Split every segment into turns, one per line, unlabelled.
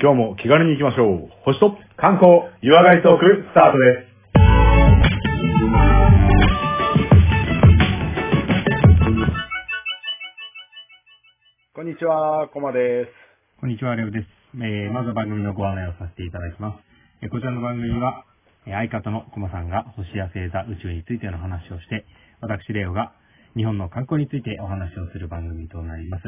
今日も気軽に行きましょう。星と
観光、岩貝トーク、スタートです。
こんにちは、コマです。
こんにちは、レオです。えー、まずは番組のご案内をさせていただきます。えーこちらの番組は、えー相方のコマさんが星や星座、宇宙についての話をして、私、レオが日本の観光についてお話をする番組となります。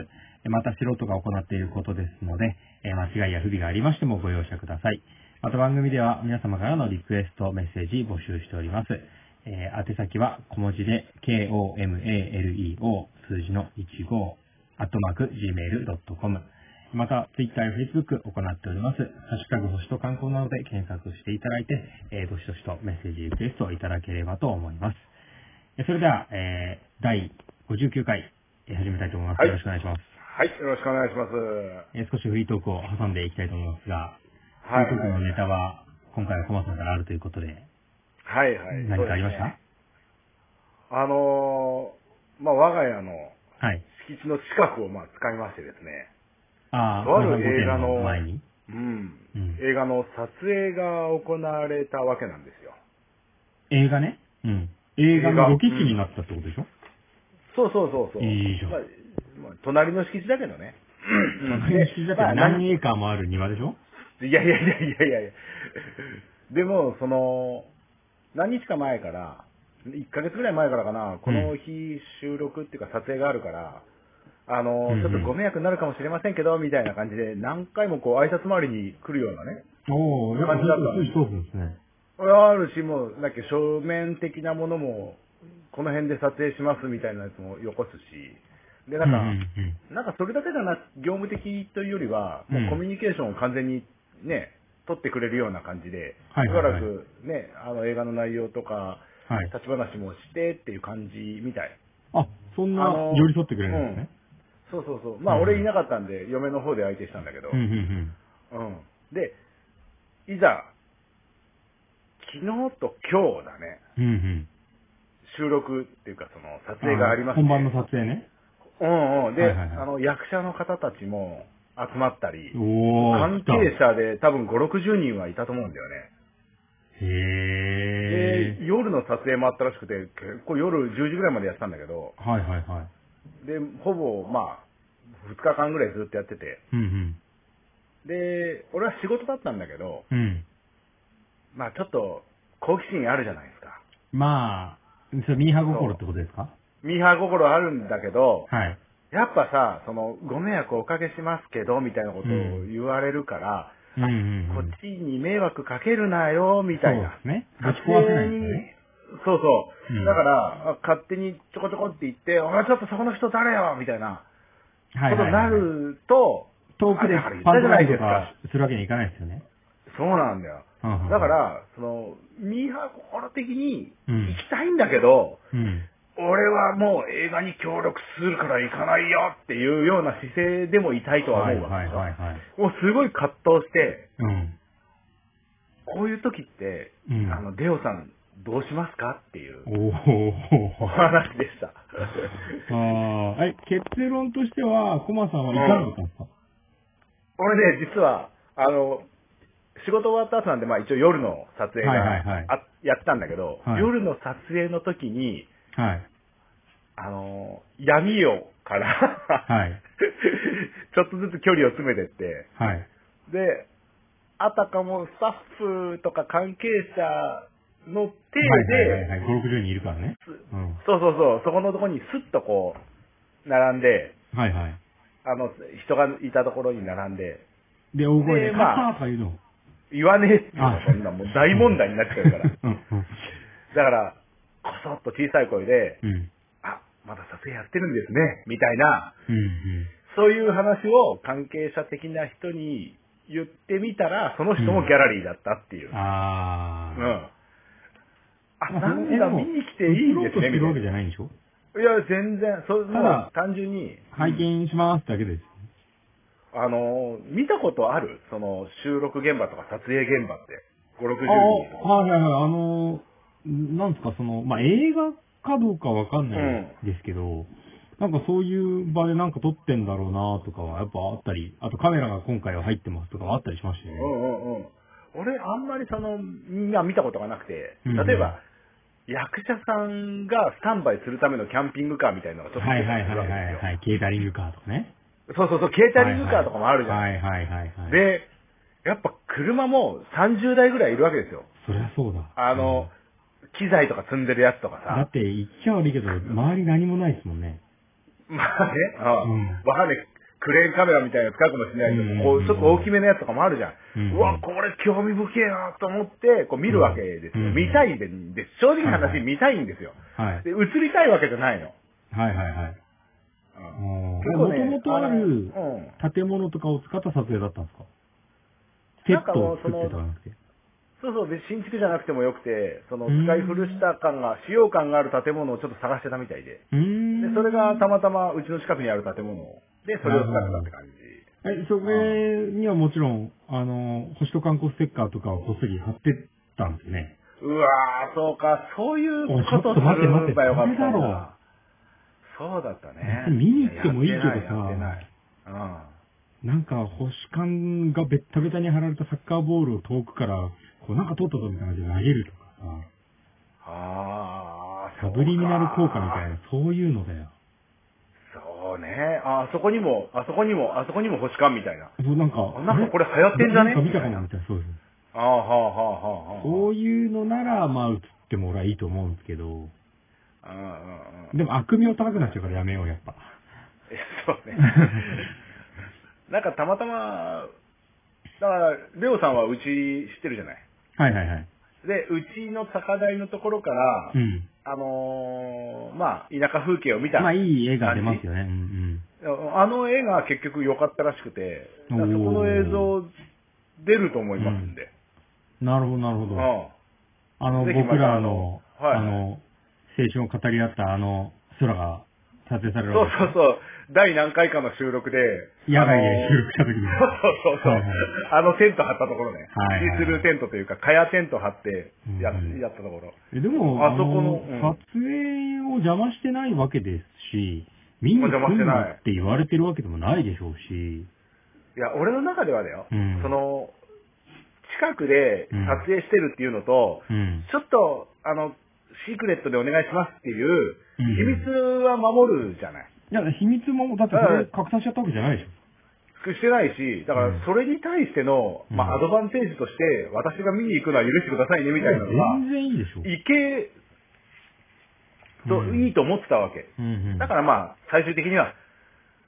えーまた、素人が行っていることですので、えー間違いや不備がありましてもご容赦ください。また番組では皆様からのリクエスト、メッセージ募集しております。えー、宛先は小文字で、k-o-m-a-l-e-o 数字の15、アットマーク、gmail.com。また、Twitter や Facebook を行っております。ハッシュタグ星と観光などで検索していただいて、えー、どしどしとメッセージリクエストをいただければと思います。えそれでは、えー、第59回、えー始めたいと思います。
はい
よろしくお願いします。
はい、よろしくお願いします。
えー少しフリートークを挟んでいきたいと思いますが、
はい
フリートークのネタは、今回はコマさんからあるということで、
はいはい。
何かありました、
そうですねあのー、まあ、我が家の
はい。
敷地の近くをまあ使いましてですね、
ああ、
とある
コマさんご提案
映画の
前に。
うん、
うん
映画の撮影が行われたわけなんですよ。
映画ね。うん。映画のロケ地になったってことでしょ、
そうそうそうそう。
いいじゃん
まあまあ隣の敷地だけどね。
隣の敷地だって
まあ
何エーカーもある庭でしょ
いやいやいやいやいやいや。でも、その、何日か前から、1ヶ月ぐらい前からかな、この日収録っていうか撮影があるから、あの、
うんうん
ちょっとご迷惑になるかもしれませんけど、みたいな感じで、何回もこう挨拶回りに来るようなね。
おお、やっぱずっと通通すんですね。
あるし、もう、なんか正面的なものも、この辺で撮影しますみたいなやつもよこすし、で、なんか、
うんうんうん
なんかそれだけだな、業務的というよりは、
うん
もうコミュニケーションを完全にね、取ってくれるような感じで、
はい
し
は
ば
い
ら
はい
くね、あの映画の内容とか、
はい。
立ち話もしてっていう感じみたい。
あ、そんな
あの
寄り添ってくれるんですね。
そうそうそう。まあ
うん
俺いなかったんで、嫁の方で相手したんだけど、
うんうん
うん。で、いざ、昨日と今日だね、
うん。うんうん。
収録っていうかその撮影がありまして。
本番の撮影ね。
うんうん。で、
はいはいはい
あの役者の方たちも集まったり、
おお。
関係
来
者で多分5、60人はいたと思うんだよね。
たへ
で、
え。
夜の撮影もあったらしくて、結構夜10時ぐらいまでやってたんだけど、
はいはいはい。
で、ほぼまあ、2日間ぐらいずっとやってて、
うん
で、俺は仕事だったんだけど、
うん。うん。
まあちょっと好奇心あるじゃないですか。
まあ、それミーハー心ってことですか
ミーハー心あるんだけど、
はい。
やっぱさ、その、ご迷惑をおかけしますけど、みたいなことを言われるから、
うんうんうん。
こっちに迷惑かけるなよ、みたいな
そうで。すね。ぶち壊せないんですね。
そうそう。
うん
だから、あ勝手にちょこちょこって言って、お前ちょっとそこの人誰よみたいなこ
は
と
い
に
はい
な
はい。
ると、
遠くで
あだから言っ
パ
たじ
ント
ゃな
ライ
い
ブ
です
と
か
か。するわけにいかないですよね。
そうなんだよ。
うんうん
だか、ら、その、ミーハー心的に
うん
行きたいんだけど、
うん。
俺はもう映画に協力するから行かないよっていうような姿勢でもいたいとは
はい
思う
は
わけ
い
でしょ
はいはい。
もうすごい葛藤して、
うん。
こういう時って、
うん
あの、デオさんどうしますかっていう
お
お
お。
話でした。
ああ、え、結論としては、コマさんはいかがだったんですか
俺ね、実は、あの、仕事終わった後なんで、まあ一応夜の撮影が、
はいはいはい
あやってたんだけど、
はい
夜の撮影の時に、
はい。
あの、闇夜から、
はい。
ちょっとずつ距離を詰めてって、
はい。
で、あたかもスタッフとか関係者の手
はいはい
で、
はいはい。5、60人いるからね。うん。
そうそうそう、そこのとこにスッとこう、並んで、
はいはい。
あの、人がいたところに並んで、
で、大声で、
で
カ
まあ
ッとか言うの。
言わねえっていうの
あ
そんなもう大問題になっちゃ うから。だ
うんうん。
から、こそっと小さい声で、
うん。
あ、まだ撮影やってるんですね、みたいな、
うんうん。
そういう話を関係者的な人に言ってみたら、その人もギャラリーだったっていう。うん。
ああ。
あ、
まあ
なんだ、見に来ていいんですね、
映ろうとして
み
る
たい
わけ
な。
じゃないんでしょ
いや、全然、そ
ただ
もう単純に、
拝見しますだけです。
あの、見たことあるその、収録現場とか撮影現場って。5、60人と
あ
か。
あ、はいはいはい。あのー、なんですか、その、まあ、映画かどうかわかんないですけど、なんかそういう場でなんか撮ってんだろうなとかはやっぱあったり、あとカメラが今回は入ってますとかはあったりしましたよ
うん
ね。
うんうん。俺、あんまりその、みんな見たことがなくて、
うん
例えば、役者さんがスタンバイするためのキャンピングカーみたいなのがちょっと
はい
出て
はい
たりする
はいは
わけ
い
ですよ。
はい。ケータリングカーとかね。
そうそうそう、ケータリングカーとかもあるじゃん。
はいはいはいはい。、
で、やっぱ車も30台ぐらいいるわけですよ。
そりゃそうだ。
あの、機材とか積んでるやつとか
だ
さ
っ。て言っちゃ悪いけど、周り何もないですもんね。
まあね、わ、
うん
かんない。クレーンカメラみたいなやつ使うかもしれないけど、
うん
こう、ちょっと大きめのやつとかもあるじゃん。
うん
うわ、これ興味深いなと思って、こう見るわけですよ。
うん
見たいんで、で正直な
はいは
話
い
見たいんですよ。
はい。
で、映りたいわけじゃないの。
はいはいはい。
うん
も
結
と
構
も
ね
とある
あのうん
建物とかを使った撮影だったんですかセ
なん
ッ
か
ト
も
を
う
作ってたわけ。
そうそう、で新築じゃなくてもよくて、その
うん
使い古した感が、使用感がある建物をちょっと探してたみたいで。
うーん。
で、それがたまたまうちの近くにある建物で、それを使ったって感じ。
え、それにはもちろん、あの、星と観光ステッカーとかをこっそり貼ってたんですね。
うわー、そうか、そういう
おいちょ
こ
っと
とす
待って待
るん
って
だよかった
ダメだ
ん
ろ
だ。そうだったね。
見に行ってもいいけどさ
やってないやってないうん。
なんか、星間がべったべたに貼られたサッカーボールを遠くから、こうなんか取ったぞみたいな感じで投げるとか
あー、そ
さ、サ
うか
ブリミナル効果みたい。な、そういうのだよ。
そうね。あ、あそこにも、あそこにも、あそこにも星間みたいな。
そうなんか、
あなんかこれ流行ってんじゃね
なんか見たかなみたいな、そうです。
あーはあはあはあはあ。
そういうのなら、まあ、映っても俺はいいと思うんですけど、
うんうんうん。
でも悪名高くなっちゃうからやめよう、やっぱ。
いやそうね。 なんかたまたま、だから、レオさんはうち知ってるじゃない。
はいはいはい。
で、うちの高台のところから、
うん。
あのーまあ、田舎風景を見た。
まあ、いい絵が出ますよね。うん
あの絵が結局良かったらしくて、
お
だか
ー
らそこの映像出ると思いますんで。
うん。なるほど、なるほ
うん。
ど。あの、
ぜひまた
僕らの、
はいはい
あの、青春を語り合ったあの、空が撮影され
そ
る
う
わけ
そうそう。第何回かの収録で、
野外
あの
で
ー
収録した時
そ
に。
うそうそう。
はいはい
あのテント張ったところね。
はいはいはい
シースルーテントというか、蚊帳テント張ってや,、
うんうん
やったところ。
えでも、
あそこの
あ
うん
撮影を邪魔してないわけですし、見に来
もう邪魔し
る
て
な
ない
って言われてるわけでもないでしょうし、
いや、俺の中ではだよ。
うん
その、近くで撮影してるっていうのと、
うん。
ちょっと、あの、シークレットでお願いしますっていう、
うん
秘密は守るじゃない。
いや、秘密も、だってそれ拡散しちゃったわけじゃないでしょ。
してないし、だからそれに対しての、
うん
まあ、アドバンテージとして、私が見に行くのは許してくださいねみたいなのは、
全然いいでしょ。
いけ、と、
うん
いいと思ってたわけ。
うんうん。
だからまあ、最終的には、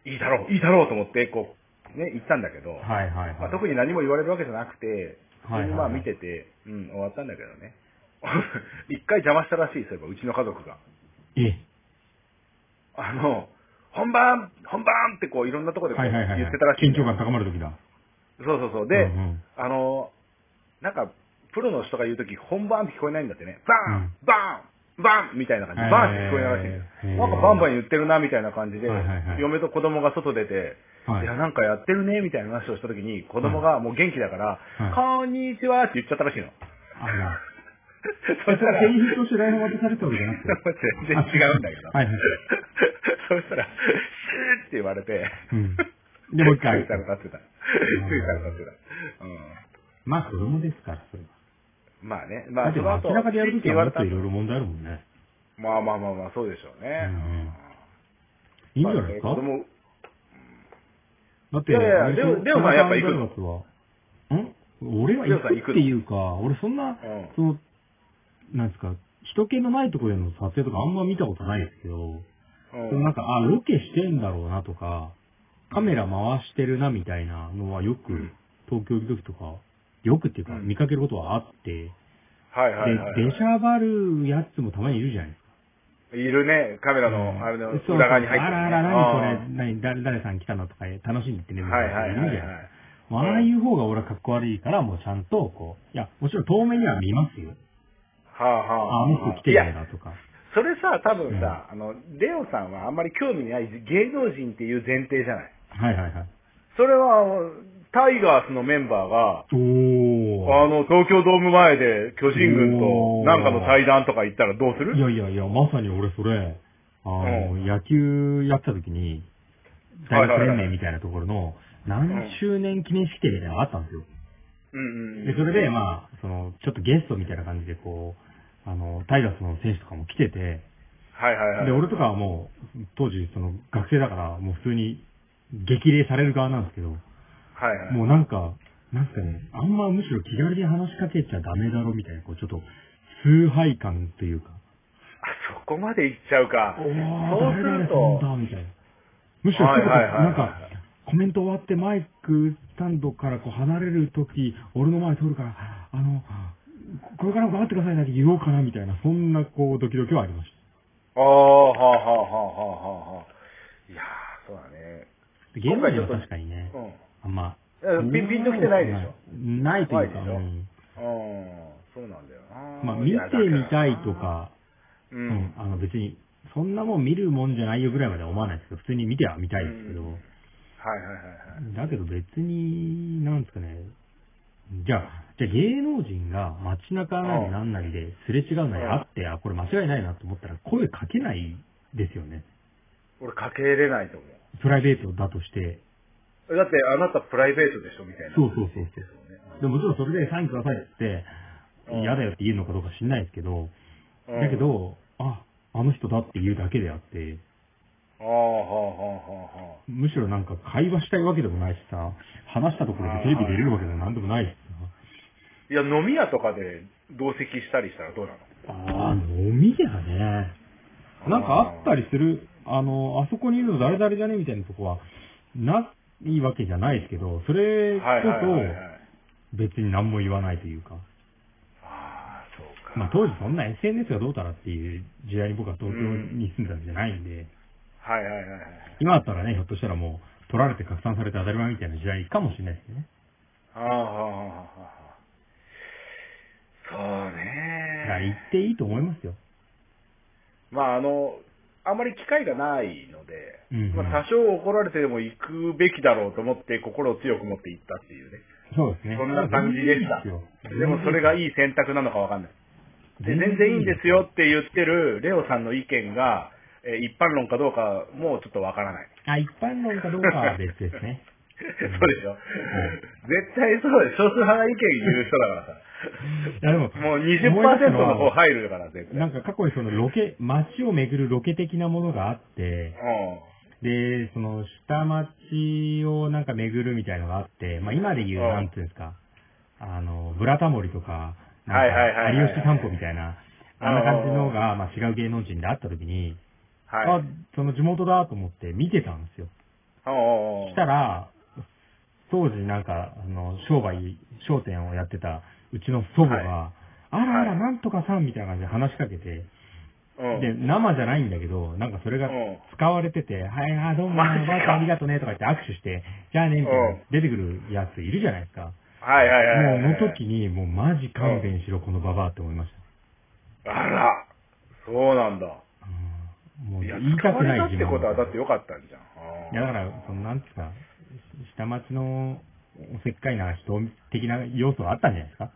いいだろう、いいだろうと思って、こう、ね、行ったんだけど、
はいはい
ま
は
あ、
い。
特に何も言われるわけじゃなくて、普
はいは
通
いはい
にまあ見てて、うん、終わったんだけどね。 一回邪魔したらしい、そういえば、うちの家族が。
え、
あの、本番本番ってこう、いろんなところでこ
は
う
いはいはい
言っ
はい
てたら。しい
緊
んだよ、
張感高まる時だ。
そうそうそう。で、
うんうん
あの、なんか、プロの人が言うとき、本番って聞こえないんだってね。バーン、
うん
バーンバーンみたいな感じ
へー
で、バーンって聞こえないらしいん
へ
だ
ー
よ。なんかバンバン言ってるな、みたいな感じで、
はいはいはい
嫁と子供が外出て、
はい
い、や、なんかやってるね、みたいな話をしたときに、子供がもう元気だから、
はい
こんにちはって言っちゃったらしいの。
あら。
そしたら、
店
全
員として台本渡されたわけじゃなくて。
然違うんだけど。
はいはい。
そしたら、シューって言われて、
うん。で、もう一
つ
回
い。 たら立ってた。ついたら立ってた。うん。
まあ、子供ですから、それは。
まあね、ま
だ
あ
って
そ
明
の後、
らかでやる
シュッ
とき
て言
は
わ
も
れ
ったといろいろ問題あるもんね。
まあまあまあまあ、そうでしょうね。
うんいいんじゃないですか
まあ子供
だって、
いやいや
あれしょ
レオレオさんやっぱ行く
サンダーバースはん俺は行
レオさん行
く
くの
っていうか、俺そんな
うん、
その、なんですか、人気のないところでの撮影とかあんま見たことないですけど、
うん
でもなんか、あ、ロケしてんだろうなとか、カメラ回してるなみたいなのはよく
うん、
東京行く時とか、よくっていうか、
うん
見かけることはあって、
はいはいはい
で、出しゃばるやつもたまにいるじゃないですか。
いるね、カメラ
うん
の、あれの
そうそう
裏側に入って
あ
るね
らあら、何これ、何、誰、誰さん来たのとか、楽しんでってね、
うん
みた
はいい
な
はいは
人
いい
るじゃない
は
まあ、ああいう方が俺はかっこ悪いから、もうちゃんと、こう、いや、もちろん遠目には見ますよ。
い。はあは
あ、あ
あ
の
は
人
あ。
来て
い
るん
や、
だとか。
それさ、多分さ、あの、レオさんはあんまり興味ない芸能人っていう前提じゃない。
はいはいはい。
それは、あのタイガースのメンバーが、
お
あの、東京ドーム前で巨人軍となんかの対談とか行ったらどうす
ー。い
る
やいやいや、まさに俺それ、ああの、
う
野球やってた時に、大学連盟みたいなところの、何周年記念式典みたいなのがあったんですよ。
うんうん。
で、それで、まあ、その、ちょっとゲストみたいな感じで、こう、あの、タイガースの選手とかも来てて、
はいはいはい。
で、俺とかはもう、当時、その、学生だから、もう普通に、激励される側なんですけど、
はいはい。
もうなんか、なんすかね、あんまむしろ気軽に話しかけちゃダメだろみたいな、こう、ちょっと、崇拝感というか、
あ、そこまで行っちゃうか。
お
そ
ー
うする
誰
と、
々さんだみたいな。むしろ、
はいはいはいはい
なんか、コメント終わってマイクスタンドからこう離れるとき、俺の前通るから、あの、これからも頑張ってくださいなんて言おうかなみたいな、そんなこう、ドキドキはありまし
ああ、はあはあはあはあはあ。いやー、そうだね。
た。ゲー
今
ム
回ち
に
ょ
は
っと
確かにね、
うん。
あんま。
うんピンピンときてないでしょ
ないというか、
ないでしょ
うん
うん、そうなんだよな。
まあ、
い
見て
や
みたいと。か、
う
うんん。、あの別に、そんなもん見るもんじゃないよぐらいまでは思わないですけど、普通に見ては見たいですけど、
うんはいはいはいはい。
だけど別に、なんですかね、じゃあ、じゃあ芸能人が街中なりなんなりですれ違うなり
うん
あって、あ、これ間違いないなと思ったら声かけないですよね。
俺かけれないと思う。
プライベートだとして。
だってあなたプライベートでしょみたいな。
そうそうそうそう。
うね。
でもちろんそれでサインくださいって
うん
言って、嫌だよって言うのかどうか知んないですけど、
うん
だけ、ど、あ、あの人だって言うだけであって、
ああ、はあはあはあはあ。
むしろなんか会話したいわけでもないしさ、話したところでテレビ出れるわけでもなんでもないし
いや、飲み屋とかで同席したりしたらどうなの
さ。ああ、飲み屋ね。なんかあったりする、あの、あそこにいるの誰々じゃねみたいなとこは、ないわけじゃないですけど、それ
はいはいはいはい。
だと別に何も言わないというか。
ああ、そうか。
まあ当時そんな SNS がどうたらっていう時代に僕は東京に住んでたんじゃないんで、
はいはいはいはい。
今だったらね、ひょっとしたらもう取られて拡散されて当たり前みたいな時代かもしれないですね。
ああ、はあはあはあはあ。そう
だから言
ね。
っていいと思いますよ。
まああの、あまり機会がないので、
うんうん
まあ、多少怒られてでも行くべきだろうと思って心を強く持って行ったっていうね。
そうですね。
そんな感じでした。
全然いいすよ
でもそれがいい選択なのかわかんない。で全然いいんです。よって言ってるレオさんの意見が、えー一般論かどうかもうちょっとわからない。
あ、一般論かどうかは別ですね。
そうでしょ、絶対そうでしょ少数派が意見言う人だ
いやでも
からさ。もう20%
思い出すのは
の方入るから、絶対。
なんか過去にそのロケ、街を巡るロケ的なものがあって、
うん。
で、その下町をなんか巡るみたいのがあって、まあ今で言う、
うん
なんていうんですか、あの、ブラタモリとか、な
は
ん
いはいはいは
か
いはい
有吉散歩みたいな、あんな感じのが、まあ違う芸能人であった時に、
はい
あ。、その地元だと思って見てたんですよ。
おうおうおう
したら、当時なんか、あの、商売、商店をやってたうちの祖母が、あらあら、
はい
なんとかさんみたいな感じで話しかけて、
うん
で、生じゃないんだけど、なんかそれが
うん
使われてて、はい、あ、どうも、おば
マジか
あちゃんありがとうね、とか言って握手して、じゃあね、みたいな
うん、
出てくるやついるじゃないですか。
はいはいはいはい。
もう、の時に、もうマジ勘弁しろ、このババアって思いまし
あら、そうなんだ。
た。うんもう
いや、
言
言い
いた
た
く
く
ない
ないってことは、だって
い
よかったんじゃん。
や、だから、その、なんつうか、下町のおせっかいな人的な要素があったんじゃないですか。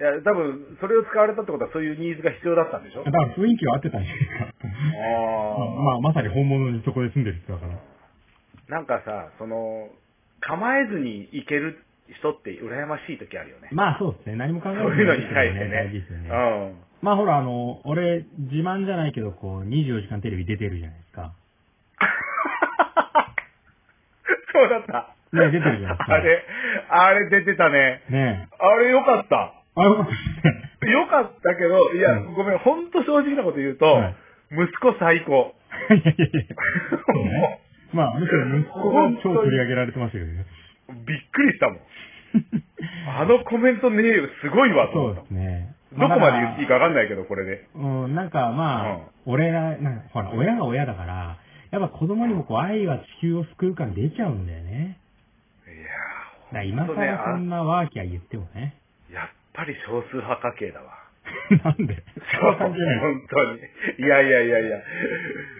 いや、多分、それを使われたってことは、そういうニーズが必要だったんでし ょ
だから雰囲気は合ってたんじゃないですか。
あ
まあ、まさに本物にそこで住んでる人だから。
あ。なんかさ、その、構えずに行ける人って羨ましい時あるよね。
まあそうですね、何も考え
そう
て
いうのに対して
大事ですよ
ね。
ね
う。ん。
まあほら、あの、俺、自慢じゃないけど、こう、24時間テレビ出てるじゃないですか。
そうだった。
ね出てるじゃないですか
あれ、あれ出てたね。
ねえ。
あれよかった。
あ、よかったですね。
よかったけど、いや、ごめん、ほんと正直なこと言うと、
はい
息子最高。
いやいやいや まあ、むしろ息子が超取り上げられてましたけどね。
もうびっくりした もん。あのコメントねえよ、すごいわ、と
そ
思
う
った
で。すね。
どこまで言っていいか
か。
わかんないけど、これで。
うん、なんかまあ、
うん
俺ら、なんかほら、親が親だから、やっぱ子供にもこう、愛は地球を救う感出ちゃうんだよね。だから
いや
今
ー、ほんとね、
更そ
あ
んなワーキャー言っても ね。
やっぱり少数派家系だわ。
なんで
そう、本当に。いやいやいやいや。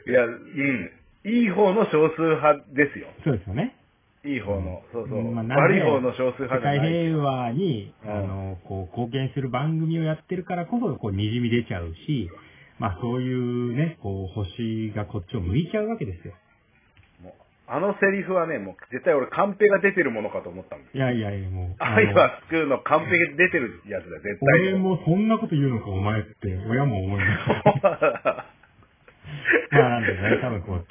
いや、うん。いい方の少数派ですよ。
そうですよね。
いい方の。そうそう。
まあなん
悪
で
い方の少数派じゃ
世
な
界
い。
平和に、
うん
あの、こう、貢献する番組をやってるからこそ、こう、にじみ出ちゃうし、まあそういうね、こう星がこっちを向いちゃうわけですよ。
もうあのセリフはね、もう絶対俺カンペが出てるものかと思ったもん。
いやいやいや、もう。あの
愛は救うのカンペが出てるやつだよ、絶対。
俺もそんなこと言うのか、お前って、親も思いました。 まあなんでね、多分こう、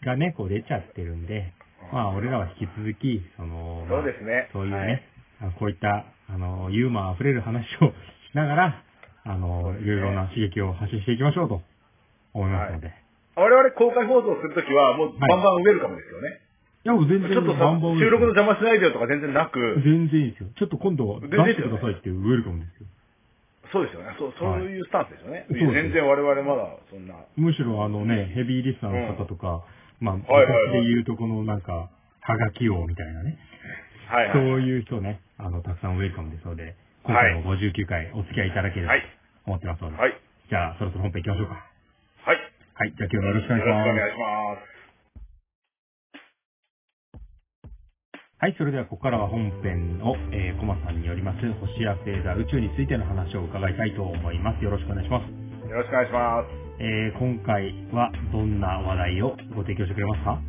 血がね、こう出ちゃってるんで、まあ俺らは引き続き、その、まあ
そうですね
そういうね、
はい
あのこういった、あの、ユーモア溢れる話をしながら、
そ
あ
う
の、
です
い
ね
ろいろな刺激を発信していきましょうと思いますので。い、
我々公開放送するときは、もうバンバンウェルカムですよね。
や、もう全然、
ちょっとさ
バンバンウェ
収
ル
録
カ
の
ム
邪魔しないでよとか全然なく、
全然いいですよ。ちょっと今度出
全然いい
し
ですよ
てくださいっていうウェルカムですよ。
そうですよね。そう、そういうスタンスですよね。
そうです
全然我々まだそんな。
むしろあのね、ヘビーリスナーの方とか、まあ、私
はいはいはい
で言うとこのなんか、はがき王みたいなね、
はい、はい。
そういう人ね、あの、たくさんウェルカムですので、今回も59回お付き合いいただければ
は
と
い
思ってますので、
はい。
じゃあそろそろ本編行きましょうか。
はい。
はい、じゃあ今日もよろしくお
よろ
願
し
い
くお
します。
願いします。
はい、それではここからは本編を、えー、コマさんによります、星や星座、宇宙についての話を伺いたいと思います。よろしくお願いします。
よろしくお願いします。
えー、今回はどんな話題をご提供してくれますか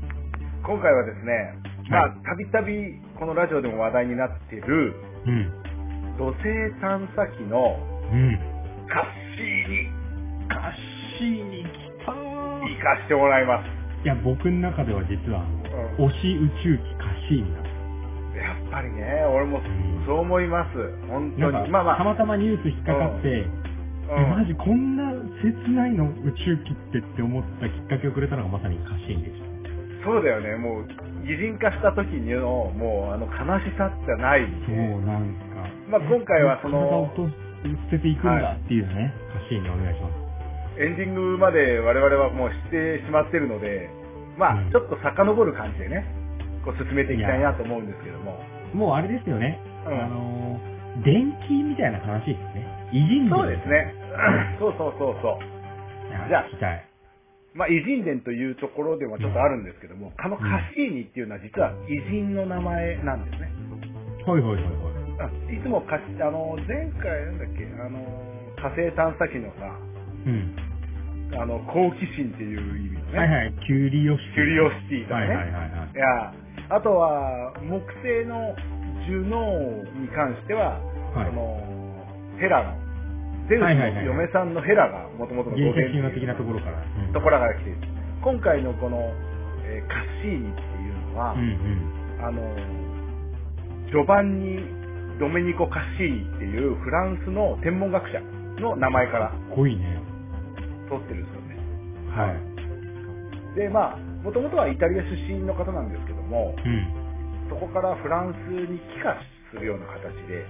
今回はですね、まあ、たびたびこのラジオでも話題になってる、
うん。
土星探査機の
うん。
カッシーに
カッシーに来たー
行かしてもらいます。
いや、僕の中では実は、あの、推し宇宙機カッシーになる。
やっぱりね、俺も
ん
そう思います。本
な
当
んか、
に。まあま
た
あ、
またまニュース引っかかって、え
うん
マジこんな切ないの宇宙機ってって思ったきっかけをくれたのがまさにカシーンでした。
そうだよね、もう、擬人化した時にの、もう、あの、悲しさじゃない。
そう、なんか。
まあ今回はその
体を落と捨てていくんだっていうね、カシーンにお願いします。
エンディングまで我々はもう知ってしまってるので、ま
うん
あ、ちょっと遡る感じでね、こう進めていきたいなと思うんですけども。
もうあれですよね。
うん
あのー、電気みたいな話ですね。偉人伝
そうですね。 そうそうそうそう。
じ
じ
ゃ
ゃ
あ
あ、
聞きたい。
まあ、偉人伝というところでもちょっとあるんですけども、あのカッシーニっていうのは実は偉人の名前なんですね。
ほいほいほいほい。
あいつもカシあの、前回なんだっけ、あの、火星探査機のさ、
うん。
あの、好奇心っていう意味のね、
はいはい、キュリオシティ。
キュリオシティとか
はい
ね。
はい
い
はいはい。
や、あとは、木星のジュノーに関しては、
はい
その、ヘラの、ゼウス
はいはいは
の
い
嫁さんのヘラがもともとの
原
語源
石神話的なところから。うん
ところから来ている。今回のこの、えーカッシーニっていうのは、
うんうん。
あの、序盤にドメニコ・カッシーニっていうフランスの天文学者の名前から
かっこいいね。
取ってるんですよね。
はい。
で、まあ、もともとはイタリア出身の方なんですけども、
うん。
そこからフランスに帰化するような形で、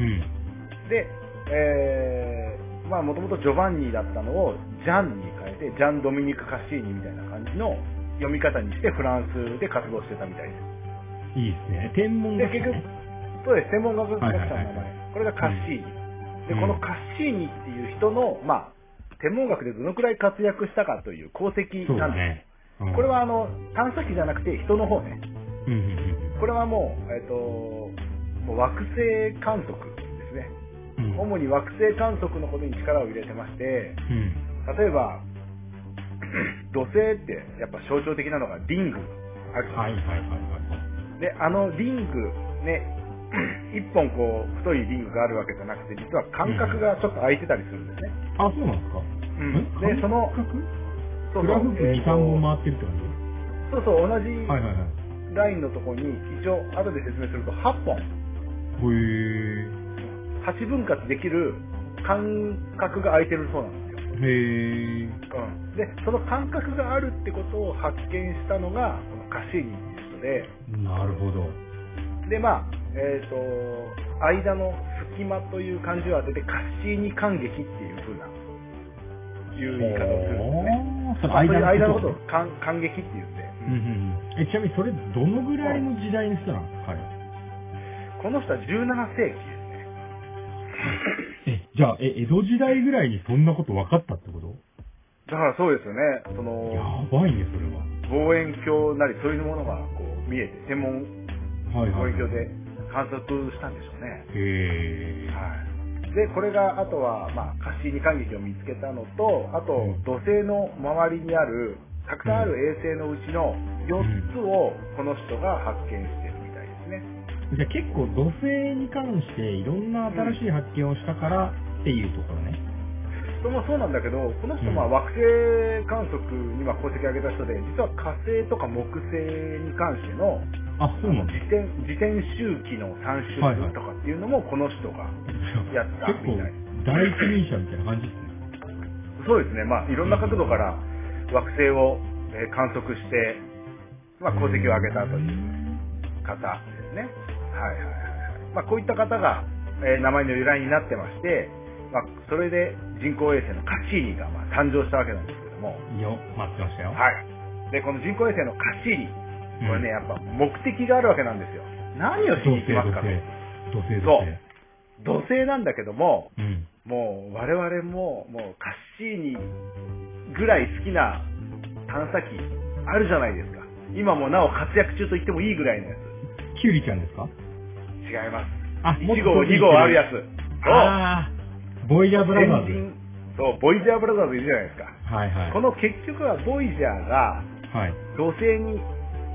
うん。
で、えー、まあ、もともとジョバンニだったのをジャンに変えて、ジャン・ドミニク・カッシーニみたいな感じの読み方にして、フランスで活動してたみたいです。
いいですね。天文
で、
学者
結局
ね。、
そうです、天文学学者の名
はいはい
前、
はい
これがカッシーニ。で、
うん
このカッシーニっていう人の、まあ、天文学でどのくらい活躍したかという功績
そう
な
だ
んです。
ね。うん
これ、はあの、探査機じゃなくて人の方ね。
うんうんうん
これはもう、えっ、と、もう惑星観測ですね。
うん。
主に惑星観測のことに力を入れてまして、
うん。
例えば、土星ってやっぱ象徴的なのがリング。あるじゃないですか
はいはいはいはい。
で、あのリング、ね、 一本こう、太いリングがあるわけじゃなくて、実は間隔がちょっと空いてたりするんですね。
あ、そうなんですか
うん
え
で、その、
感覚
そう
グ
そ
ラ
う
フ2、、
えー
3
と
本回ってるって
そ
感
うそう、同
じはい
じ
はいはい。
ラインのとこに、一応、後で説明すると、8本、
ほえ
8分割できる間隔が空いてるそうなんですよ。
ー。へ
う
ー。
ん。で、その間隔があるってことを発見したのが、このカシーニっていう人で、
なるほど。
で、まあ、えっ、と、間の隙間という漢字を当てて、カッシーニ感激っていう風な、いう言い方をするんですね。
ほーそ
ま
の
あそういう間
間
の
の
こ
ことと
を感感激って言うんで、
うんうんうん。え、ちなみにそれ、どのぐらいの時代の人なの彼は。
この人は17世紀ですね。
え、じゃあ、え、江戸時代ぐらいにそんなこと分かったってこと
だからそうですよね、そ
や
の、
ばいね、それは。
望遠鏡なりそういうものがこう見えて、天文
はい
望
はい。
遠鏡で観測したんでしょうね。
へー。
はい。で、これが、あとは、まあ、カッシーニ感激を見つけたのと、あと、土星の周りにある、たくさんある衛星のうちの4つを、この人が発見してるみたいですね。
じゃあ結構土星に関していろんな新しい発見をしたからっていうところね。
それもそうなんだけど、この人、
うん
まあ、惑星観測には功績を挙げた人で、実は火星とか木星に関しての
あ、そうなんだ
自。転自転周期の3
はい
周期
はい
とかっていうのもこの人が、やった
結構
みたい
第一人者みたいな感じですね。
そうですね、まあ、いろんな角度から惑星をえー観測して、まあ、功績を挙げたという方ですね。はいはいはいはい。まあ、こういった方が、えー名前の由来になってまして、まあ、それで人工衛星のカッシーニが、まあ、誕生したわけなんですけども、
いや、待ってましたよ。
はい。で、この人工衛星のカッシーリ、
うん
これね、やっぱ目的があるわけなんですよ。何をしに行きますかと。
土星、土星。土星、
そ
土
う
星。
土星なんだけども、
うん。
もう我々も、もうカッシーニぐらい好きな探査機あるじゃないですか。今もなお活躍中と言ってもいいぐらいのやつ。
キュウリちゃんですか
違います。
あもっと
1号、2号あるやつ。そう
ああ、ボイジャーブラザー
エ
ズ。
ンジンそう、ボイジャーブラザーズいるじゃないですか。
はいはい。
この結局はボイジャーが、
はい。
土星に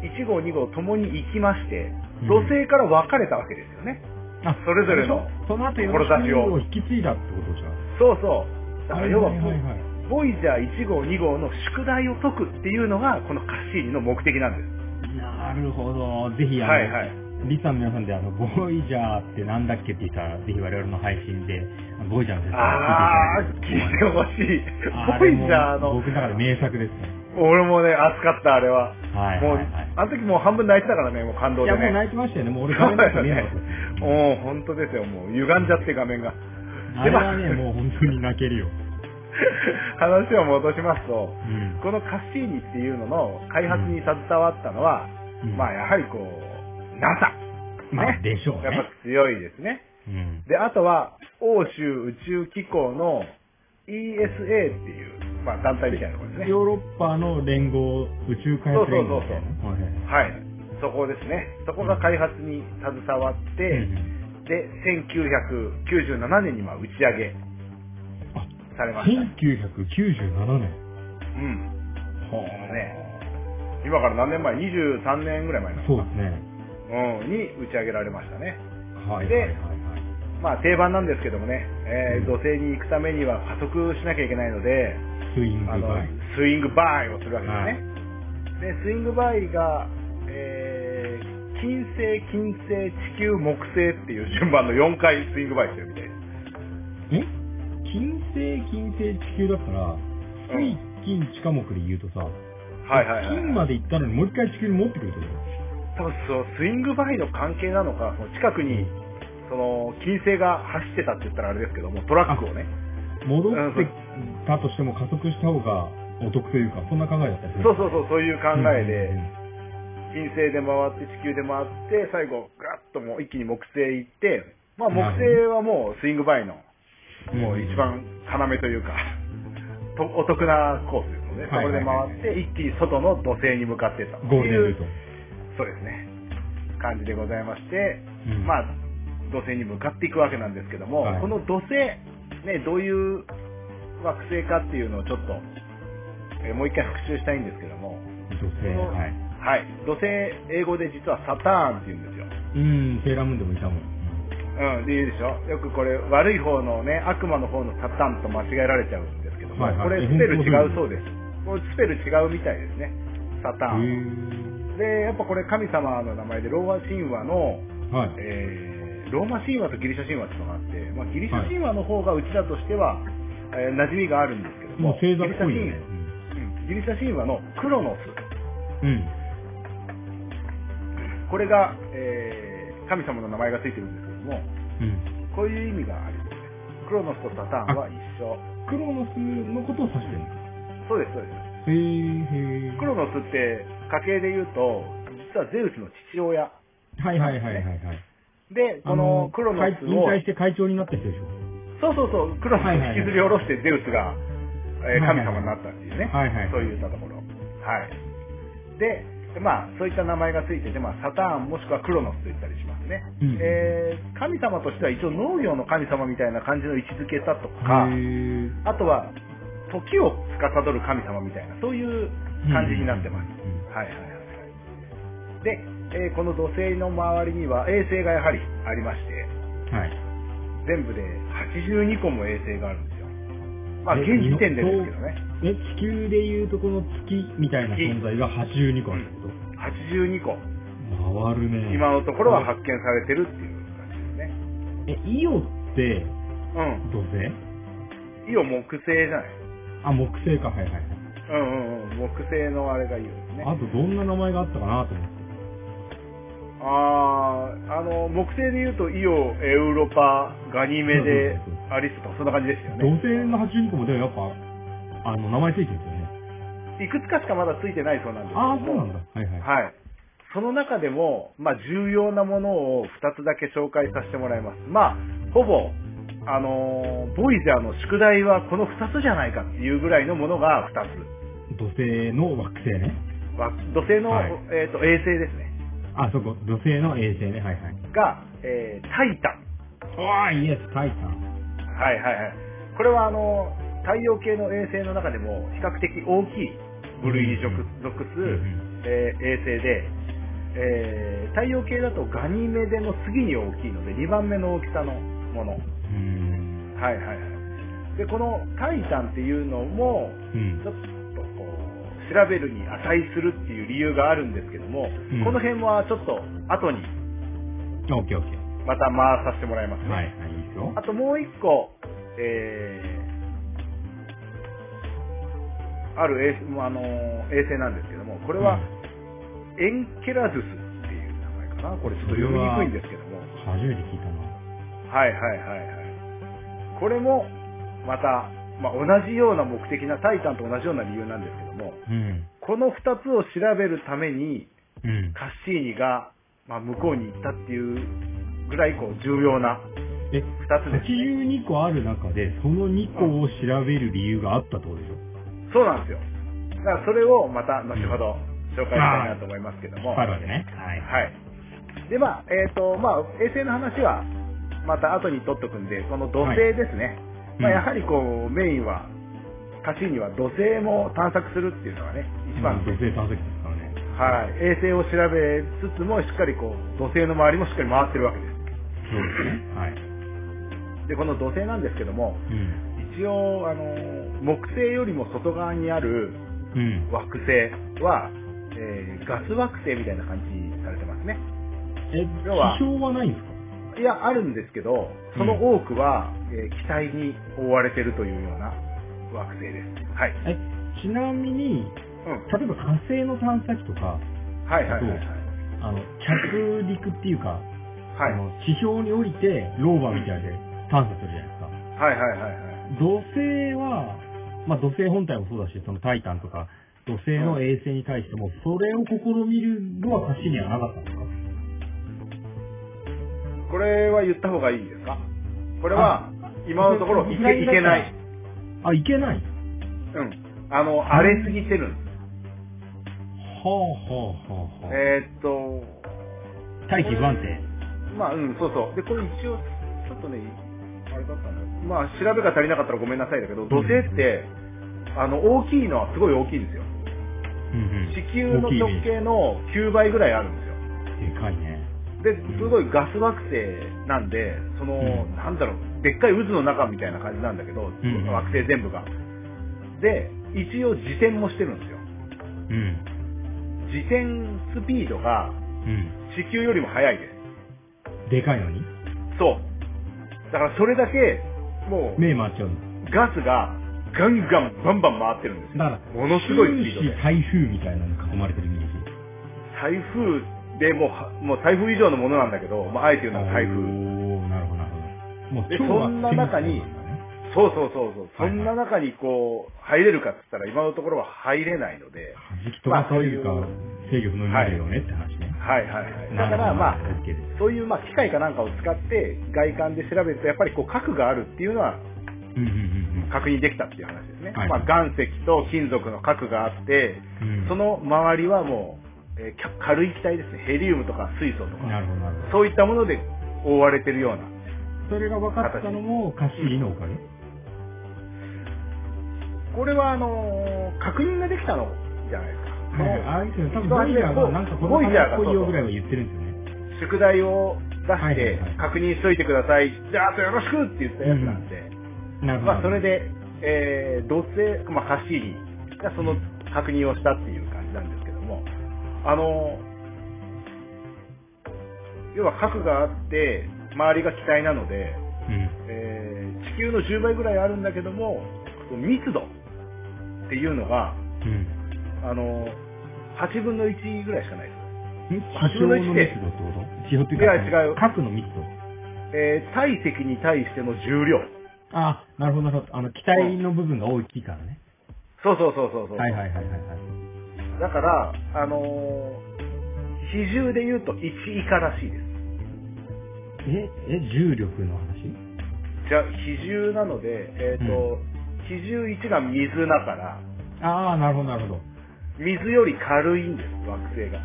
1号2号ともに行きまして
うん
土星から分かれたわけですよね、
あ
それぞれの
その後よろし
志
く
を
を引き継いだってことじゃん。
そうそうだから要は
はいはいはい
ボイジャー1号2号の宿題を解くっていうのがこのカッシーニの目的なんです
なるほど。ぜひ、あの、
はいはい
リスナーの皆さんで、あの、ボイジャーってなんだっけって言ったら、ぜひ我々の配信で、あのボイジャーの説明
ああ
を聞いて
聞
い
い
ただけ
て
れば
ほしい
あ
ボ
れ
イジ
も
ャーの
僕の中で名作ですね。
俺もね熱かったあれは
はい
もう
はいはい
あの時もう半分泣いてたからねもう感動
い
で
や、もう
ね
泣いてましたよね。もう
そう
俺、画面な
だ
んか
よ
見え
ね
なかったです。
もう本当ですよもう歪んじゃって画面が
あ
で
れ
ま
はね、もう本当に泣けるよ。
話を戻しますと、
ん
このカッシーニっていうのの開発に携わったのは、
うん
まあやはりこう、NASA。
まあ、でしょう
やっ
ね
ぱ。強いですね。
うん。
で、あとは、欧州宇宙機構の ESA っていう、まあ団体みたいなところですね。
ヨーロッパの連合宇宙開発連合みたいな。はいはい
はい。そこですね。そこが開発に携わって、
うん
で、1997年にまあ打ち上げされました。
1997年。
うん。
は
あね今から何年前 ?23 年ぐらい前なの
そうですね。
うん、に打ち上げられましたね。
はいはい
で
はいはい。
まあ定番なんですけどもね、えー
う
土星に行くためには加速しなきゃいけないので、
スイング
あ
バイ
の。スイングバイをするわけですね。で、スイングバイが、えー、金星、金星、地球、木星っていう順番の4回スイングバイしてるみたいです。
え金星、金星、地球だったら、水、金、地下木で言うとさ、
はいはいはい、
金まで行ったのにもう一回地球に持ってくるって
多
こと
分そのスイングバイの関係なのか、その近くに、その、金星が走ってたって言ったらあれですけども、トラックをね。
戻ってたとしても加速した方がお得というか、そんな考えだったりする
そうそうそう、そういう考えで、
うんうん
金星で回って地球で回って最後ガッともう一気に木星行って、まあ、木星はもうスイングバイの
うん
もう一番要というか、 とお得なコースですので、そ
はい
こ
は
で
いはい
回って一気に外の土星に向かっていったって
ゴールデン
い
ル
う
ート。
そうですね感じでございまして、
うん
まあ土星に向かっていくわけなんですけども、
はい
この土星、ね、どういう惑星かっていうのをちょっと、えーもう一回復習したいんですけども、
女
こ
性、
の
はい。
はい、土星英語で実はサターンって言うんですよ
うん、セーラームーンでもいたもん。
うん、で言うでしょよくこれ悪い方のね悪魔の方のサタンと間違えられちゃうんですけども、
はいはい
これ
え
スペル
本当
違うそうですこれスペル違うみたいですねサタン
へ
でやっぱこれ神様の名前でローマ神話の、
ーはい。
えーローマ神話とギリシャ神話っていうのがあって、まあ、ギリシャ神話の方がうちらとしては、えー馴染みがあるんですけど
もう
も
星座っぽいよね。
ギリシャ神話うんギリシャ神話のクロノス
うん。
これが、えー神様の名前がついてるんですけども
うん。
こういう意味がありますねクロノスとサターンは一緒
クロノスのことを指してるの
そうですそうです
へーへー
クロノスって家系で言うと実はゼウスの父親
はいはいはいはいはい。
でこのクロノス
会引
を
退して会長になった人でしょ。
そうそうそうクロノスを引きずり下ろしてゼウスが、えー
はいは
神
い
様になったっていうね、
はいはい
そういったところはいででまあ、そういった名前がついてて、まあ、サターンもしくはクロノスと言ったりしますね、
うん
えー神様としては一応農業の神様みたいな感じの位置づけだとか、
へ
あとは時を司る神様みたいな、そういう感じになってます。
うん
はいはいはいはい。で、えーこの土星の周りには衛星がやはりありまして、
ーはい。
全部で82個も衛星があるんですよ。まあ、現時点でですけどね。
え、地球でいうとこの月みたいな存在が82個あるってこ
82個、
と回るね。
今のところは発見されてるっていう感じですね。
え、イオって土星
うん。イオ木星じゃない。
あ、木星か、はいはいはい。
うんうんうん。木星のあれがイオですね。
あとどんな名前があったかなと思って。
ああ、あの、木星で言うと、イオ、エウロパ、ガニメデ
そうそうそ、
アリスト、そんな感じでしたよ
土
ね。
星の82個もでもやっぱ、あの、名前ついてるんですよね。
いくつかしかまだついてないそうなんですけども
ああ、そうなんだ。はいはい。
はい。その中でも、まあ、重要なものを2つだけ紹介させてもらいます。まあ、ほぼ、あのーボイジャーの宿題はこの2つじゃないかっていうぐらいのものが2つ。
土星の惑星ね。
わ土星の、
はい
えっ、と、衛星ですね。
あ、そこ、土星の衛星ね。はいはい。
が、えータイタン。
ああ、イエス、タイタン。
はいはいはい。これはあの、太陽系の衛星の中でも比較的大きい部類に属属する、
うん
えー衛星で、えー太陽系だとガニメデの次に大きいので、2番目の大きさのもの。
うーん。
はいはいはい。で、このタイタンっていうのも、
うん
ちょっとこう、調べるに値するっていう理由があるんですけども、
ん
この辺はちょっと後に
オッケーオッケー。
また回させてもらいますね。
はい、はい、いいですよ
あ。ともう一個、えー、ある衛星、あのー衛星なんですけども、これはエンケラズスっていう名前かな。これちょっと読みにくいんですけども。
初めて聞いたな。
はいはいはいはい。これも、また、まあ、同じような目的な、タイタンと同じような理由なんですけども、
うん。
この二つを調べるために、
うん。
カッシーニが、まあ、向こうに行ったっていうぐらい、こう、重要な二
え、
つです、ね。
82個ある中で、その2個を調べる理由があったってことでしょ
そうなんですよ。だからそれをまた後ほど紹介したいなと思いますけども。
あるわけね。はい。
はい。で、まあ、えっ、と、まあ、衛星の話は、また後に取っとくんで、この土星ですね。
い
まあ、
うん
やはりこう、メインは、カシーニは土星も探索するっていうのがね、一番、
土星探索ですから
は
ね。
い。衛星を調べつつも、しっかりこう、土星の周りもしっかり回ってるわけで
そうですね。はい。
す。で、この土星なんですけども、
うん。
一応、あの、木星よりも外側にある
うん。
惑星は、えーガス惑星みたいな感じされてますね。
え、
要は
地表はないんですか
いや、あるんですけど、その多くは、えー機体に覆われてるというような惑星です。はい。
え、ちなみに、
うん。
例えば火星の探査機とか、
はいはいはいはい。
あの、着陸っていうか、
はい
あの地表に降りて、ローバーみたいで探査するじゃないですか。
はいはいはいはい。
土星は、まあ、土星本体もそうだし、そのタイタンとか、土星の衛星に対しても、それを試みるのは歌詞にはなかったんですか
これは言った方がいいですかこれは、今のところいけいけない。。
あ、いけない
うん。あの、荒れすぎてるんです。
はあはあはあは
えーっと、
あ。大気不安定。
まあ、うん、そうそう。で、これ一応、ちょっとね、あれだったんだまあ、調べが足りなかったらごめんなさいだけど、土星って、あの、大きいのはすごい大きいんですよ。
うんうん
地球の直
大きいね
径の9倍ぐらいあるんですよ。
でかいね。
で
ん、
すごいガス惑星なんで、その、
うん
なんだろう、でっかい渦の中みたいな感じなんだけど、
ん
惑星全部が。で、一応自転もしてるんですよ。
うん。
自転スピードが
う
地球よりも速いで
ん。でかいのに
す。そう。だからそれだけ、もう、
目回っちゃうんです。
ガスがガンガンバンバン回ってるんです
だか
よ。
ら、
ものすごいスピード
終
で
始。台風みたいなのに囲まれてるイメージ。
台風でもうは、もう台風以上のものなんだけど、まあ、あえて言うのは台
お
風。
ー、なるほど、なるほど。もう
で
超は
そんな中に
天気なんだね
そうそうそうそう。そ
はいはい
んな中にこう、入れるかって言ったら今のところは入れないので。
時期飛ばされるか、制御不能になるよねって話ね。
はいはいはい。だ
な
か
るほ
ら
ど
まあ、
OK です。
そういうまあ機械かなんかを使って外観で調べるとやっぱりこう核があるっていうのは
うんうんうん
確認できたっていう話ですね。
はい
まあ岩石と金属の核があって、
うん。
その周りはもうえーきゃ軽い気体ですね。ヘリウムとか水素とか、
なるほど、なるほど。
そういったもので覆われてるような。
それが分かったのも、カシーのおかげ
これは、あのー確認ができたのじゃないですか。そ
はい
の
あれですよね、多分ボイラーが、なんかこの
ボイ
話
ラーが
っぽいよぐらいは言ってるんですよね。
宿題を出
は
し
いはい
て
はい、
確認しといてください。じゃあ、よろしくって言ったやつなんで。
なるほど。
まあ、それで、えー、土星、まあ、カシーニがその確認をしたっていう感じなんですけども、あの、要は核があって、周りが気体なので、
うん。
えー地球の10倍ぐらいあるんだけども、その密度っていうのが、
うん。
あの、8分の1ぐらいしかないです。
地上の密度ってこと地上っていうか、
いや違う
核の密度。
えー体積に対しての重量。
あ、なるほど、なるほど。あの、機体の部分が大きいからね。
そうそうそうそうそう。
はいはいはいはいはい。
だから、あのー比重で言うと1以下らしいです。
え、え、重力の話
じゃあ、比重なので、えっ、と、比重1が水だから、
ああ、なるほど、なるほど。
水より軽いんです、惑星が。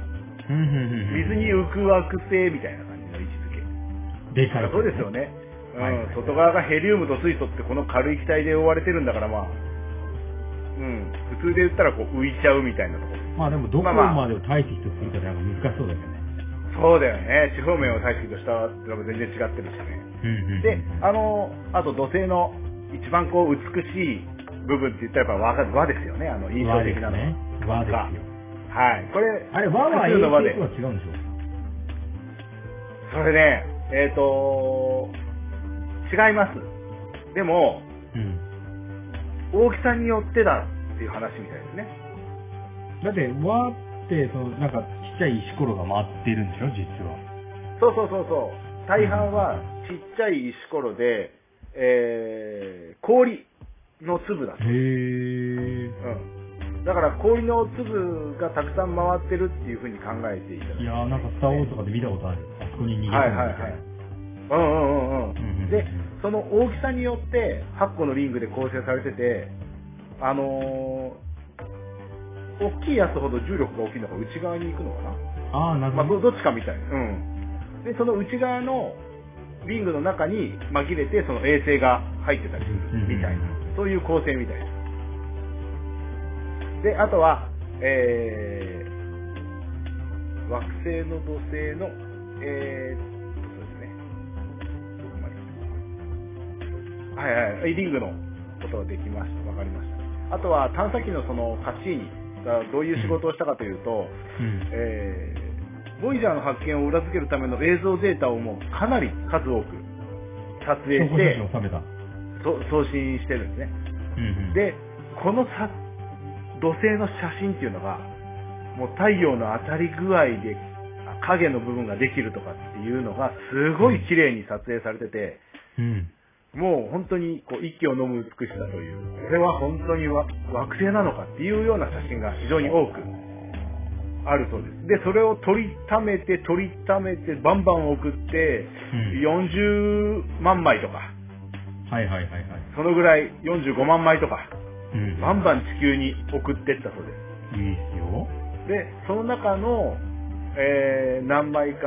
うんうんうんうん
水に浮く惑星みたいな感じの位置づけ。
でかい、
そうですよ。ね。うん
はいはい
外側がヘリウムと水素ってこの軽い気体で覆われてるんだから、まあ、うん、普通で言ったらこう浮いちゃうみたいなとこ
まあでも、どこ
まあまあ
までを体積とするかなんか難しそうだけどね。
ろ。そうだよね。地方面を大気としたってのは全然違ってるしね。
うんうんうん
で、あの、あと土星の一番こう美しい部分って言ったらやっぱ和が和ですよね、あの印象的なのは。
和です
か
ね。和ですよ。
はい。これ、
あれ、和は
普通の和
A
で
系とは違うんでしょ
それね、えっ、と、違います。でも、
うん。
大きさによってだっていう話みたいですね。
だって、和って、その、なんか、ちっちゃい石ころが回ってるんでしょ、実は。
そうそうそうそう。大半はちっちゃい石ころで、えー、氷の粒だと。
へ
う
ー。
ん。だから氷の粒がたくさん回ってるっていうふうに考えていただ
いやー、なんか、スター・ウォーズとかで見たことある。あそこに逃げ込んで
はいはいはい。うんうんうん
うんう
うんん。で、その大きさによって8個のリングで構成されてて、あのー、大きいやつほど重力が大きいのか内側に行くのか
ああ、な
な、
る
まあ、
ほ
ど
ど。
どっちかみたいな、うん、でその内側のリングの中に紛れてその衛星が入ってたりす
うんうんうん
るみたいな、そういう構成みたいですであとは、えー、惑星の土星のえー、っとそうですねどこまで行ったかなはいはいはい、リングのことができました。わかりました。あとは探査機のそのカッシーニがどういう仕事をしたかというと、
うん。
えー、ボイジャーの発見を裏付けるための映像データをもうかなり数多く撮影
証
し
拠写
て
真を、収めた。う
そ送信してるんですね。
んうん、
で、このさ土星の写真っていうのが、もう太陽の当たり具合であ影の部分ができるとかっていうのがすごい綺麗に撮影されてて、
うん。
もう本当にこう息を飲む美しさという、これは本当にわ惑星なのかっていうような写真が非常に多くあるそうです。で、それを取りためて、取りためて、バンバン送って、40万枚とか、
はいはいはいはい。
そのぐらい45万枚とか、
うん。
バンバン地球に送ってったそうで
いいっすよ。
す。で、その中の、えー何枚か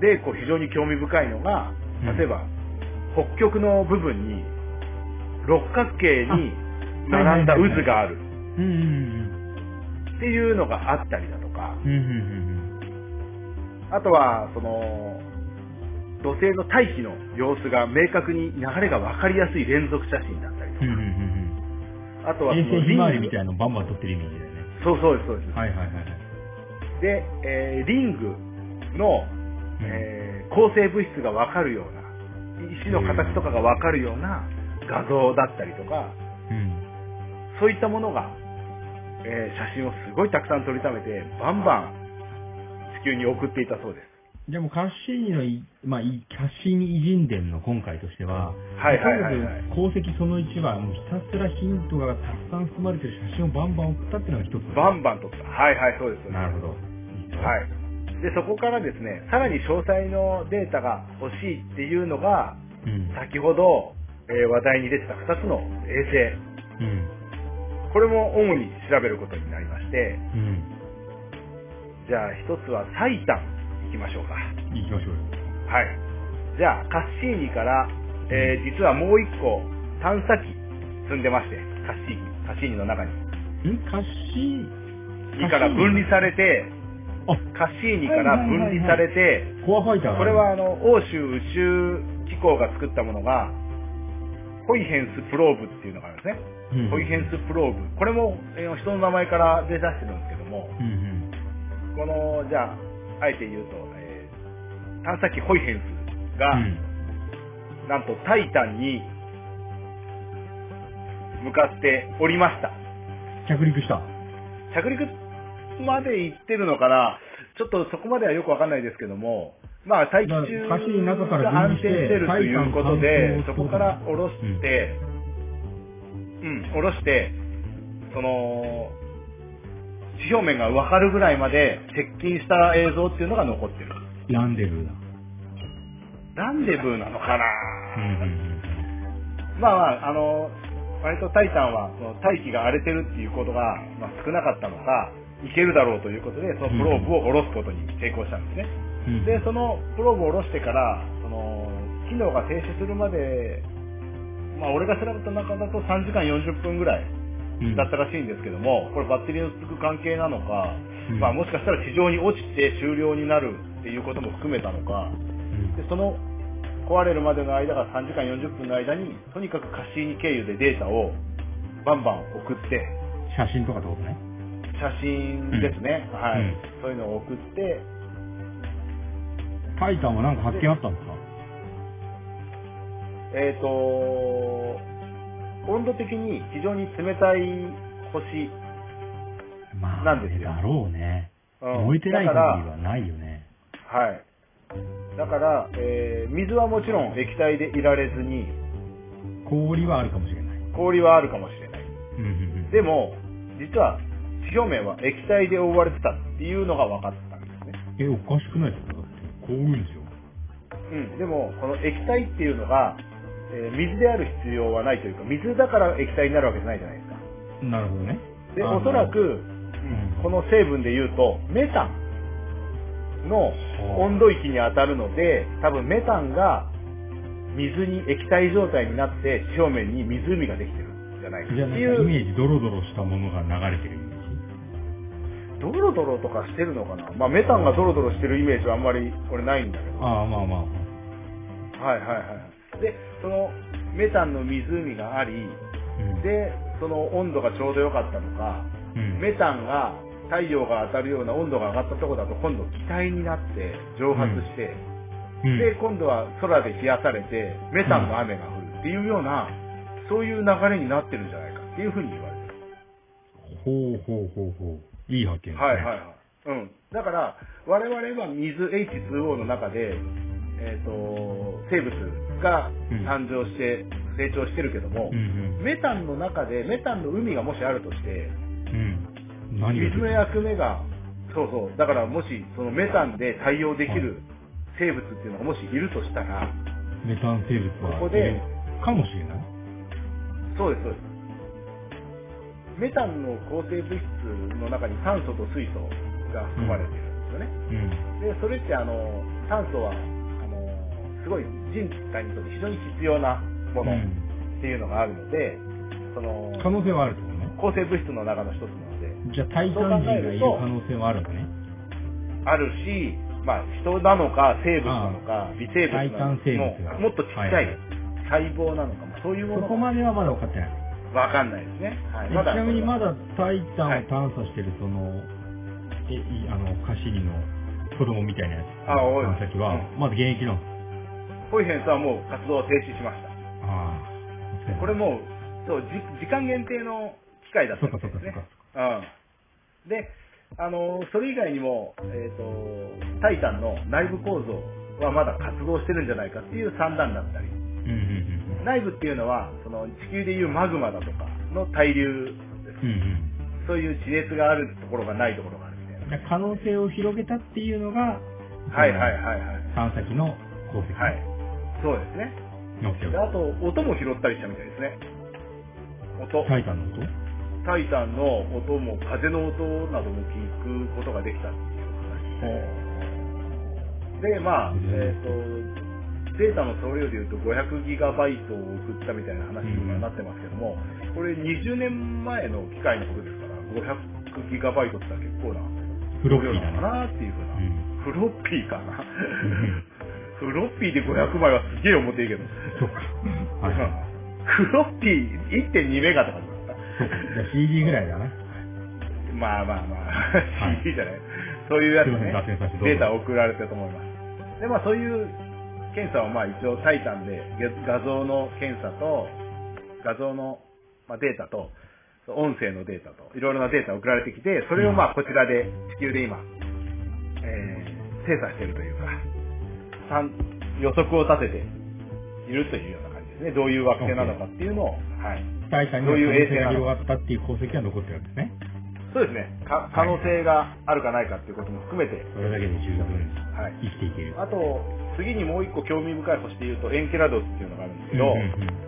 でこう非常に興味深いのが、例えば、北極の部分に、六角形に並んだ渦がある。
うんうん
っていうのがあったりだとか、
うん。うんうん
あとは、その、土星の大気の様子が明確に流れが分かりやすい連続写真だったりと
うんうん。う
か
んうん
あと
うんう
は
ん。
そ
衛
の
星ひまわりみた
い
いのバンバン撮ってるイメージだよね。
そうそうです、そうです。
はいはいはいはい。
で、えーリングの、えー構成物質が分かるような、石の形とかが分かるような画像だったりとか、
うん。
そういったものが、えー写真をすごいたくさん撮りためて、バンバン地球に送っていたそうです。
でもカッシーニのい、まあ、いカッシーニ偉人伝の今回としては、
はいはいはいはい
とにかく功績その1は、もうひたすらヒントがたくさん含まれてる写真をバンバン送ったっていうのが一つ。
バンバン撮った。はいはい、そうです。
なるほど。。
はいい。で、そこからですね、さらに詳細のデータが欲しいっていうのが、
うん。
先ほど、えー話題に出てた2つの衛星。
うん。
これも主に調べることになりまして、
うん。
じゃあ一つはサイタン行きましょうか。
行きましょうよ。
はい。じゃあ、カッシーニから、えー、実はもう一個、探査機積んでまして、カッシーニ、カッシーニの中に。
んカッシー
にから分離されて、
あ、
カッシーニから分離されて、
コアファイターが
これはあの、欧州宇宙機構が作ったものが、ホイヘンスプローブっていうのがあるんですね。
うん
ホイヘンスプローブ。これも、えー人の名前から出だしてるんですけども、
うんうん。
この、じゃあ、あえて言うと、えー探査機ホイヘンスが、
うん
なんとタイタンに向かっておりました。
着陸した。
着陸まで行ってるのかなちょっとそこまではよくわかんないですけども、まあ、大気中
だから橋の中から
が安定してると
分離して
いうことで、
タイ
そ
タンの関係を
こから下ろして、うん、下ろして、その、地表面がわかるぐらいまで接近した映像っていうのが残ってる。
ランデブーだ。
ランデブーなのかな、
うんうん
まあまあ、あの、割とタイタンは、その大気が荒れてるっていうことが、まあ、少なかったのか、いけるだろうということで、そのプローブを下ろすことに成功したんですね。
うん。
で、そのプローブを下ろしてから、その、機能が停止するまで、まあ、俺が調べた中だと3時間40分ぐらい
うん
だったらしいんですけども、これバッテリーのつく関係なのか、
うん
まあ、もしかしたら地上に落ちて終了になるっていうことも含めたのか、
うん
でその壊れるまでの間が3時間40分の間にとにかくカシーニ経由でデータをバンバン送って
写真とかってことね。
写真ですね、はい、
うん
そういうのを送って
タイタンはなんか発見あったんですか
えっ、と温度的に非常に冷たい星、
まあ、
なんですよ
だろうね。
うん
燃えてない
だ
限
か
り
ら
はないよね。
はいだから、えー水はもちろん液体でいられずに
氷はあるかもしれない。
氷はあるかもしれない
うんうんうん。
でも実は地表面は液体で覆われてたっていうのが分かったんですね
え、おかしくないですかだってこういうんですよ。
うん、でも、この液体っていうのが、えー水である必要はないというか、水だから液体になるわけじゃないじゃないですか。
なるほどね。
で、
あの
おそらく、
ん
この成分で言うと、メタンの温度域に当たるので、多分メタンが水に液体状態になって、地表面に湖ができてるんじゃないかって
じゃあなんかイ
い
メ
う、
ージドロドロしたものが流れてるイメージ。
ドロドロとかしてるのかなまあ、メタンがドロドロしてるイメージはあんまりこれないんだけど。
ああ、まあまあ。
はいはいはい。で、そのメタンの湖があり、
うん、
で、その温度がちょうど良かったのか、
うん
メタンが太陽が当たるような温度が上がったところだと今度気体になって蒸発して、
うん
で、今度は空で冷やされて、メタンの雨が降るっていうような、そういう流れになってるんじゃないかっていうふうに言われてる。
ほうほうほうほう。いい発見ですね。
はいはいはい。うん。だから、我々は水 H2O の中で、えっ、と、生物が誕生して、成長してるけども、
うん
メタンの中で、メタンの海がもしあるとして、
うん。うん。何が出
水
てく
の
る
役目が、そうそう、だからもしそのメタンで対応できる生物っていうのがもしいるとしたら、
メタン生物は
ここで
いるかもしれない。
そうです、そうです。メタンの構成物質の中に炭素と水素が含まれてるんですよね。
うん。
で、それってあの、炭素は、あの、すごい人体にとって非常に必要なものっていうのがあるので、その、
可能性はあるってことね。
構成物質の中の一つなので、
じゃあ、タイタン人がいる可能性はあるんだね。
あるし、まあ、人なのか生物なのか微生物なの
体幹生物
か
が
もうもっとちっちゃ
はいいはい
細胞なのかもそういうも
そ
の
こまではまだ分かってない。
わかんないですね、はい、
えちなみにまだタイタ
は
ン
い
を探査してるその、え、いあの、カシリの子供みたいなやつ。
あおい
探査機は、
うん
まだ現役なの。
ホイヘンさんはもう活動を停止しました
ああ。
これもうそうじ時間限定の機械だったんです
そっかそっ
ね
かそっ
うんであのそれ以外にも、えー、とタイタンの内部構造はまだ活動してるんじゃないかっていう算段だったり
うんうんうん
内部っていうのはその地球でいうマグマだとかの対流です
うん。うん
そういう地熱があるところがないところがあるみたい
うん。
な。
じゃあ可能性を広げたっていうのが、
はいはいはいはい。
探査機の功績。
はい。。そうですね。
オッケーオッケ
で
ー
あと、音も拾ったりしたみたいですね。音。
タイタンの音
タイタンの音も風の音なども聞くことができたっていうで、まあ、えっ、と、データの総量でいうと500ギガバイトを送ったみたいな話にはなってますけども、これ20年前の機械のことですから、500ギガバイトってのは結構な
フロッ
量
ピー
な
だ
のか
ね。
なっていうふうな。
うん。
フロッピーかな。 フロッピーで500枚はすげえ重ていけど。
そうか。はい。
フロッピー1.2メガとかだった
そうか。じゃあ CD ぐらいだな。
まあまあまあ、
はい
い、いじゃない。そういうやつ
すいません
ね
脱線させてどう、ぞ
データ送られてると思います。で、まあそういう検査をまあ一応タイタンでげ画像の検査と、画像のまあデータと、音声のデータと、いろいろなデータ送られてきて、それをまあこちらで、地球で今、えー、精査してるというか、さん予測を立てているというような感じですね。どういう惑星なのかっていうのを、はい。
タイタンに
そういう衛星
が
なの
広がったっていう功績が残ってるんですね。
そうですね。か可能性があるかないかっていうことも含めて、
それだけで十分
はい。
生きていける。
あと、次にもう一個興味深い星で言うと、エンケラドスっていうのがあるんですけ
うん
ど、
うんうん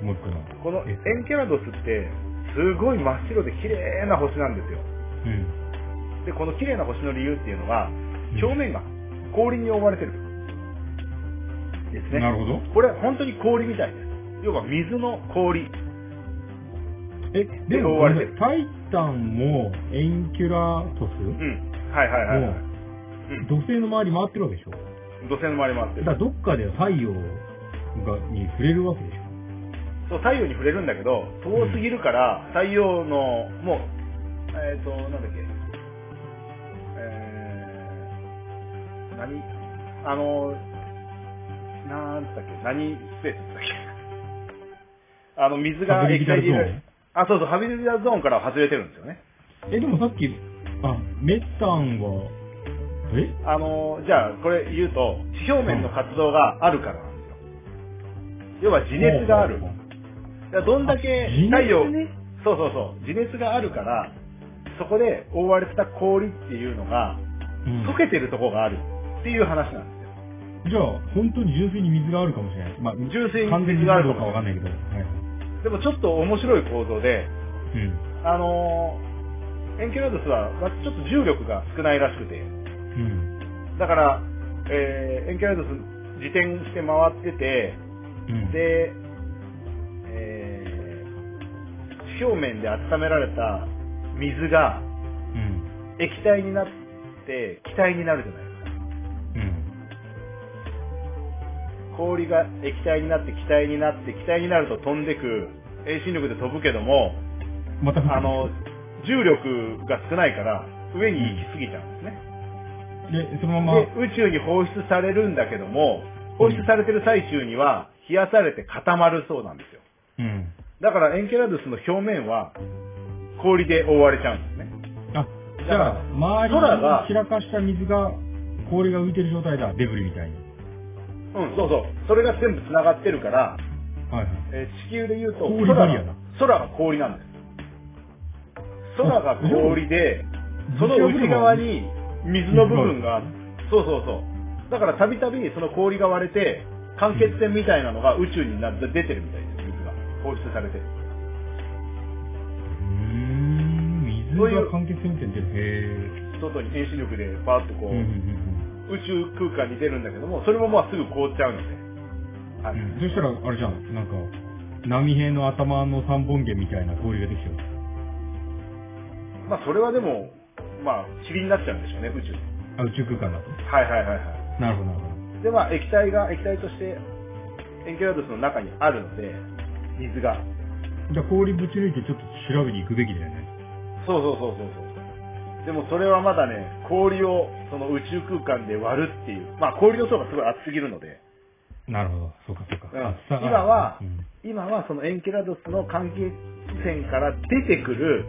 もう一個の。
このエ
え
ンケラドスって、すごい真っ白で綺麗な星なんですよ。
うん。
で、この綺麗な星の理由っていうのが、表面が氷に覆われてる。ですね。
なるほど。
これ、本当に氷みたいです。要は水の氷。
え、で
で
も
覆われてる、
タイタンもエンキュラトス
うん。はいはいはいはい。うん
土星の周り回ってるわけでしょだ
土星の周り回って
から
る。
どっかで太陽がに触れるわけでしょ
そう、太陽に触れるんだけど、遠すぎるから、太陽の、もう、えっ、と、なんだっけ、えー、何あの、なんつったっけ、何スペースだっけ。あ の、水
ハ
が
ビリ
液
ビタ
体で
ルゾ
い
ーン
る。あ、そうそう、ハビリビタルゾーンからは外れてるんですよね。
え、でもさっき、あ、メタンは、え
あの、じゃあ、これ言うと、地表面の活動があるからなんですよ。要は地熱がある。だからどんだけ
あ地
太
熱
陽、
ね
そうそうそう、地熱があるから、そこで覆われてた氷っていうのが、
うん
溶けてるとこがあるっていう話なんですよ。
じゃあ、本当に純粋に水があるかもしれない。まあ、
純粋に
完全に
水
水
があ
があ
るの
るか
か
わかんないけど。はい。
でもちょっと面白い構造で、
うん。
あのーエンケラドスは、まあちょっと重力が少ないらしくて、
うん。
だから、えーエンケラドス自転して回ってて、
うん、
で、えー地表面で温められた水が
うん。
液体になって気体になるじゃないですか。
うん。
氷が液体になって気体になって気体になると飛んでく遠心力で飛ぶけども
また、
あの、重力が少ないから上に行き過ぎちゃうんですね、
で、そのまま、
で宇宙に放出されるんだけども放出されてる最中には冷やされて固まるそうなんですよ
うん。
だからエンケラドスの表面は氷で覆われちゃうんですね
あ、じゃあ、
空が
周りに散らかした水が、氷が浮いてる状態だ。デブリみたいに。
うんそうそうそれが全部繋がってるから、
はいはい。
えー地球で言うと
氷
空が
バリアだ
空が氷なんです空が氷で
あ
その
でも
内側に水の部分がそうそうそうだからたびたびその氷が割れて間欠泉みたいなのが宇宙になって出てるみたいです水が放出されて
うーん、水
そういう
が完結運転出る。へ
外に遠心力でバーッとこ
ぇ
う、
うんうん
宇宙空間に出るんだけどもそれもまあすぐ凍っちゃうので、は
う
い
んうん。そしたら、あれじゃん、なんか、波平の頭の三本毛みたいな氷ができちゃう。
まあそれはでもまあ塵になっちゃうんでしょうね宇宙で
あ、宇宙空間だと。
はいはいはいはい
なるほど、なるほど。
で、まあ、液体が、液体として、エンケラドスの中にあるので、水が。
じゃあ氷ぶち抜いてちょっと調べに行くべきだよね。
そうそうそうそうそう。でもそれはまだね、氷をその宇宙空間で割るっていう。まあ氷の層がすごい厚すぎるので、
なるほど。そうかそうか。
うん
暑さが
今は
うん。
今はそのエンケラドスの関係線から出てくる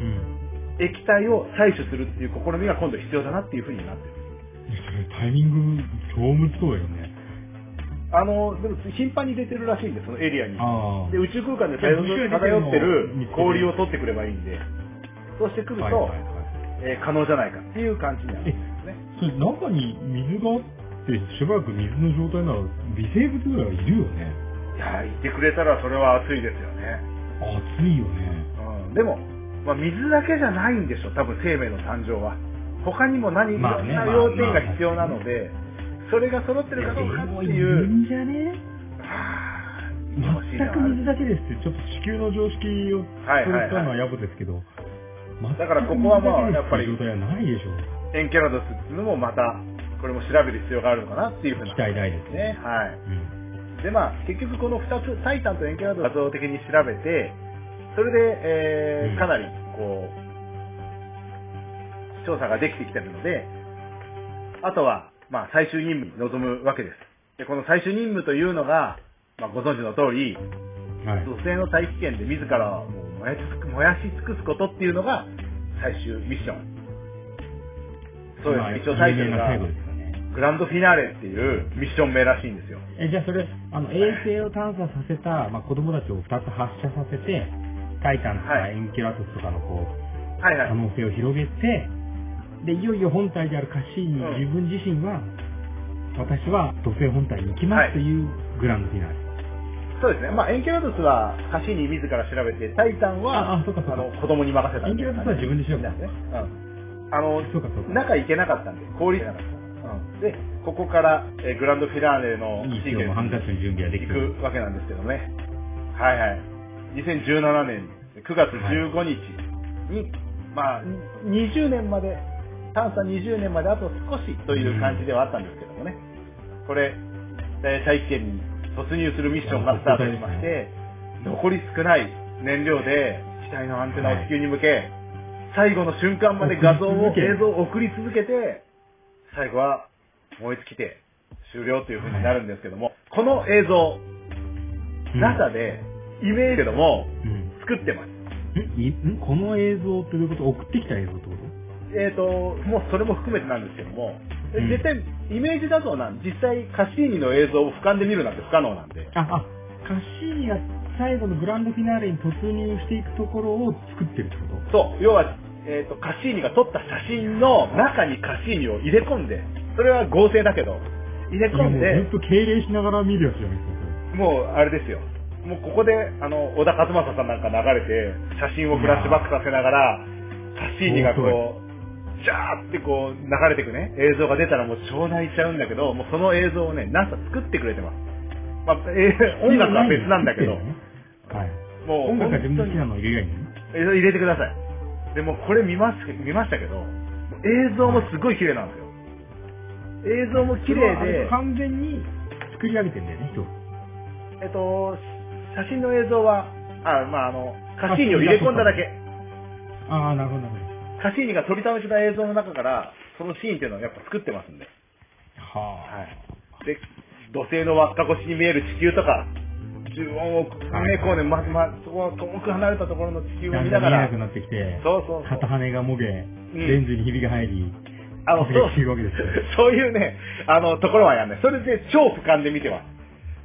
うん。
液体を採取するっていう試みが今度必要だなっていうふうになってる。
それタイミング超むつそうよね。
あの、でも頻繁に出てるらしいんで、そのエリアに。
ああ。
で、宇宙空間で漂
い
っ
や宇宙に出てる
漂
の
ってる
見つけて
氷を取ってくればいいんで、そうしてくると、
はいはい
え
はい。
ー可能じゃないかっていう感じになるんですね。
それ中に水があって、しばらく水の状態なら微生物ぐらいはいるよね。
いやー、いてくれたらそれは熱いですよね。
暑いよね。
うん、でも、まあ、水だけじゃないんでしょ、多分生命の誕生は。他にも何、い
ま
ろ
あ
ん
ね
な要点が必要なので、それが揃ってるかどうかって
い
いう、
んじゃね
はぁ
全
楽しいな
く水だけですって、ちょっと地球の常識を
はい
取
は
り
い
たの
は
は野暮ですけど、
だからここはまあ
全く水だけです
やっぱり
ていう状態はないでしょう。
い。エンキャラドスっていうのもまた、これも調べる必要があるのかなっていうふうな。
期待大です
ね
ね。
はい。
うん。
でまあ、結局この2つ、タイタンとエンケラドを画像的に調べて、それで、えー
うん
かなり、こう、調査ができてきてるので、あとは、まあ、最終任務に臨むわけです。で、この最終任務というのが、まあ、ご存知の通り、
はい。
女性の大気圏で自らをもう燃やし尽く燃やし尽くすことっていうのが、最終ミッション。そう
まあ
です。一応タイトル
有名な
が
最、後ですかね。
グランドフィナーレっていうミッション名らしいんですよ。
え、じゃあそれ、あの、衛星を探査させた、まあ子供たちを2つ発射させて、タイタンとか
は
エンケラトスとかのこう、
はいはい
可。能性を広げて、で、いよいよ本体であるカシーニ、
うん
自分自身は、私は土星本体に行き
はい
ますというグランドフィナーレ。
そうですね。まあ、エンケラドスは、カシに自ら調べて、タイタンは、
ああそうかそうか
の、子供に任せた
エンケラトスは自分で調べた
た
ん
ね
ですね。。
うん。あの、
そうかそうか
中行けなかったんで、氷じゃなかった。うん。で、ここから、えーグランドフィラーレの
いい
シーケ
今日もハンカ
ン
チの準備
ス
はでき
に
てる
行くわけなんですけどね。はいはい。2017年9月15日に、まあ、20年まで、探査20年まであと少しという感じではあったんですけどもね。これ、えー大気圏に突入するミッションがスタートしまして、残り少ない燃料で機体のアンテナを地球に向け、最後の瞬間まで画像を、
送り続ける
映像を送り続けて、最後は燃え尽きて終了という風になるんですけども、この映像、
うん
NASA でイメージけども、
うん
作ってます。
んいんこの映像ってどういうこと送ってきた映像ってこと
えっ、と、もうそれも含めてなんですけども、
うん
絶対イメージだとな、実際カシーニの映像を俯瞰で見るなんて不可能なんで、
あ、あ、カシーニが最後のグランドフィナーレに突入していくところを作ってるってこと
そう、要は、えー、とカシーニが撮った写真の中にカシーニを入れ込んで、それは合成だけど、入れ
い
込
やも
ん
う
で
ず、っと敬礼しながら見るやつじゃないですか、
もうあれですよ、もうここであの小田和正さんなんか流れて、写真をフラッシュバックさせながら、カシーニがこう、ジャーってこう流れてくね、映像が出たらもう超泣いちゃうんだけど、もうその映像をね、NASA 作ってくれてます。まあ、えー
それ
音楽は別なんだけど、
音楽はね
も
は
う
い。音楽が自分の好きなのを入れりゃいいのね。
えー入れてください。でもこれ見ます見ましたけど、映像もすごい綺麗なんですよ。映像も綺麗
それ
で
は、完全に作り上げてんだよね、人。
えっと、写真の映像は、あ、まああの、カシーニを入れ込んだだけ。
ああ、なるほど、なるほど。
カシーニが撮りためてた映像の中から、そのシーンっていうのをやっぱ作ってますんで。
はあ。
い。で、土星の輪っか越しに見える地球とか、中音を三名光年、ま、ま、そこは遠く離れたところの地球を
だ
見
ん
な
だ
が
ん見え
ら
なく、なってきて、
そうそうそう
片。羽がもげ、
ん
レンズにひびが入り、
あの、そう
そういうわけですよ。
そういうね、あの、ところはやんない。それで超俯瞰で見てます。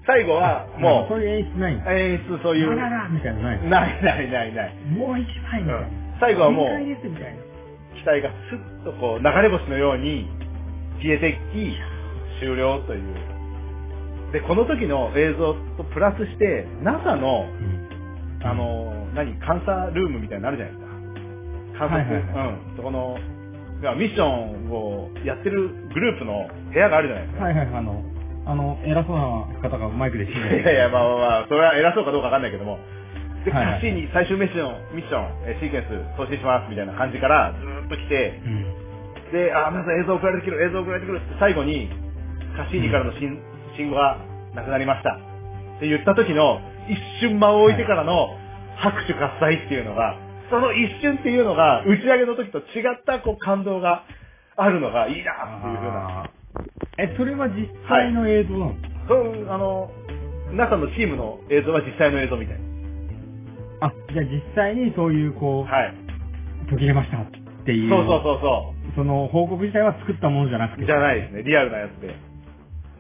最後は、も、
そうういう演出ないんだ。
演出そういう、
あ
な
ららみたいなのないの
いないないない。
もう一枚みたいな。
最後はもう、
限界ですみたいな。
機体がスッとこう流れ星のように消えていき、終了という。で、この時の映像とプラスして、NASA の、あの、何、監査ルームみたいになのあるじゃないですか。監査
はいはいは
うん。そこの、要はミッションをやってるグループの部屋があるじゃないですか。
はいはいはい、あの、あの、偉そうな方がマイクで指
い
示
やいや、まあまあまあ、それは偉そうかどうかわかんないけども。で、
はいはい
カシーに最終ミッション、ミッション、えーシーケンス送信しますみたいな感じからずーっと来て、
うん。
で、あー、皆さん映像送られてくる、映像送られてくるって最後に、カシーニからの信,、信号がなくなりました。って言った時の、一瞬間を置いてからの拍手喝采っていうのが、その一瞬っていうのが、打ち上げの時と違ったこう感動があるのがいいなっていうふうな。
あーえ、それは実際の映像なの、
そう、あの、NASA のチームの映像は実際の映像みたいな。
あ、じゃあ実際にそういう、こう、
はい。
途切れましたっていう。
そうそうそうそ
その報告自体は作ったものじゃなく
う。
て。
じゃないですね、リアルなやつで。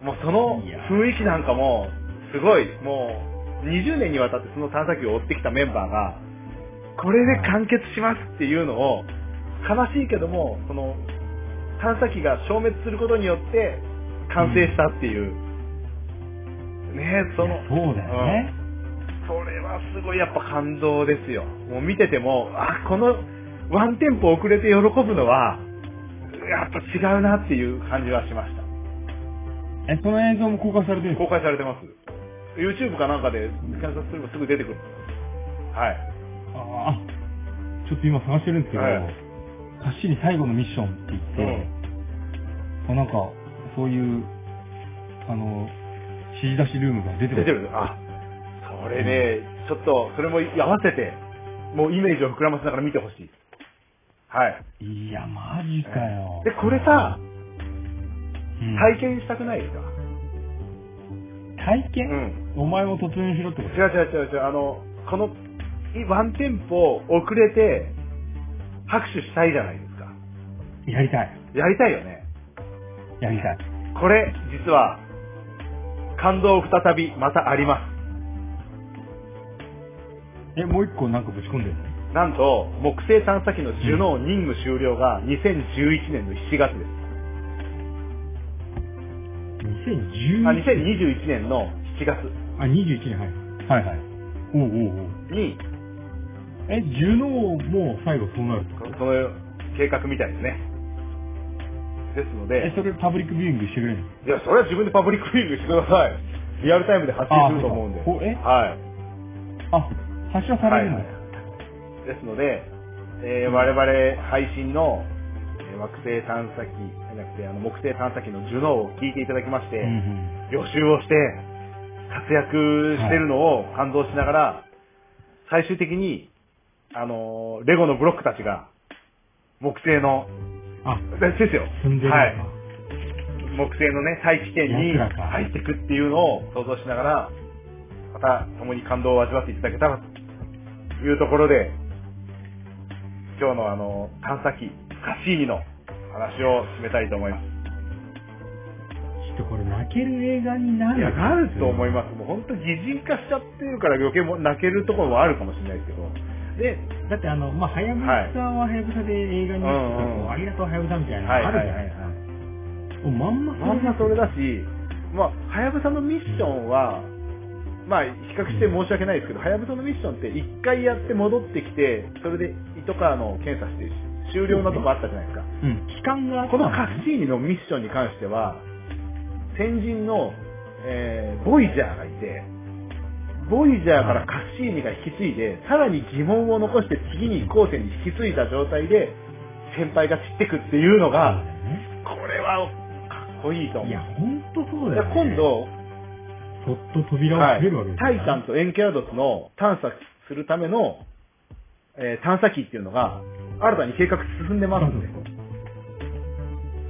もうその
いや
雰囲気なんかも、すごい、もう、20年にわたってその探査機を追ってきたメンバーが、これで完結しますっていうのを、悲しいけども、その、探査機が消滅することによって、完成したっていう。ねえそ
い
の
や、そうだよね。
それはすごいやっぱ感動ですよ。もう見てても、あ、このワンテンポ遅れて喜ぶのは、やっぱ違うなっていう感じはしました。
え、その映像も公開されてるん です
公
か
開されてます。YouTube かなんかで検索すればすぐ出てくる。はい。
ああ、ちょっと今探してるんですけど、
はい
カッシーに最後のミッションって言って、あなんか、そういう、あの、指示出しルームが出て
出て
ます。
るあ、それね、ちょっと、それも合わせて、もうイメージを膨らませながら見てほしい。はい。
いや、マジかよ。
で、これさ、
うん、
体験したくないですか
体
う
験、
ん。
お前も突入しろってこ
違う違う違う違う、あの、この、いワンテンポ遅れて、拍手したいじゃないですか。
とやりたい。
やりたいよね。
やりたい。
これ、実は、感動再び、またありま
え、もう一個なんかぶち込んでるの
す。なんと、木星探査機のジュノー任務終了が2011年の7月です。あ、
?2011
2021年の7月
あ、21年、はい。はいはい。おうおうおう。
に、
え、ジュノーも最後そうなるってこと
その計画みたいですね。ですの
え
で、、
それパブリックビューイングしてくれるの
いや、それは自分でパブリックビューイングしてください。リアルタイムで発信すると思うんで。
あそうかおえ
はい。
あ、発射さ
は
れ
い
るの、
ですので、えー我々配信の、えー惑星探査機、じゃなくて、あの、木星探査機のジュノーを聞いていただきまして、
うんうん。
予習をして、活躍してるのを感動しながら、最終的に、あのーレゴのブロックたちが、木星の、
あ、
でですよ。
積んでるのか。
はい。木星のね、大気圏に
奴らか
入っていくっていうのを想像しながら、また共に感動を味わっていただけたらというところで、今日のあの、探査機、カシーニの話を進めたいと思います。
きっとこれ泣ける映画にないる
や、なると思います。もう本当擬人化しちゃってるから余計も泣けるところもあるかもしれないですけど。で、
す。だってあの、まあ、はやぶさははやぶさで映画になって
うんうん
こうありがとうはやぶさみたいなの
はい
あ
はい
る
はい
じゃ
は
ないいですか。もうまんま
まんまそれだし、まあ、はやぶさのミッションは、まあ、比較して申し訳ないですけど、はやぶさのミッションって1回やって戻ってきて、それで糸川の検査して終了なとこあったじゃないですか。
うん。期間があった
この
の
カッシーニのミッションに関しては、先人の、えーボイジャーがいて、ボイジャーからカッシーニが引き継いで、さらに疑問を残して次に後世に引き継いだ状態で、先輩が散ってくっていうのが、これはかっこいいと思う。
いや、ほんとそうだ
で
よ、ね。
今、度、
そっと扉を
は
閉め
い
るわけです
タイタン
と。
とエンケラドスの探査するための、えー探査機っていうのが、新たに計画進んでますんで、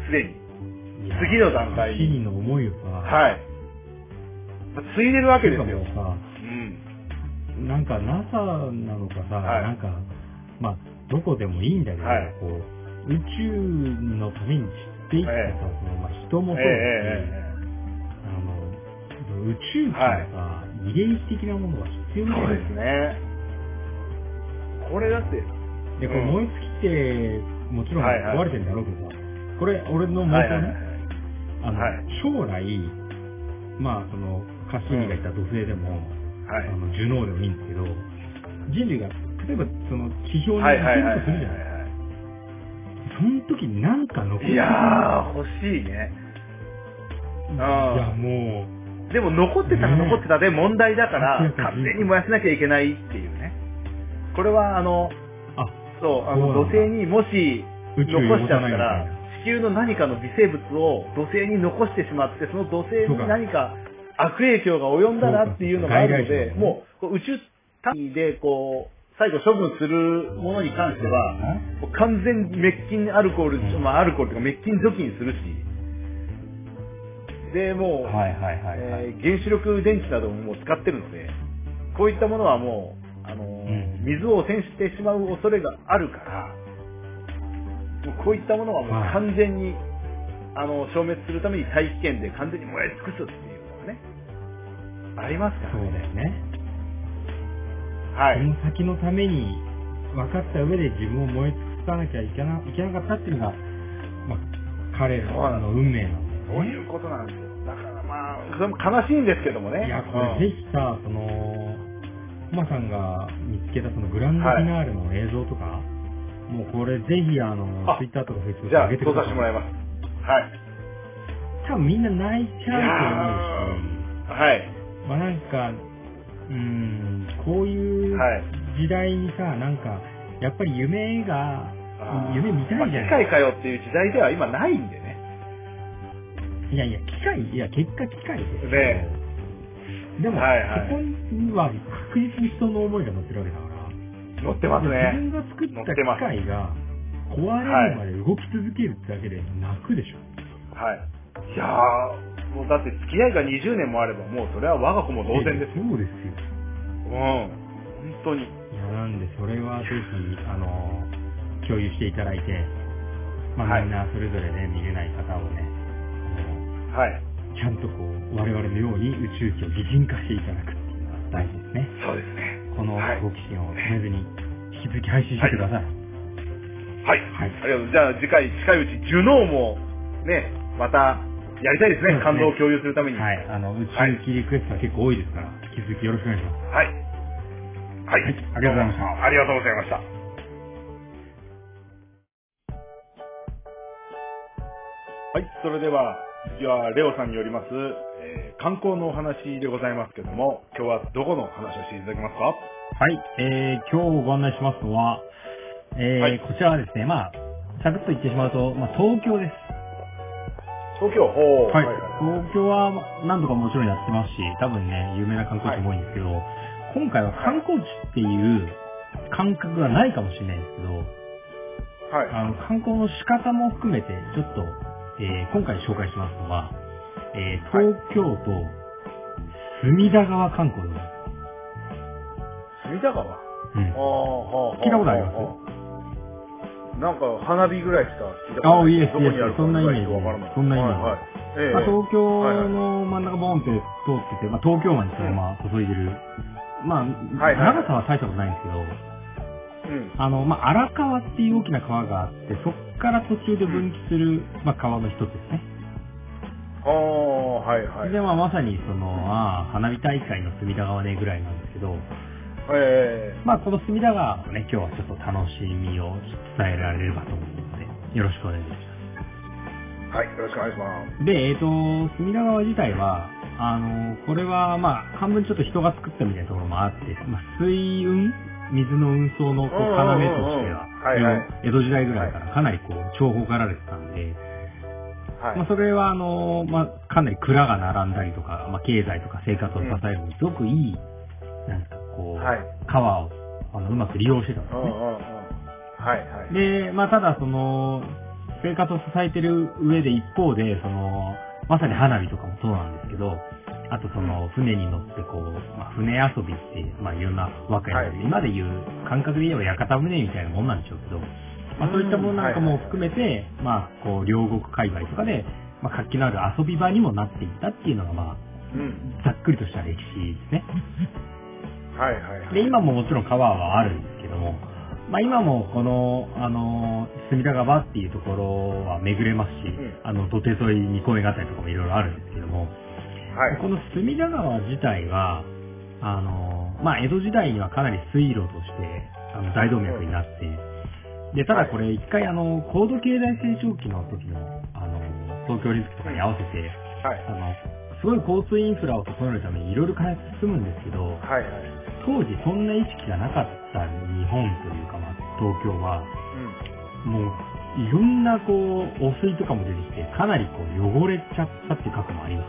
すでに。
いや
次の段階
シニの思いをさ、
はい。ついでるわけです
ってい
よ。
うかもうさ、
うん。
なんか NASA なのかさ、
はい
なんか、まあ、どこでもいいんだけど、
はい
こう、宇宙のために知っていったさ、
ええ
そのまあ、人もそう
ええ
だし、あの、宇宙機のさ、遺伝子的なものが必要
ええええ
なん
そう
だ
で
よ
すね。これだって、
で、これ
うん
燃え尽きて、もちろん
はいはい
壊れてるんだろうけどさ、これ、俺の妄
はいは
想
いはい。
ね、あの、
はい
将来、まあ、その、カシーニがいた土星でも、
はい
あの、ジュノーでもいいんですけど、人類が、例えば、その、地表に
はいはい
行
はい
くとするじゃない
は
その時なんか残
い。いやー、欲しいね。
い
あー
や、もう、
でも残ってたら残ってたで問題だ から、
ねえ
勝手に燃やさなきゃいけないっていうね。これはあの、
あ、
そう、あの
そうなんだ
土星にもし
宇宙に
残しちゃった
持たない
ら
みたい、
地球の何かの微生物を土星に残してしまって、その土星に何か悪影響が及んだなっていうのがあるので、
そうか
もうこう宇宙単位でこう、最後処分するものに関しては、もう完全に滅菌アルコール、
うん
まあアルコールとか滅菌除菌するし、で、もう、
はいはいはいはい。
えー原子力電池などももう使ってるので、こういったものはもう、あのー
うん
水を汚染してしまう恐れがあるから、もうこういったものはもう
はい
完全に、あの消滅するために大気圏で完全に燃え尽くすっていうのがね、ありますか
そ
ら
うだ
ね。
よね。
は
そ
い。
の先のために、分かった上で自分を燃え尽くさなきゃいけないけなかったっていうのが、まあ、彼ら
そうなんで
の
す
運命なんだ
そう
よ
い
ね。
うことなんですよ。だからまあ、それも悲しいんですけどもね。
いや、こ
うん
れぜひさ、その、コマさんが見つけたそのグランドフィナーレの映像とか、もうこれぜひ、あの、
あ
ツイッターとかフェイスブック
じゃあ、
上げて
操
くだ
作して
さい。
もらいます。はい。
多分みんな泣い
い
ち
や
ゃうと思うし、
ーはい。
まあなんか、うーん、こういう
はい
時代にさ、なんか、やっぱり夢が、
あー
夢見たいじゃ
まあ機
ない、
械かよっていう時代では今ないんでね。
いやいや、機械、いや、結果機械ですよ
ね
でも、
はいはい
そこには確実に人の思いが乗ってるわけだから、
乗ってます
自
ね。
分が作った機械が壊れるまで動き続けるだけで泣くでしょ。
はい。いやー、もうだって付き合いが20年もあれば、もうそれは我が子も同然ですよ。
そうですよ。
うん。本当に。
いや、なんで、それはぜひ、あの、共有していただいて、ま
は
あ、
い
みんなそれぞれね、見れない方をね、あ
はい。
のちゃんとこう、我々のように宇宙機を擬人化していただくっていうのが大事ですね。
そうですね。
この
はい
好奇心を止めずに、引き続き配信してください。
はい。
はい
ありがとう。じゃあ次回、近いうち、ジュノーも、ね、また、やりたいですね。
そうですね
感動を共有するために。
はい、あの、宇
はい
宙機リクエストは結構多いですから、引き続きよろしくお願いします。
はい。はい。
はいありがとうございました
ありがとうございました。はい、それでは、次はレオさんによります、えー観光のお話でございますけども、今日はどこのお話をしていただけますか
はい、えー、今日ご案内しますのは、えー
はい
こちらはですね、まあ、サクッと言ってしまうと、まあ、東京です。
東京、ほ
はい。東京はまあ何度かもちろんやってますし、多分ね、有名な観光地も多いんですけど、今回は観光地っていう感覚がないかもしれないんですけど、
はい。はい。
あの、観光の仕方も含めて、ちょっと、えー今回紹介しますのは、えー
はい
東京都、隅田川観光です。
隅田川
うん
あーはあ
聞いたことあります
すなんか花火ぐらいしか聞いたこと
あ
ない。
いいです
どこにあるか
いいですそんなイメージ
意外とわからない。
そんなイメージ
はいはい。ええ
まあ、東京
はいはい
の真ん中ボーンって通ってて、まあ、東京湾にそのまま注いでる。まあ、
はいはい
長さは大したことないんですけ
う
ど、
ん。
あの、まあ、荒川っていう大きな川があって、そっから途中で分岐する、まあ、川の一つですね。
ああ、はいはい。
で、まあ、まさにその、まあ、花火大会の隅田川ねぐらいなんですけど、
ええ
まあ、この隅田川をね、今日はちょっと楽しみを伝えられればと思うので、よろしくお願いします。
はい、よろしくお願いします。
で、えっ、と、隅田川自体は、あの、これは、まあ、半分ちょっと人が作ったみたいなところもあって、まあ、水運水の運送のこう
うんうんうん
要としては、
はいはい
江戸時代ぐらいからかなりこう、重宝かられてたんで、
はい。
まあ、それは、あの、まあ、かなり蔵が並んだりとか、まあ、経済とか生活を支えるのに、すごくいい、なんかこう、
はい
川を、あの、うまく利用してたんです
うん
ね。
うんうん。はいはい。
で、まあ、ただその、生活を支えてる上で一方で、その、まさに花火とかもそうなんですけど、あとその、船に乗ってこう、まあ、船遊びっていう、まあ、いろんな若い、
はい
今で言う感覚で言えば屋形船みたいなもんなんでしょうけど、まあ、そういったものなんかも含めて、まあ、こう、両国界隈とかで、まあ、活気のある遊び場にもなっていったっていうのが、まあ、
うん。
ざっくりとした歴史ですね。
はいはいはい。
で、今ももちろん川はあるんですけども、まあ今もこの、あの、隅田川っていうところは巡れますし、
ん
あの、土手沿いに公園があったりとかもいろいろあるんですけども、
はい。
この隅田川自体は、あの、まあ江戸時代にはかなり水路として、あの、大動脈になって、で、ただこれ一回あの、高度経済成長期の時の、あの、東京オリンピックとかに合わせて、
はい。
あの、すごい交通インフラを整えるためにいろいろ開発進むんですけど、
はいはい。
当時そんな意識がなかった日本というか、まあ、東京は、
うん。
もう、いろんなこう、汚水とかも出てきて、かなりこう、汚れちゃったっていう過去もありま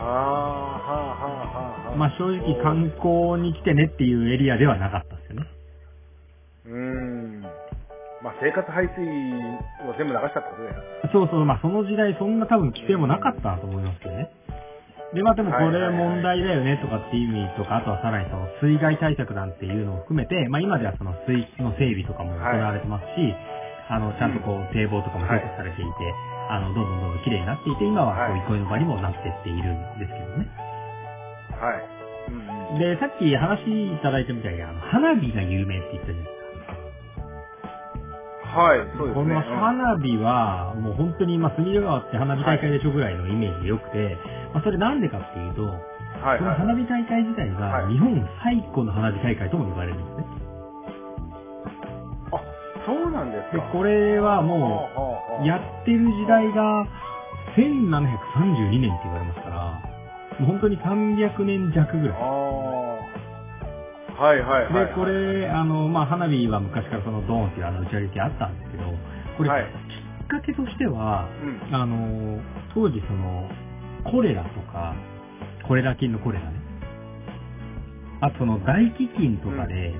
ああ、はあはあはあは
す。
あ。
まあ正直観光に来てねっていうエリアではなかったですよね。
うーん。まあ生活排水を全部流したってことだよ。
そうそう、まあその時代そんな多分規制もなかったと思いますけどね。で、まあでもこ
はいはい
れ
はい
問題だよねとかっていう意味とか、あとはさらにその水害対策なんていうのを含めて、まあ今ではその水質の整備とかも行われてますし、あの、ちゃんとこう堤防とかも強化されていて、あの、どんどんどんどん綺麗になっていて、今はこ
は
う
い
憩いの場にもなってっているんですけどね。
はい。うんうん。
で、さっき話いただいたみたいに、あの、花火が有名って言ったじゃないですか
はい、そうですね。
この花火は、もう本当に、まあ、隅田川って花火大会でしょぐらいのイメージでよくて、まあ、それなんでかっていうと、
うんはい
その
はい。
花火大会自体
は
が
い
日本最古の花火大会とも呼ばれるんですね。
なんです
で
か。
これはも
も
うやってる時代が1732年って言われますからもう本当に300年弱ぐ
あ
らい
あ。はいはいはい、はい。
でこれあの、まあ、花火は昔からそのドーンっていうあの打ち上げ系あったんですけどこれ、
はい
きっかけとしては
うん。
あの当時そのコレラとかコレラ菌のコレラねあとその大飢饉とかで、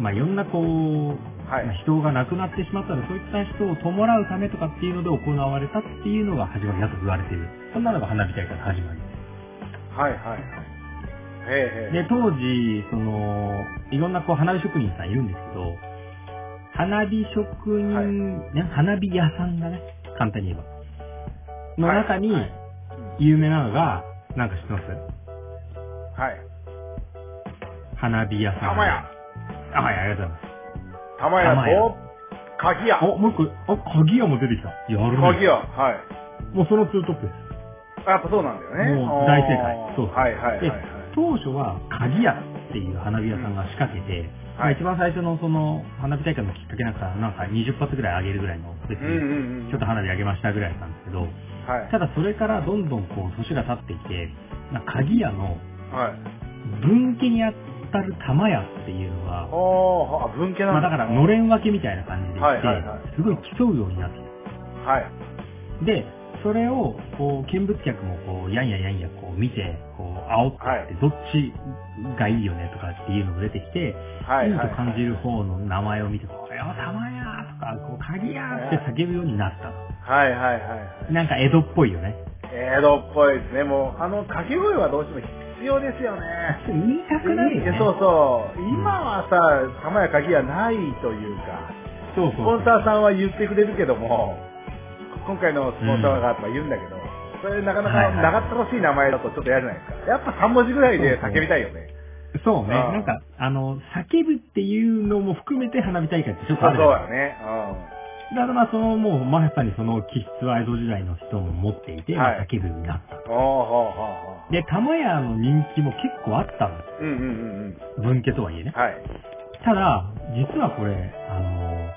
まあいろんなこう、
はい
まあ人が亡くなってしまったらそういった人を弔うためとかっていうので行われたっていうのが始まりだと言われているそんなのが花火大会の始まり
はいはいはい。へえへえ。
で当時そのいろんなこう花火職人さんいるんですけど花火職人、
はい
ね花火屋さんがね簡単に言えばの中に、
はいはい
有名なのが、なんか知ってます
はい。
花火屋さん。
玉屋。
あ、はい、ありがとうござい
玉屋
玉屋
と、鍵屋。
ます。お、もう一個、あ、鍵屋も出てきた。やるね
鍵屋。はい。
もうそのツートップです。
やっぱそうなんだよね。
もう大正解
あー
そう
はいはいはい
で
はい。、
当初は鍵屋っていう花火屋さんが仕掛けて、まあ
はい
一番最初のその花火大会のきっかけなんか、なんか20発ぐらい上げるぐらいの、別
うんうん
に、
うん。
ちょっと花火上げましたぐらいだったんですけど、
はい。
ただそれからどんどんこう、年が経っていて、なんか鍵屋の
はい。
分家にあたる玉屋っていうの
あ
が、
あ、文系
ま
な
あ
ん
だから、のれん分けみたいな感じで
はい
して
はいはい、
すごい競うようになってる。
はい。
で、それを、こう、見物客も、こう、やんややんや、こう、見て、こう、煽ってって、どっちがいいよねとかっていうのも出てきて、
はいい。
い
は
と
い
感じる方の名前を見て、これは玉やとか、こう、鍵やって叫ぶようになった。
はいはいはいはい。
なんか江戸っぽいよね。
江戸っぽいですね。もう、あの、掛け声はどうしても必要ですよね。
言いたくなるよね。
そうそう。今はさ、玉や鍵はないというか、
そう
ス
そう
ポンサーさんは言ってくれるけども、今回のスポンサーがとか言うんだけど、それなかな
はい
か
はい
長ったらしい名前だとちょっと嫌じゃないですか。やっぱ3文字ぐらいで叫びたいよね。
そうね。
ああ
なんか、あの、叫ぶっていうのも含めて花火大会ってちょっとあ
あ
る
そう
じゃない
だね。
だからまあそのもうまさにその気質は江戸時代の人も持っていて、
はい
まあ叫ぶようになった。
うん。おーほうほうほ
で、玉屋の人気も結構あったんで
う。うんうんうんうん。
す。分家とはいえね。
はい。
ただ、実はこれ、あの、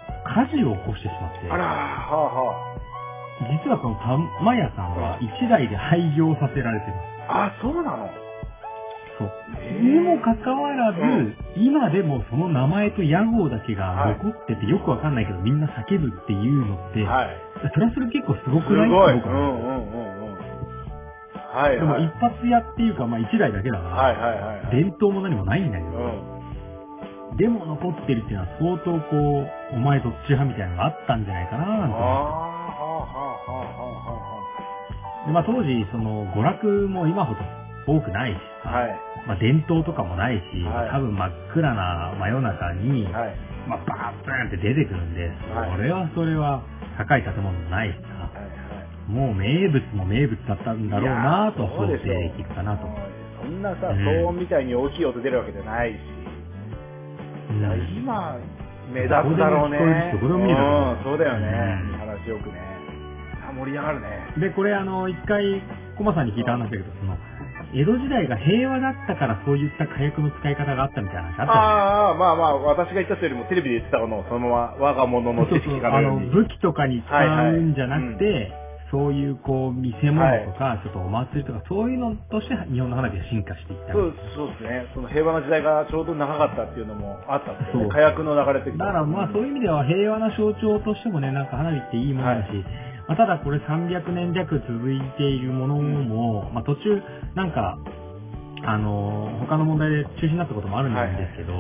火事を起こしてしまって、
あらー、はあは
実はこの玉屋さんは一代で廃業させられてる。
あ。あ、そうなの。
そう。
えー
にもかかわらず、
うん
今でもその名前と屋号だけが残ってて、よくわかんないけどみんな叫ぶっていうのって、
はい。
それはそれ結構すご
す
くない
ごい。う
っ
ん
て
う
僕は思う
うんうん。
ん
はい
でも
はい。
一発屋っていうか、まあ一台だけだから、
はいはいはいはい。
伝統も何もないんだけ
う
ど、
ん。
でも残ってるっていうのは相当こう、お前どっち派みたいなのがあったんじゃないかな
あーはあはあはあ
なんて
は
でまあ当時、その娯楽も今ほど多くないし
あ
さ、
はあ。はい。
まあ伝統とかもないし、
はい
多分真っ暗な真夜中に、
はい。
まあバーッブーンって出てくるんで、
はい
それはそれは高い建物もないしさ、
はいはい。
もう名物も名物だったんだろうな
い
と
やーそ
想
うで
定
しょう
できるかなと。
そんなさ、
うん
騒音みたいに大きい音出るわけじゃないし、
うん
今、目立つだろうね。
どこでも聞こえるしどこでも見え
う
る
ん、そうだよね。
うん
話よくね。あ盛り上がるね。
で、これあの、一回、コマさんに聞いた話だけど、その、江戸時代が平和だったからそういった火薬の使い方があったみたいな話あっ
ああ、まあまあ、私が言ったというよりもテレビで言ってたものをそのまま我が物
た
の
じゃ
知
ん。
識
そうそう、
かの
あ
よ
の、
うに。
武器とかに使うんじゃなくて、そういうこう、見せ物とか、ちょっとお祭りとか、そういうのとして日本の花火が進化していった。
そうそうですね。その平和な時代がちょうど長かったっていうのもあったんですよ
そう
ね。火薬の流れ的に
だからまあそういう意味では平和な象徴としてもね、なんか花火っていいものだし、まあ、ただこれ300年弱続いているものも、まあ途中なんか、あのー他の問題で中止になったこともあるんですけど、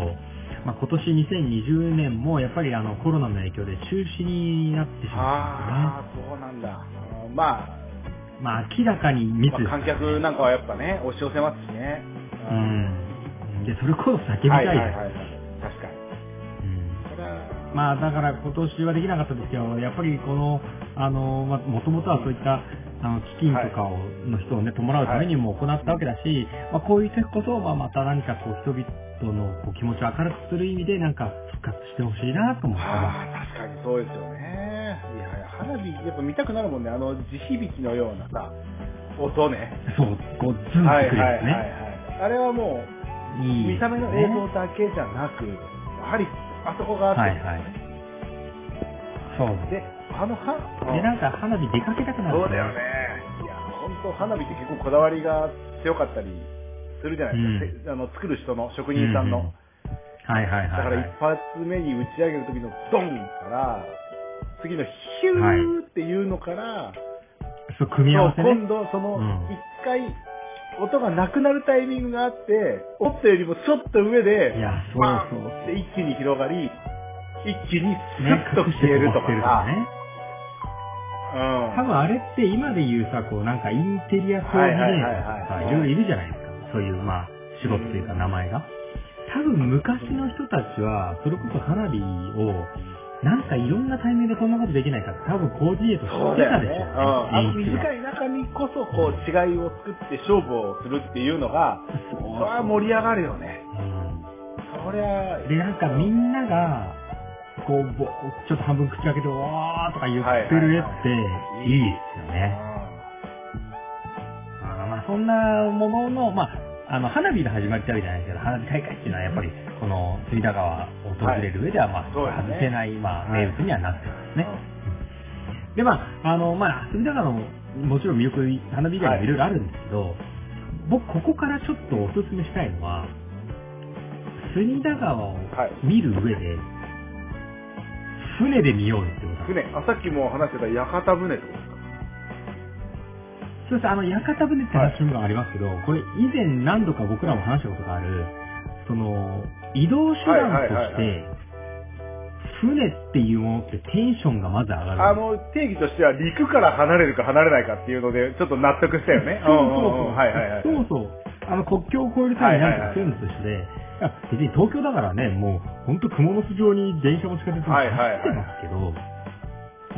まあ今年2020年もやっぱりあのコロナの影響で中止になってしまったん
ああ、そうなんだ。あのまあ、
ですね。まあ明らかに密
ま
です、
あ観客なんかはやっぱね、押し寄せますしね。
う。ん。で、それこそ叫びたいじゃん、
はいはいはい、確かに。
うん
それは
まあだから今年はできなかったですけど、やっぱりこの、あの、まあ、もともとはそういった、あの、基金とかを、の人をね、弔うためにも行ったわけだし、まあこういう時こそ、まあまた何かこう人々のこう気持ちを明るくする意味で、なんか復活してほしいなと思ってます。
はあ、確かにそうですよね。いやいや、花火、やっぱ見たくなるもんね。あの、地響きのようなさ、音ね。
そう、こう、ズン
は
って
いはい
くる
はい
やつね。
はい。あれはもう、
いいですね
見た目の映像だけじゃなく、やはり、あそこがあって、
はいはい。そう
で、あの花、
で、なんか花火出かけたくなるん
そう
で
だ
す
よね。いや、本当花火って結構こだわりが強かったりするじゃないですか。せあの作る人の、職人さんの。
ううはいはい
だ
は
か
いは
ら
い。
一発目に打ち上げる時のドンから、次のヒ
はい
ューっていうのから、
そう、組み合わせ
そう
ね
今。度その
うん
一回、音がなくなるタイミングがあって、思ったよりもちょっと上で、
いや、そう
バ
そう。
ーンって一気に広がり、一気にス
ね、
ッと消えるとか
隠して
さ、
ね。
うん
多分あれって今で言うさ、こうなんかインテリアコーディネーターと
はいは
か
いはいはい
いろいろいるじゃないですか。そういうまあ仕事というか名前が。多分昔の人たちは、それこそ花火を、なんかいろんなタイミングでこんなことできないかって多分コーディネート
そ
し
う
て
だよ
たで
ね
しょうね。。
うんあの
演出が
短い中にこそ、こう、違いを作って勝負をするっていうのが、
そう
それは盛り上がるよね。そりゃ、
うんで、なんかみんなが、こう、ぼちょっと半分口開けて、わーとか言ってる絵って、いいですよね。あーまあそんなものの、まあ、あの花火が始まりってあるじゃないですけど、花火大会っていうのはやっぱりこの隅田川を訪れる上では、まあ、
そうですね
外せない、まあ、
はい
名物にはなってます
うん
ね。で、まあ、あの、まあ、隅田川ももちろん魅力、花火以外にもいろいろあるんですけど、僕ここからちょっとお勧めしたいのは、隅田川を
はい
見る上で、船で見ようよってことなんです
船、あ、さっきも話してた屋形船ってことです
そうです、あの、屋形船って話もありますけど、これ以前何度か僕らも話したことがある、その、移動手段と
はいはい
し
はい
て、船っていうものってテンションがまず上
か
が
あ
る。
の、定義としては陸から離れるか離れないかっていうので、ちょっと納得したよね。
そう
うんうんうんはいはいはい。
そうそう。そうそう。あの、国境を越えるために何かするのと一緒で、いや別に東京だからね、もう、ほんと雲の巣状に電車も地下鉄も走ってますけど、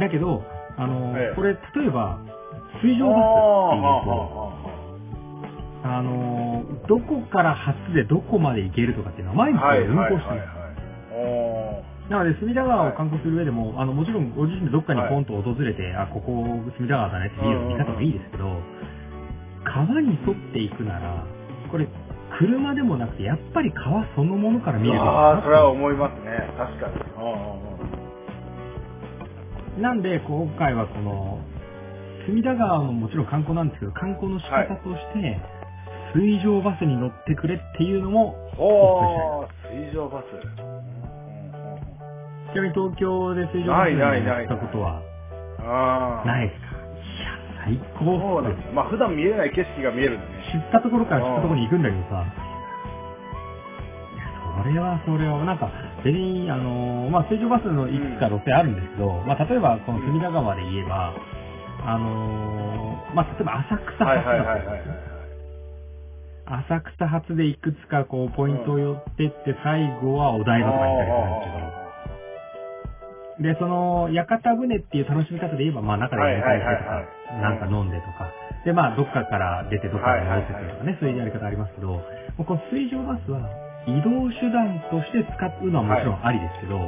だけど、あの、
ええ
これ、例えば、水上
あー
バスっていうと、
は
あのーどこから初でどこまで行けるとかっていうのは毎日
あはあはあはい
運
はい
行
はい
してる、
はい。
なので隅田川を観光する上でも、あのもちろんご自身でどっかにポンと訪れて、あここ隅田川だねって見る見方もいいですけど、川に沿っていくならこれ車でもなくてやっぱり川そのものから見るべき
ああ、それは
だ
思いますね。確かに。うん
ななんで今回はこの隅田川ももちろん観光なんですけど観光の仕方として、水上バスに乗ってくれっていうのも
ほー、水上バス。うんうんうん
ちなみに東京で水上バスに乗ったことは
ああ。
ないですかい
そ
や、最高
う
っ
なん
す
ですよ。まあ普段見えない景色が見えるんでね。
知ったところから知ったところに行くんだけどさ。いや、それはそれは、なんか、別に、あのーまあ、水上バスのいくつか路線あるんですけど、まあ、例えば、この隅田川で言えば、あのーまあ、例えば浅草
はい
発
はいはい
だ
はいはい。
浅草発でいくつかこう、ポイントを寄ってって、最後はお台場とかに行ったりするんですけど、で、その、屋形船っていう楽しみ方で言えば、まあ中で寝たりしてと
はいはいはいは、
か
い
なんか飲んでとか、で、まあどっかから出てどっかから戻ってくるとかね、そういうやり方ありますけど、もうこの水上バスは移動手段として使うのはもちろんありですけど、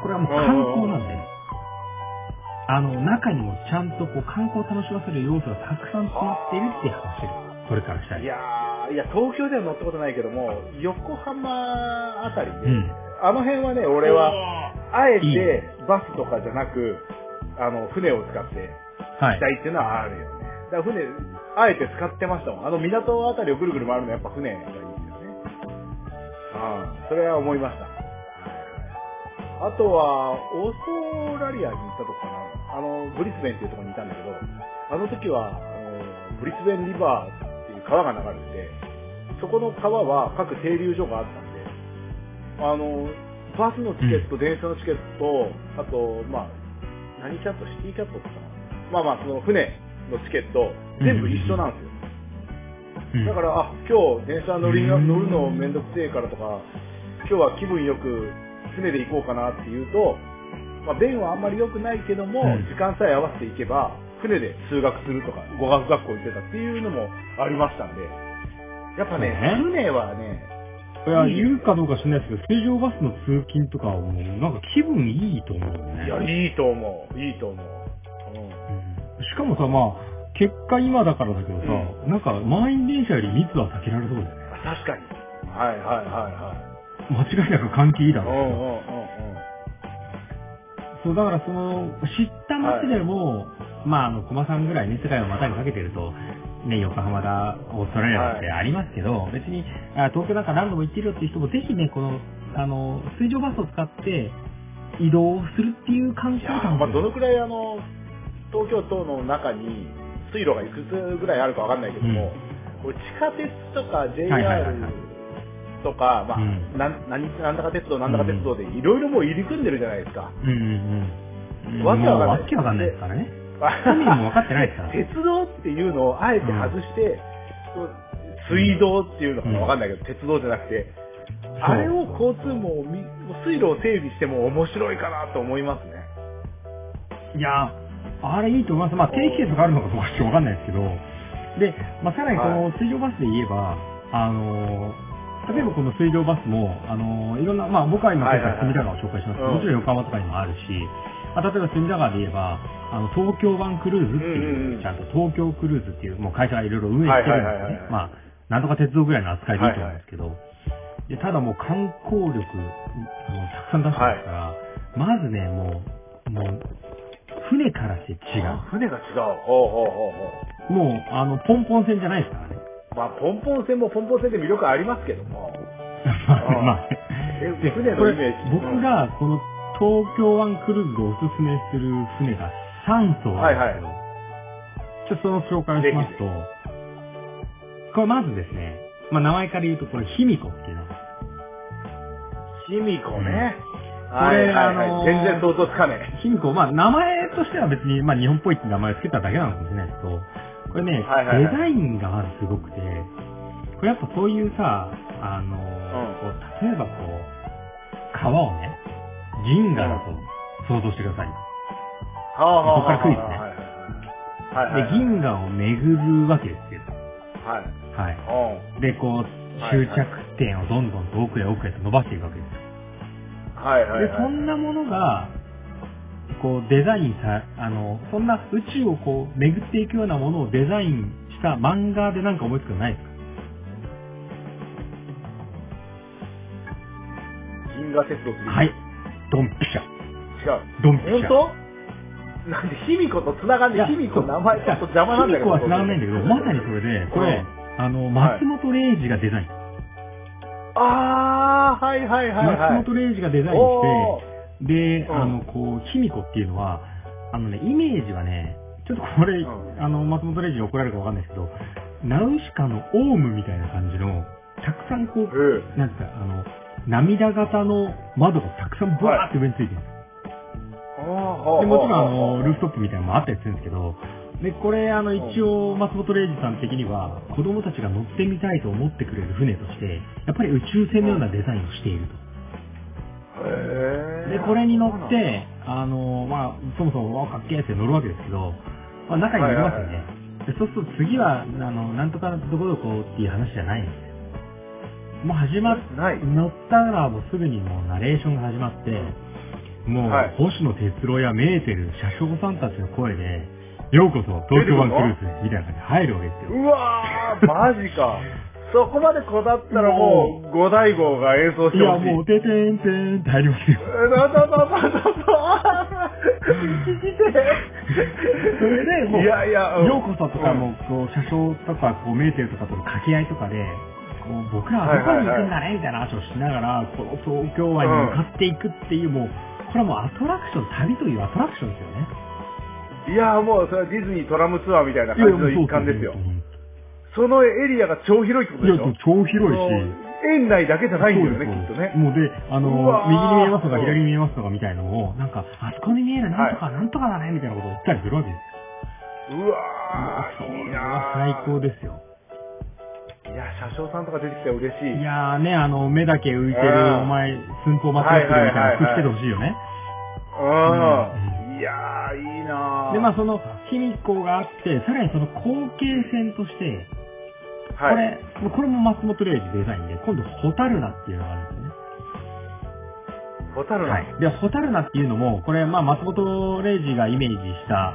これはもう観光なんで、あの、中にもちゃんとこう観光を楽しませる要素がたくさん詰まっているっていう話です。これからした
い
い。
やー、いや東京では乗ったことないけども、横浜あたりで、
うん。
あの辺はね、俺は、あえ
いい
て
ね
バスとかじゃなく、あの、船を使って
は
行き
い
た。いっていうのはあるよね。だから船、あえて使ってましたもん。あの港あたりをぐるぐる回るのはやっぱ船がいいですよね。うん。それは思いました。あとは、オーストラリアに行ったとこかな。あの、ブリスベンっていうところにいたんだけど、あの時は、あのブリスベンリバーっていう川が流れてて、そこの川は各停留所があったんで、あの、バスのチケット、電車のチケット、あと、まあ、何キャット、シティキャットってかな。まあまあ、その船のチケット、全部一緒なんですよ。
うん
だから、あ、今日電車乗りが乗るのめんどくせえからとか、今日は気分よく船で行こうかなっていうと、まあ、便はあんまり良くないけども、
うん
時間さえ合わせていけば、船で通学するとか、語学学校行ってたっていうのもありましたんで、やっぱね、
そう
船はね、
いや、言うかどうか知らないですけど、水上バスの通勤とかはもう、なんか気分いいと思うよね。
いや、いいと思う。いいと思う。うん
しかもさ、まあ、結果今だからだけどさ、
う
なんか満員電車より密は避けられそうだよね。
あ確かに。はいはいはいはい。
間違いなく換気いいだ
うん
ろ
う
う
んうんうん。
そう、だからその、知った街でも、まあ、あの、駒さんぐらいね、世界を股にかけてると、ね、横浜だ、オーストラリアだってありますけど、別に、あ東京なんか何度も行ってるよっていう人も、ぜひね、この、あの、水上バスを使って、移動するっていう観
いや
光
ー
感
まあ、どのくらいあの東京都の中に水路がいくつぐらいあるかわかんないけども、これ地下鉄とか
はいはいは
JR
いはい
とか、まあ
うん
なん何なんだか鉄道、なんだか鉄道でいろいろもう入り組んでるじゃないですか。
うんうんうん。
わけわかんない
もうわけわかんないですからね。庶民も分かってないですから。
鉄道っていうのをあえて外して、水道っていうのかなわかんないけど、鉄道じゃなくて、あれを交通網をみ、水路を整備しても面白いかなと思いますね。
いやー、あれいいと思います。まあ、定期券があるのかどうかちょっとわかんないですけど、で、まあ、さらにこの水上バスで言えば、あのー例えばこの水上バスも、あのーいろんな、まあ、僕は今、
はい
今
はいはい
回隅田川を紹介しましたけど、
うん
もちろん横浜とかにもあるし、まあ、例えば隅田川で言えば、あの、東京湾クルーズって
うんうん
いう
ん
う、ちゃんと東京クルーズっていう、もう会社がいろいろ運営してるん
はいはい
です
はい
ね
はい。
まあ、なんとか鉄道ぐらいの扱いでいいと思うんですけど、でただもう観光力、あのたくさん出してますから、まずね、もう、もう、船からして違う。
船が違う。ほうほうほうほう。
もう、あの、ポンポン船じゃないですからね。
まあ、ポンポン船もポンポン船で魅力ありますけども。あ
まあ、
え、
で
船
こ
の
れ
イメージ。
僕がこの東京湾クルーズをおすすめする船が3艘あるんですけど、ちょっとその紹介をしますと、これまずですね、まあ名前から言うとこれ、卑弥呼っていうのが
シミコね。
ん
はいはいはい
これあのー
全然想像つかねえ。
卑弥呼、まあ名前としては別に、まあ日本っぽいって名前を付けただけなのかもしれないですけど、これね、
はいはいはい
デザインがまずすごくて、これやっぱそういうさ、あのー、こう例えばこう、川をね、銀河だと想像してください。
はあはあはあはあ。
ここから
はいはいはい。はいはい
で、銀河を巡るわけですよ。
はい。
はい。
うん。
で、こう、終着点をどんどんと奥へ奥へと伸ばしていくわけですよ。
はいはいはい。
で、そんなものが、こう、デザインさ、あの、そんな宇宙をこう、巡っていくようなものをデザインした漫画でなんか思いつくのないですか
銀河鉄道ってう
はい。ドンピシャ。
違う。
ドンピシャ。
本当なんで、卑弥呼と繋がん
い
で、
や
卑弥呼名前ちょっと邪魔なんだけど。
卑弥呼は繋がらないんだけど、まさにそれで、これ、あの、松本零士がデザイン。
あー、はいはいはいはい。
松本零士がデザインして
お、
で、
うん
あの、こう、卑弥呼っていうのは、あのね、イメージはね、ちょっとこれ、
うん
あの、松本零士に怒られるかわかんないですけど、ナウシカのオウムみたいな感じの、たくさんこ
ーうん。
う、なんですか、あの、涙型の窓がたくさんブワーって上についてるんです、
ほうほうほう
で、もちろんあの、ルーフトップみたいなのもあったりするんですけど、で、これ、あの、一応、松本零士さん的には、子供たちが乗ってみたいと思ってくれる船として、やっぱり宇宙船のようなデザインをしていると。
へー
で、これに乗って、あの、まあ、そもそも、わあ、かっけーって乗るわけですけど、まあ、中に乗ります
は
よ
いはい
ね。でそうすると次は、あの、なんとかどこどこっていう話じゃないんですよ。もう始まっ、
ない。
乗ったらもうすぐにもうナレーションが始まって、もう、
はい
星野哲郎やメーテル、車掌さんたちの声で、ようこそ東京湾クルーズみたいな感じで入るわけですよ。
うわー、マジ か。そこまでこだったらもう、五大号が演奏し
い
て
や、
ほしい。
もう、ててんてんって入りますよ。
えだだだだだだ聞き
それでもう
いやいや、ん
ようこそとかも、こう、車掌とか、こう、メーテルとかとの掛け合いとかで、こう、僕らはどこに行くんだね、みたいな話をしながら、この東京湾に向かっていくっていう、もう、これはもうアトラクション、旅というアトラクションですよね。
いや、もう、それ はディズニートラムツアーみたいな感じの一環ですよ。そのエリアが超広いってこと
い
で
や、
しょ
もう超広いし、
その園内だけじゃないんだよね、きっとね。
もうで、あの
うわ、ー
右に見えますとか左に見えますとかみたいのを、なんか、あそこに見えるなんとかなんとかだね、みたいなことを言ったりするわけですよ。
うわー、いいな
最高ですよ。
す。いや、車掌さんとか出てきたら嬉しい。
いやーね、あの、目だけ浮いて
うん
る、お前、寸法間違ってるみたいな服着ててほしいよね。
うん。いやー、いいな
で、まあその、卑弥呼があって、さらにその後継戦として、こ
はい。
れ、もうこれも松本零士デザインで、今度、ホタルナっていうのがあるんですよね。
ホタル
は
ナ。
い。で、ホタルナっていうのも、これ、まあ松本零士がイメージした、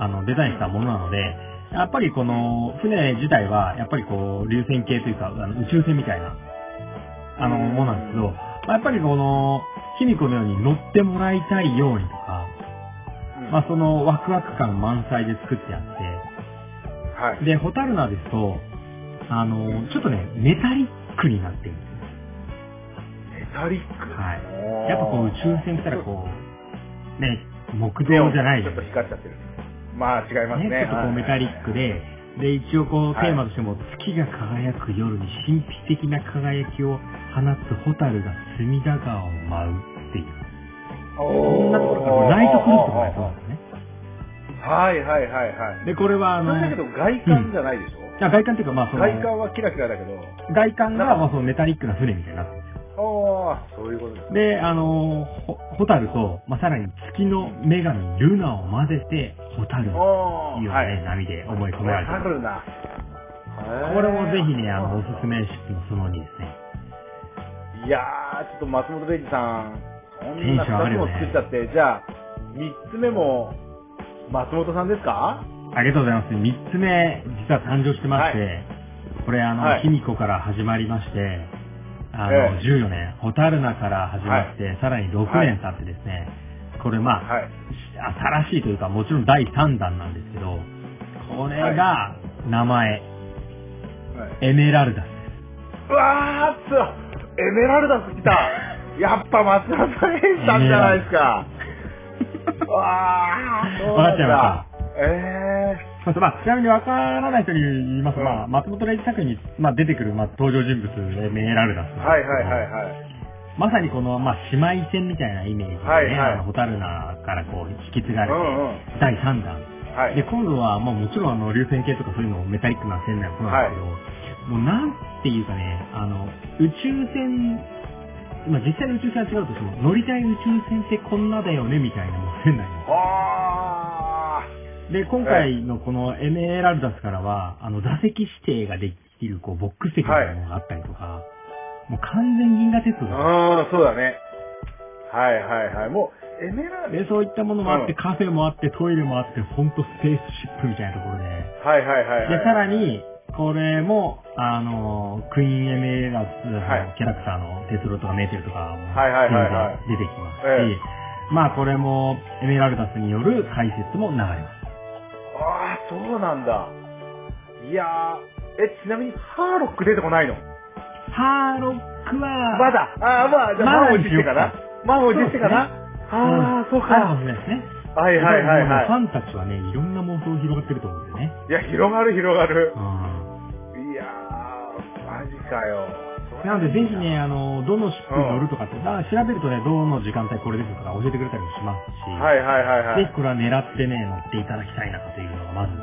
あの、デザインしたものなので、やっぱりこの、船自体は、やっぱりこう、流線形というか、あの宇宙船みたいな、あの、
うん
ものなんですけど、まあやっぱりこの、卑弥呼のように乗ってもらいたいようにとか、まあ、そのワクワク感満載で作ってあっ
は
て、
い。
で、ホタルナですと、あの、ちょっとね、メタリックになってるんですよ。
メタリック。
はい
おー
やっぱこう宇宙船来たらこう、ね、木造じゃない
ちょっと
ね。
光っちゃってる。まあ違いますね。
ちょっとこうメタリック
はい。
で、で、一応こう
はい
テーマとしても、月が輝く夜に神秘的な輝きを放つホタルが隅田川を舞うっていう。そんなところからこうライトクルーズとかやそうなんですね。
はいはいはいはい。
で、これはあの、
なんだけど外観じゃないでしょ、
あ外観っていうかまあその、
外観はキラキラだけど。
外観がまあそのメタリックな船みたいになってるんですよ。
おー、そういうことです。
で、あのー、ホホタルと、まあ、さらに月の女神ルナを混ぜて、ホタルの
お
い
ー、
いよね、
はい。
波で思い込
こ
め
れ
られて
は
る
かるな。
これもぜひね、あの、おすす
め。
めのその2ですね。
いやー、ちょっと松本零士さん、こんな
テンション上が
2つ
るよ
も
ね
作っちゃって、じゃあ、3つ目も、松本さんですか
ありがとうございます。3つ目、実は誕生してまして、これあの、
はい
卑弥呼から始まりまして、あの、
ええ
14年、ホタルナから始まって、さらに6年経ってですね、これまあ、
はい。
新しいというか、もちろん第3弾なんですけど、これが、名前、
はい
エメラルダス。
うわーっと、エメラルダス来 た。やっぱ松本零士さんじゃないですか。わー、そう
わか
な
っ
ん
ちゃいま
だ。え
まあ、まあちなみにわからない人に言いますと、
うん
まあ、松本零士作品に、まあ、出てくる、まあ、登場人物、エメラルダスなん
ー、
ですけど。
はいはいはいはい。
まさにこの、まあ、姉妹戦みたいなイメージで、ね、
はいはい
あの、ホタルナからこう、引き継がれ
う
て、
んうん。
第3弾。
はい。
で、今度は、まあ、もちろん、あの、流線形とかそういうのをメタリックな線なのそうなんですけど、もう、なんていうかね、あの、宇宙船、まあ、実際の宇宙船は違うとしても、乗りたい宇宙船ってこんなだよね、みたいなもう船内の。
あ
で、今回のこのエメラルダスからは、あの、座席指定ができる、こう、ボックス席みたいなものがあったりとか、もう完全銀河鉄道
あ。うん、そうだね。はいはいはい。もう、エメラル
で、そういったものもあって、
うん
カフェもあって、トイレもあって、ほんとスペースシップみたいなところで。
はいはいはい、はい。
で、さら、に、これも、あの、クイーンエメラスのキャラクターのテスロとかメーテルとかも
はいはいはいはい
出てきますし、
え
まあこれもエメラルダスによる解説も流れます。
ああ、そうなんだ。いやー、え、ちなみに、ハーロック出てこないの
ハーロックは、
まだ。ああ、まあ、じゃあ、
まだ
満を持してかな満を持してかなああ、そう
あ
か。
るですね。
はいはいはい
もうファ
は
ンたちはね、いろんな妄想広がってると思うんですよね。
い。いや、広がる広がる
う。ん。
いやー、マジかよ。
なのでぜひね、あの、どのシップに乗るとかって、まあ調べるとね、どの時間帯これですとか教えてくれたりもしますし、
はいはいはいは
ぜ
い
ひ。これは狙ってね、乗っていただきたいなというのが、まず、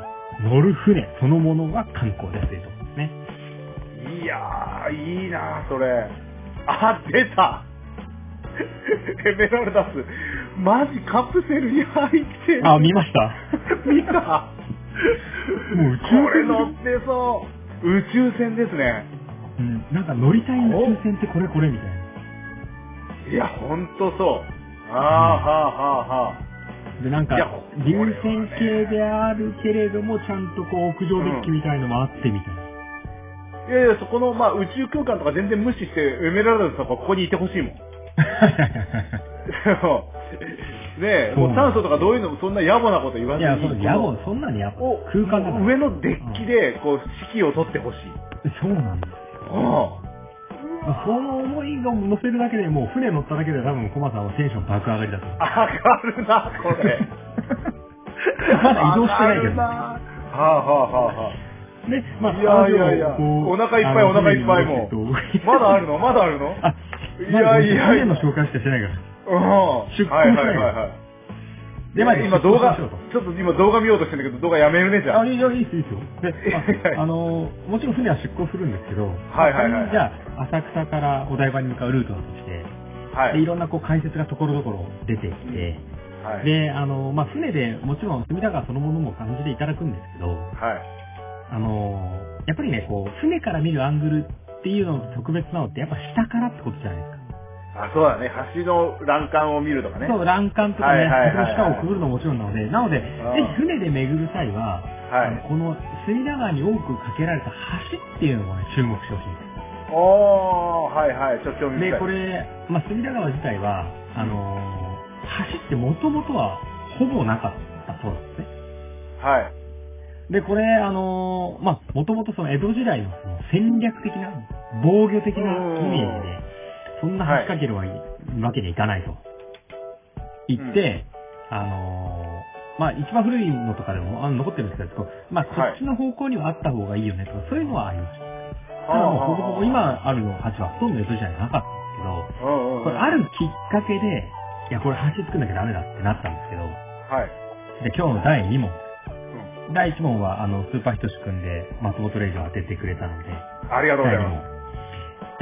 乗る船そのものが観光ですというところですね。
いやー、いいなー、それ。あ、出たエメラルダス。マジカプセルに入ってる。
あ、見ました
見た
もう宇宙船
これ乗ってそう。宇宙船ですね。
うん。なんか乗りたい宇宙船ってこれこれみたいな。
いや、ほんとそう。あ
で、なんか
いやこ、れ
流
はね
線形であるけれども、ちゃんとこう、屋上デッキみたいのもあってみたい
ー
な。
はーはーはー。いやいや、そこの、まあ、宇宙空間とか全然無視して、エメラルダスとかここにいてほしいもん。ねえ、もう炭素とかどういうのもそんな野暮なこと言わ
い
ずに。
や、そう、野暮、そんなにやっぱ
を
空間だから
上のデッキでこう指揮を取ってほしい。
そうなんですよ。
う
まあその思いを乗せるだけでもう船乗っただけで多分コマさんはテンション爆上が りだと思う。
上がるな、これ。
まだ移動してない
上が
け
る
ど
な。。はあはあはあはあ。
で、まあ、
いやいやいや
彼女をこう
お腹いっぱい
あの
お腹いっぱいもう
船に乗せて
まだあるのまだあるの
あ、
い
まだ
やいやい
船
や。
の紹介しかしてないから。
うん。
出航
はいはいはいはい。
でまあ
今動画、
出
ち
航し
ょ
ましょ
っと今動画見ようとしてんだけど、動画やめるね、じゃあ。
あ、いや、いいです、いいですよ。
いやい
で、
や
ああの、もちろん船は出航するんですけど、
はいはいはい
まあ仮にじゃあ、浅草からお台場に向かうルートだとして、
は
で、い
い。
ろんなこう解説がところどころ出てきて、
はい。
で、あの、まあ、船でもちろん隅田川そのものも感じていただくんですけど、
はい。
あのやっぱりね、こう、船から見るアングルっていうの特別なのって、やっぱ下からってことじゃないですか。
あ、そうだね。橋の欄干を見るとかね。
そう、欄干とか
は
ね、
いはいはいはい
その下をくぐるのももちろんなので、なので、ぜひ船で巡る際は、
はい
あのこの隅田川に多くかけられた橋っていうのをね、注目してほしいんです。
おー、はいはい。ちょっと興味深い。
で、これ、まあ、隅田川自体は、あのー橋ってもともとはほぼなかった頃ですね。
はい。
で、これ、あのーまあ、もともとその江戸時代のその戦略的な、防御的なイメージで、そんな橋かけるはいわけにいかないと。言って、あのーまあ、一番古いのとかでもあの残ってるんですけど、まあ、こ
はい
っちの方向にはあった方がいいよねとか、そういうのはありました。ただもうほぼほぼ
あ
今あるの橋はほとんど江戸時代じゃなかったんですけど、
あ、うんうんうん。
これあるきっかけで、いや、これ橋作んなきゃダメだってなったんですけど、
はい。
で、今日の第2問。
うん。
第1問は、あの、スーパーひとしくんで松本零士を当ててくれたので、
ありがとうご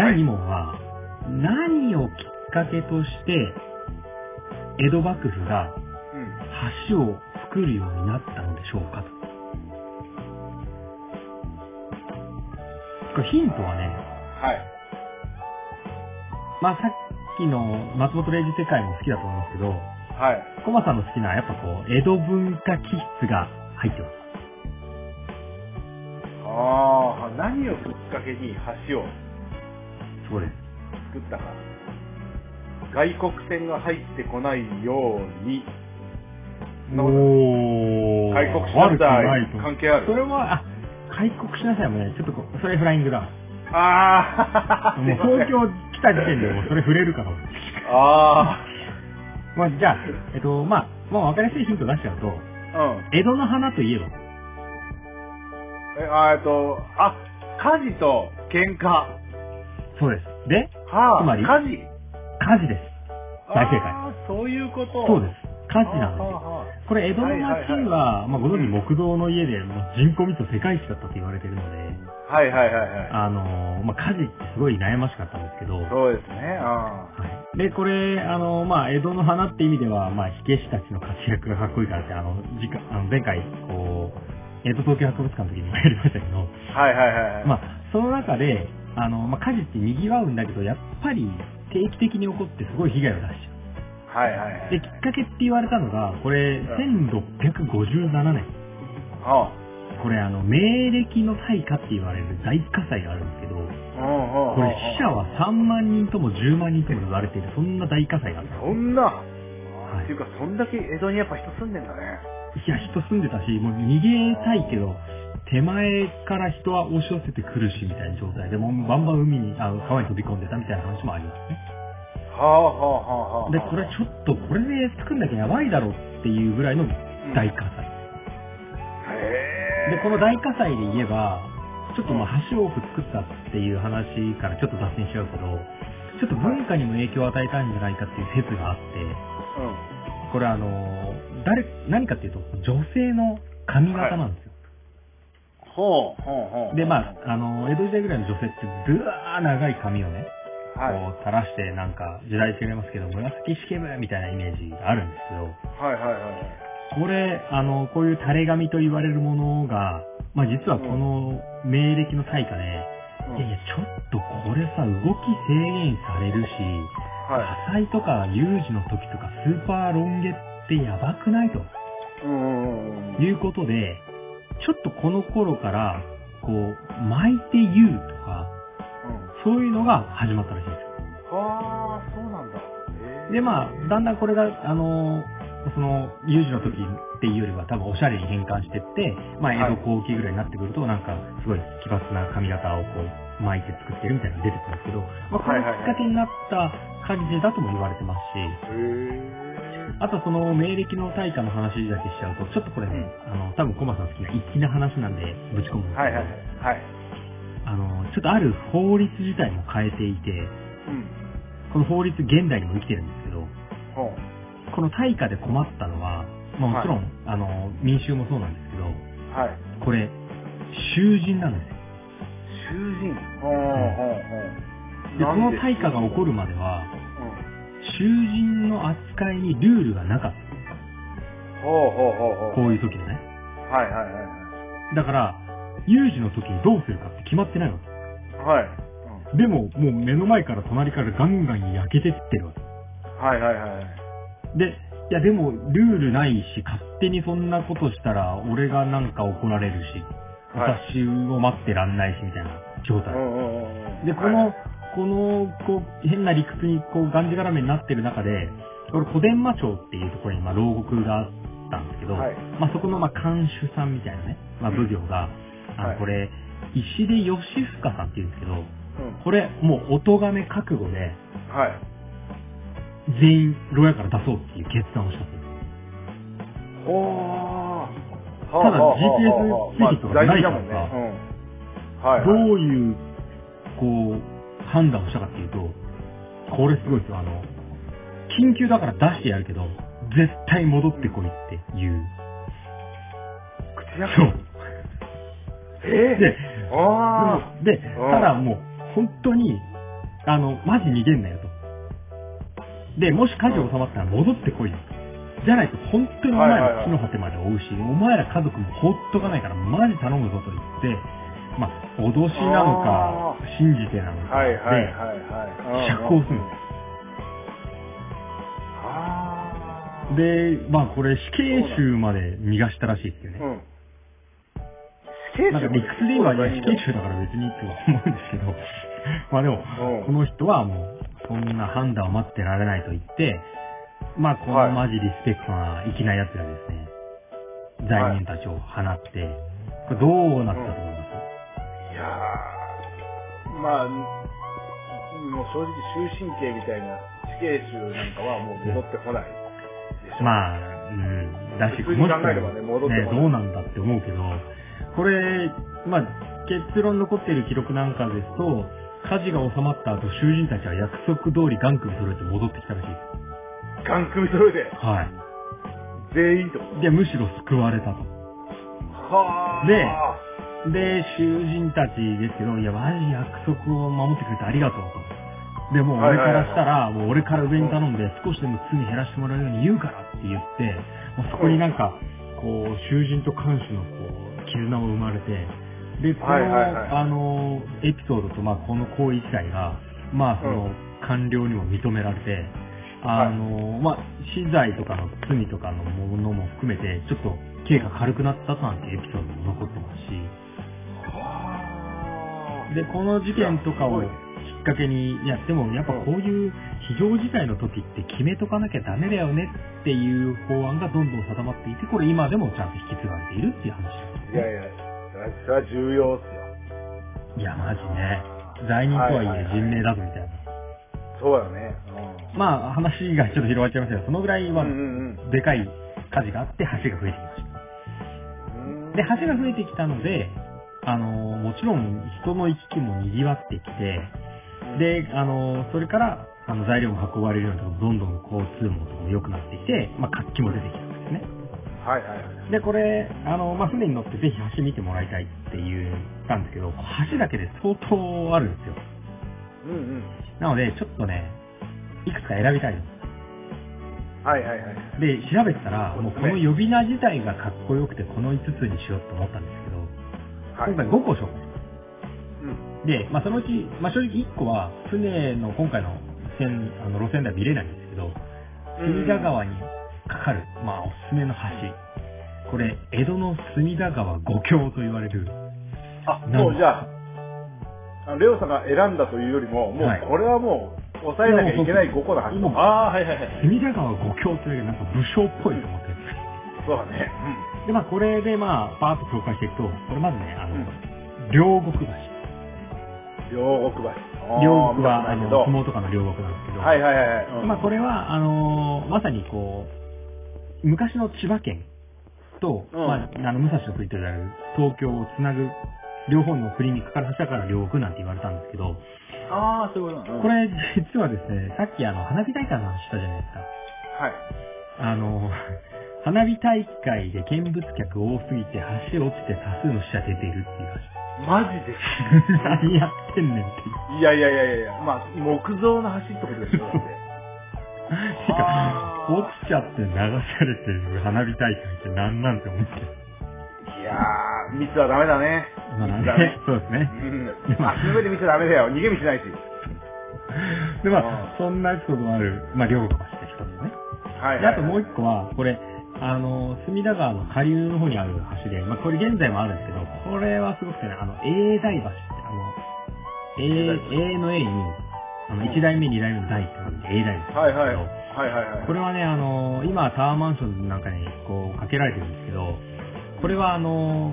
第
ざい
2
ま
問。第2問は、何をきっかけとして、江戸幕府が
す。うん。
橋を作るようになったのでしょうかと。これヒントはね、
はい。
まあさっきの松本零士世界も好きだと思いますけど、
はい。
コマさんの好きなやっぱこう、江戸文化気質が入ってます。
ああ、何をきっかけに橋を
そうです。
作ったか。外国船が入ってこないように、
お
外国船隊関係あ
そ
る。
れは、あ、開国しなさいもね、ちょっとこう、それフライングだ。も
あ あ、
う
すいません
東京来た時点でもうそれ触れるから。
あ
まあ、じゃあ、えっと、まあ、もう分かりやすいヒント出しちゃうと、
あ、うん。
江戸の花といえば、
え、あーえっと、あ、火事と喧嘩。は
そうです。で、
あ、
つまり
火事。
火事です。大正解
あー。そういうこと。
そうです。火事なんですよ。
す。
これ江戸の町は、
はいはい
まあ、ご存知木造の家で、もう人口密度世界一だったと言われてるので、
はいはいはいはい。
あのーまあ、火事ってすごい悩ましかったんですけど、
そうですね。あ
はいで、これ、あの、まあ、江戸の花って意味では、まあ、火消したちの活躍がかっこいいからって、あの、次回あの前回、こう、江戸東京博物館の時にもやりましたけど、
ーはいはいはいはい。
まあ、その中で、あの、まあ、火事って賑わうんだけど、やっぱり定期的に起こってすごい被害を出しちゃ
はいはいは
う。
い。
で、きっかけって言われたのが、これ、
ん
1657年。
は
これ、あの、明暦の大火って言われる大火災があるんですけど、
あ、うんうんうんうん
これ死者は3万人とも10万人とも言われている、そんな大火災があったんです
そんな、
い
っていうか、そんだけ江戸にやっぱ人住んでんだね。
いや、人住んでたし、もう逃げたいけど、手前から人は押し寄せてくるし、みたいな状態で、もうバンバン海に、あの川に飛び込んでたみたいな話もありますね。
はあはあはあはあ。
で、これはちょっと、これで作んなきゃやばいだろうっていうぐらいの大火災。
へえ。
で、この大火災で言えば、ちょっとまあ橋を多く作ったっていう話からちょっと脱線しちゃうけど、ちょっと文化にも影響を与えたんじゃないかっていう説があって、
うん。
これあの、誰、何かっていうと、女性の髪型なんですよ。
ほう、ほう、ほう。
で、まあ、あの、江戸時代ぐらいの女性って、ずわー長い髪をね、
あはい。
こう垂らして、なんか、時代違いますけど、紫式部みたいなイメージがあるんです
はいはいはいはい。
けど、これ、あの、こういう垂れ髪と言われるものが、まあ実はこの明暦の大火で、
うん
いやいや、ちょっとこれさ、動き制限されるし、
は
火災とか有事の時とか、スーパーロン毛ってやばくないと。
い。うんうんうんうん。
いうことで、ちょっとこの頃から、こう、巻いて言うとか、
うん
そういうのが始まったらしいんですよ。
はあ、そうなんだ。へえ
で、まあ、だんだんこれが、あのーその、有事の時っていうよりは多分おしゃれに変換してって、まあ、
はい
江戸後期ぐらいになってくると、なんか、すごい奇抜な髪型をこう、巻いて作ってるみたいなのが出てくるんですけど、まあ、これがきっかけになった感じだとも言われてますし、
へえ。
あとその、明暦の大火の話だけしちゃうと、ちょっとこれ、
うん
あの、多分コマさん好きな粋な話なんで、ぶち込むんですけど、
はいはいはい。はい。
あの、ちょっとある法律自体も変えていて、
うん。
この法律現代にも生きてるんですけど、
ほう。
この大火で困ったのは、まあ、もちろん、
は
あの、民衆もそうなんですけど、
はい。
これ、囚人なんですよ。
囚人。ほうほうほう。
で、この
大
大火が起こるまでは、
うん。
囚人の扱いにルールがなかっ
ほうほうほう
た。
ほう。
こういう時でね。
はいはいはい
だから、有事の時にどうするかって決まってないわ
はい。はい。
け。でも、もう目の前から隣からガンガン焼けてってるわけ。
うんはいはいはいはい。
で、いやでも、ルールないし、勝手にそんなことしたら、俺がなんか怒られるし、
はい
私を待ってらんないし、みたいな状態
う。んうんうんうん。
で、こ
は
の
い、
この、こう、変な理屈に、こう、がんじがらめになってる中で、これ、小伝馬町っていうところに、まあ、牢獄があっけど、
はい
まあ、そこのまあ監修さんみたいなね、まあ、
うん
奉行が、あの
はい
これ石出義深さんっていうんですけど
うん。
これもう音がめ覚悟で
はい。
全員牢屋から出そうっていう決断をしたそうです
ほー。
ただ GPS ついてとか
ま
ないからさ
あ大事だもんね。うん。はい、はい。
どういうこう判断をしたかっていうとこれすごいですよあの緊急だから出してやるけど絶対戻ってこいっていう、
口約
そう
え
で
ー、あ
で、
うん
ただもう、本当に、あの、マジ逃げんなよと。で、もし火事収まったら戻ってこいよ。じゃないと、本当にお前
はいはいは
ら
い
地の果てまで追うし、お前ら家族も放っとかないから、マジ頼むぞと言って、まあ、脅しなのか、信じてなの
あ。
か、
はい
で、
はいはいはい。
釈放するん
あー。
です。で、まあこれ死刑囚まで逃がしたらしいっていう
う
ね。
ん。死刑
なんか理屈で言えば、いや死刑囚だから別にって思うんですけど、 まあでも、この人はもう、そんな判断を待ってられないと言って、まあ、こ
は
の
い
マジリスペクトな粋な奴がですね、罪人たちを放って、これどうなったと思います
いやー、まあ、もう正直、終身刑みたいな死刑囚なんかはもう戻ってこないでしょ。あ、
まあ、うん、だし、
普通に考えればね戻ってこない
ね、どうなんだって思うけど、これ、まあ、結論残っている記録なんかですと、火事が収まった後、囚人たちは約束通り眼首揃えて戻ってきたらしいで
眼首揃えて
す。は
全員ってこと
い。で、むしろ救われたと。
はー。
でで、囚人たちですけど、いや、マジ約束を守ってくれてありがとうと。で、もう俺からしたら、もう俺から上に頼んで、少しでも罪減らしてもらうように言うからって言って、もうそこになんか、こう、囚人と看守のこう、絆も生まれて、で、この、
はいはいはい
あの、エピソードと、まあ、この行為自体が、まあ、その、官僚にも認められて、あの、まあ、資材とかの罪とかのものも含めて、ちょっと、刑が軽くなったなんていうエピソードも残ってますし、
はー
で、この事件とかをきっかけにやっても、やっぱこういう非常事態の時って決めとかなきゃダメだよねっていう法案がどんどん定まっていて、これ今でもちゃんと引き継がれているっていう話です
いや
ね。
いや、それは重要っすよ。
いや、マジね。罪人とはい
はいはい
え
はい
人命だぞみたいな。
そうだね。うん
まあ、話がちょっと広がっちゃいましたけど、そのぐらいは
うんうん
でかい火事があって橋が増えてきました。
うん
で、橋が増えてきたので、あの、もちろん人の行き来も賑わってきて、で、あの、それから、あの、材料も運ばれるようになってどんどん交通網とかも良くなってきて、まあ、活気も出てきたんですね。
はいはいはい。
で、これ、あの、まあ、船に乗ってぜひ橋見てもらいたいって言ったんですけど、橋だけで相当あるんですよ。
うんうん。
なので、ちょっとね、いくつか選びたいの。
はいはいはい。
で、調べてたら、もうこの呼び名自体がかっこよくて、この5つにしようと思ったんですけど、
はい。
今回5個紹介します。
うん。
で、まあ、そのうち、まあ、正直1個は、船の今回の線、あの路線では見れないんですけど、隅田川にかかる、まあ、おすすめの橋。これ、江戸の隅田川五橋と言われる。
あ、
なん
もうじゃあ、あのレオさんが選んだというよりも、も
はいう
これはもう、抑えなきゃいけない5個の話。
もう
ああ、はいはいはいはい。
隅田川五橋というなんか武将っぽいと思ってる。
そうだね。
で、まあ、これで、まあ、バーッと紹介していくと、これまずね、あの、
うん
両国橋。
うん。両国橋。あー
両国
見
は、
たことな
あ
いけ
の
ど、
相撲とかの両国なんですけど、
はいはいはいはい。うん
まあ、これは、あのーまさにこう、昔の千葉県と、
うん
まあ、あの、武蔵の国といわれる東京をつなぐ、両方の国にかかる橋だから両国なんて言われたんですけど、
ああ、そういうことなの
こ、れ実はですね、さっきあの、花火大会の話したじゃないですか。
はい。
あの、花火大会で見物客多すぎて橋落ちて多数の死者出ているっていう
マジで
話。何やってんねんっていう。
いやいやいやいやまあ、木造の橋ってことでしょ、だって。
てか、落ちちゃって流されてる花火大会って何なんて思って。
いやー、密はダメだね。
まあ
密だね。
そうです
う
ね。
ん。足の上で密はダメだよ。逃げ道ないし。
で、ま
う
あ、そんなエピソードもある、まあ、両国橋って一つね。
はいはい、
で、あともう一個は、これ、あの、隅田川の下流の方にある橋で、まあ、これ現在もあるんですけど、これはすごくてね、あの、永代橋って、あの、永永遠の永に、あの、一代目、二代目の代って感じで永代橋なんですけど、
はいはい。はいはいはい。
これはね、あのー今タワーマンションなんかにこうかけられてるんですけど、これはあのー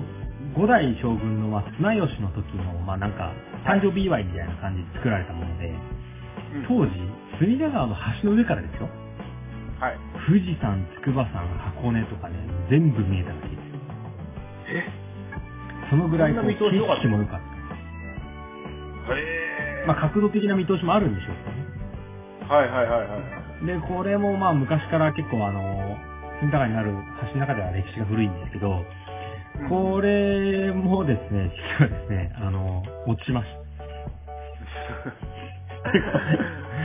五代将軍の、まあ、綱吉の時の、まあなんか、誕生日祝いみたいな感じで作られたもので、
うん
当時、隅田川の橋の上からですよ。
はい。
富士山、筑波山、箱根とかね、全部見えたらしいです。そのぐらいこう
そんな見
景
通し良かった
色も良かった。
へえ。
まあ角度的な見通しもあるんでしょうけどね。
はいはいはいはい。
で、これもまあ昔から結構あの、隅田川にある橋の中では歴史が古いんですけど、これもですね、実はですね、あの、落ちま し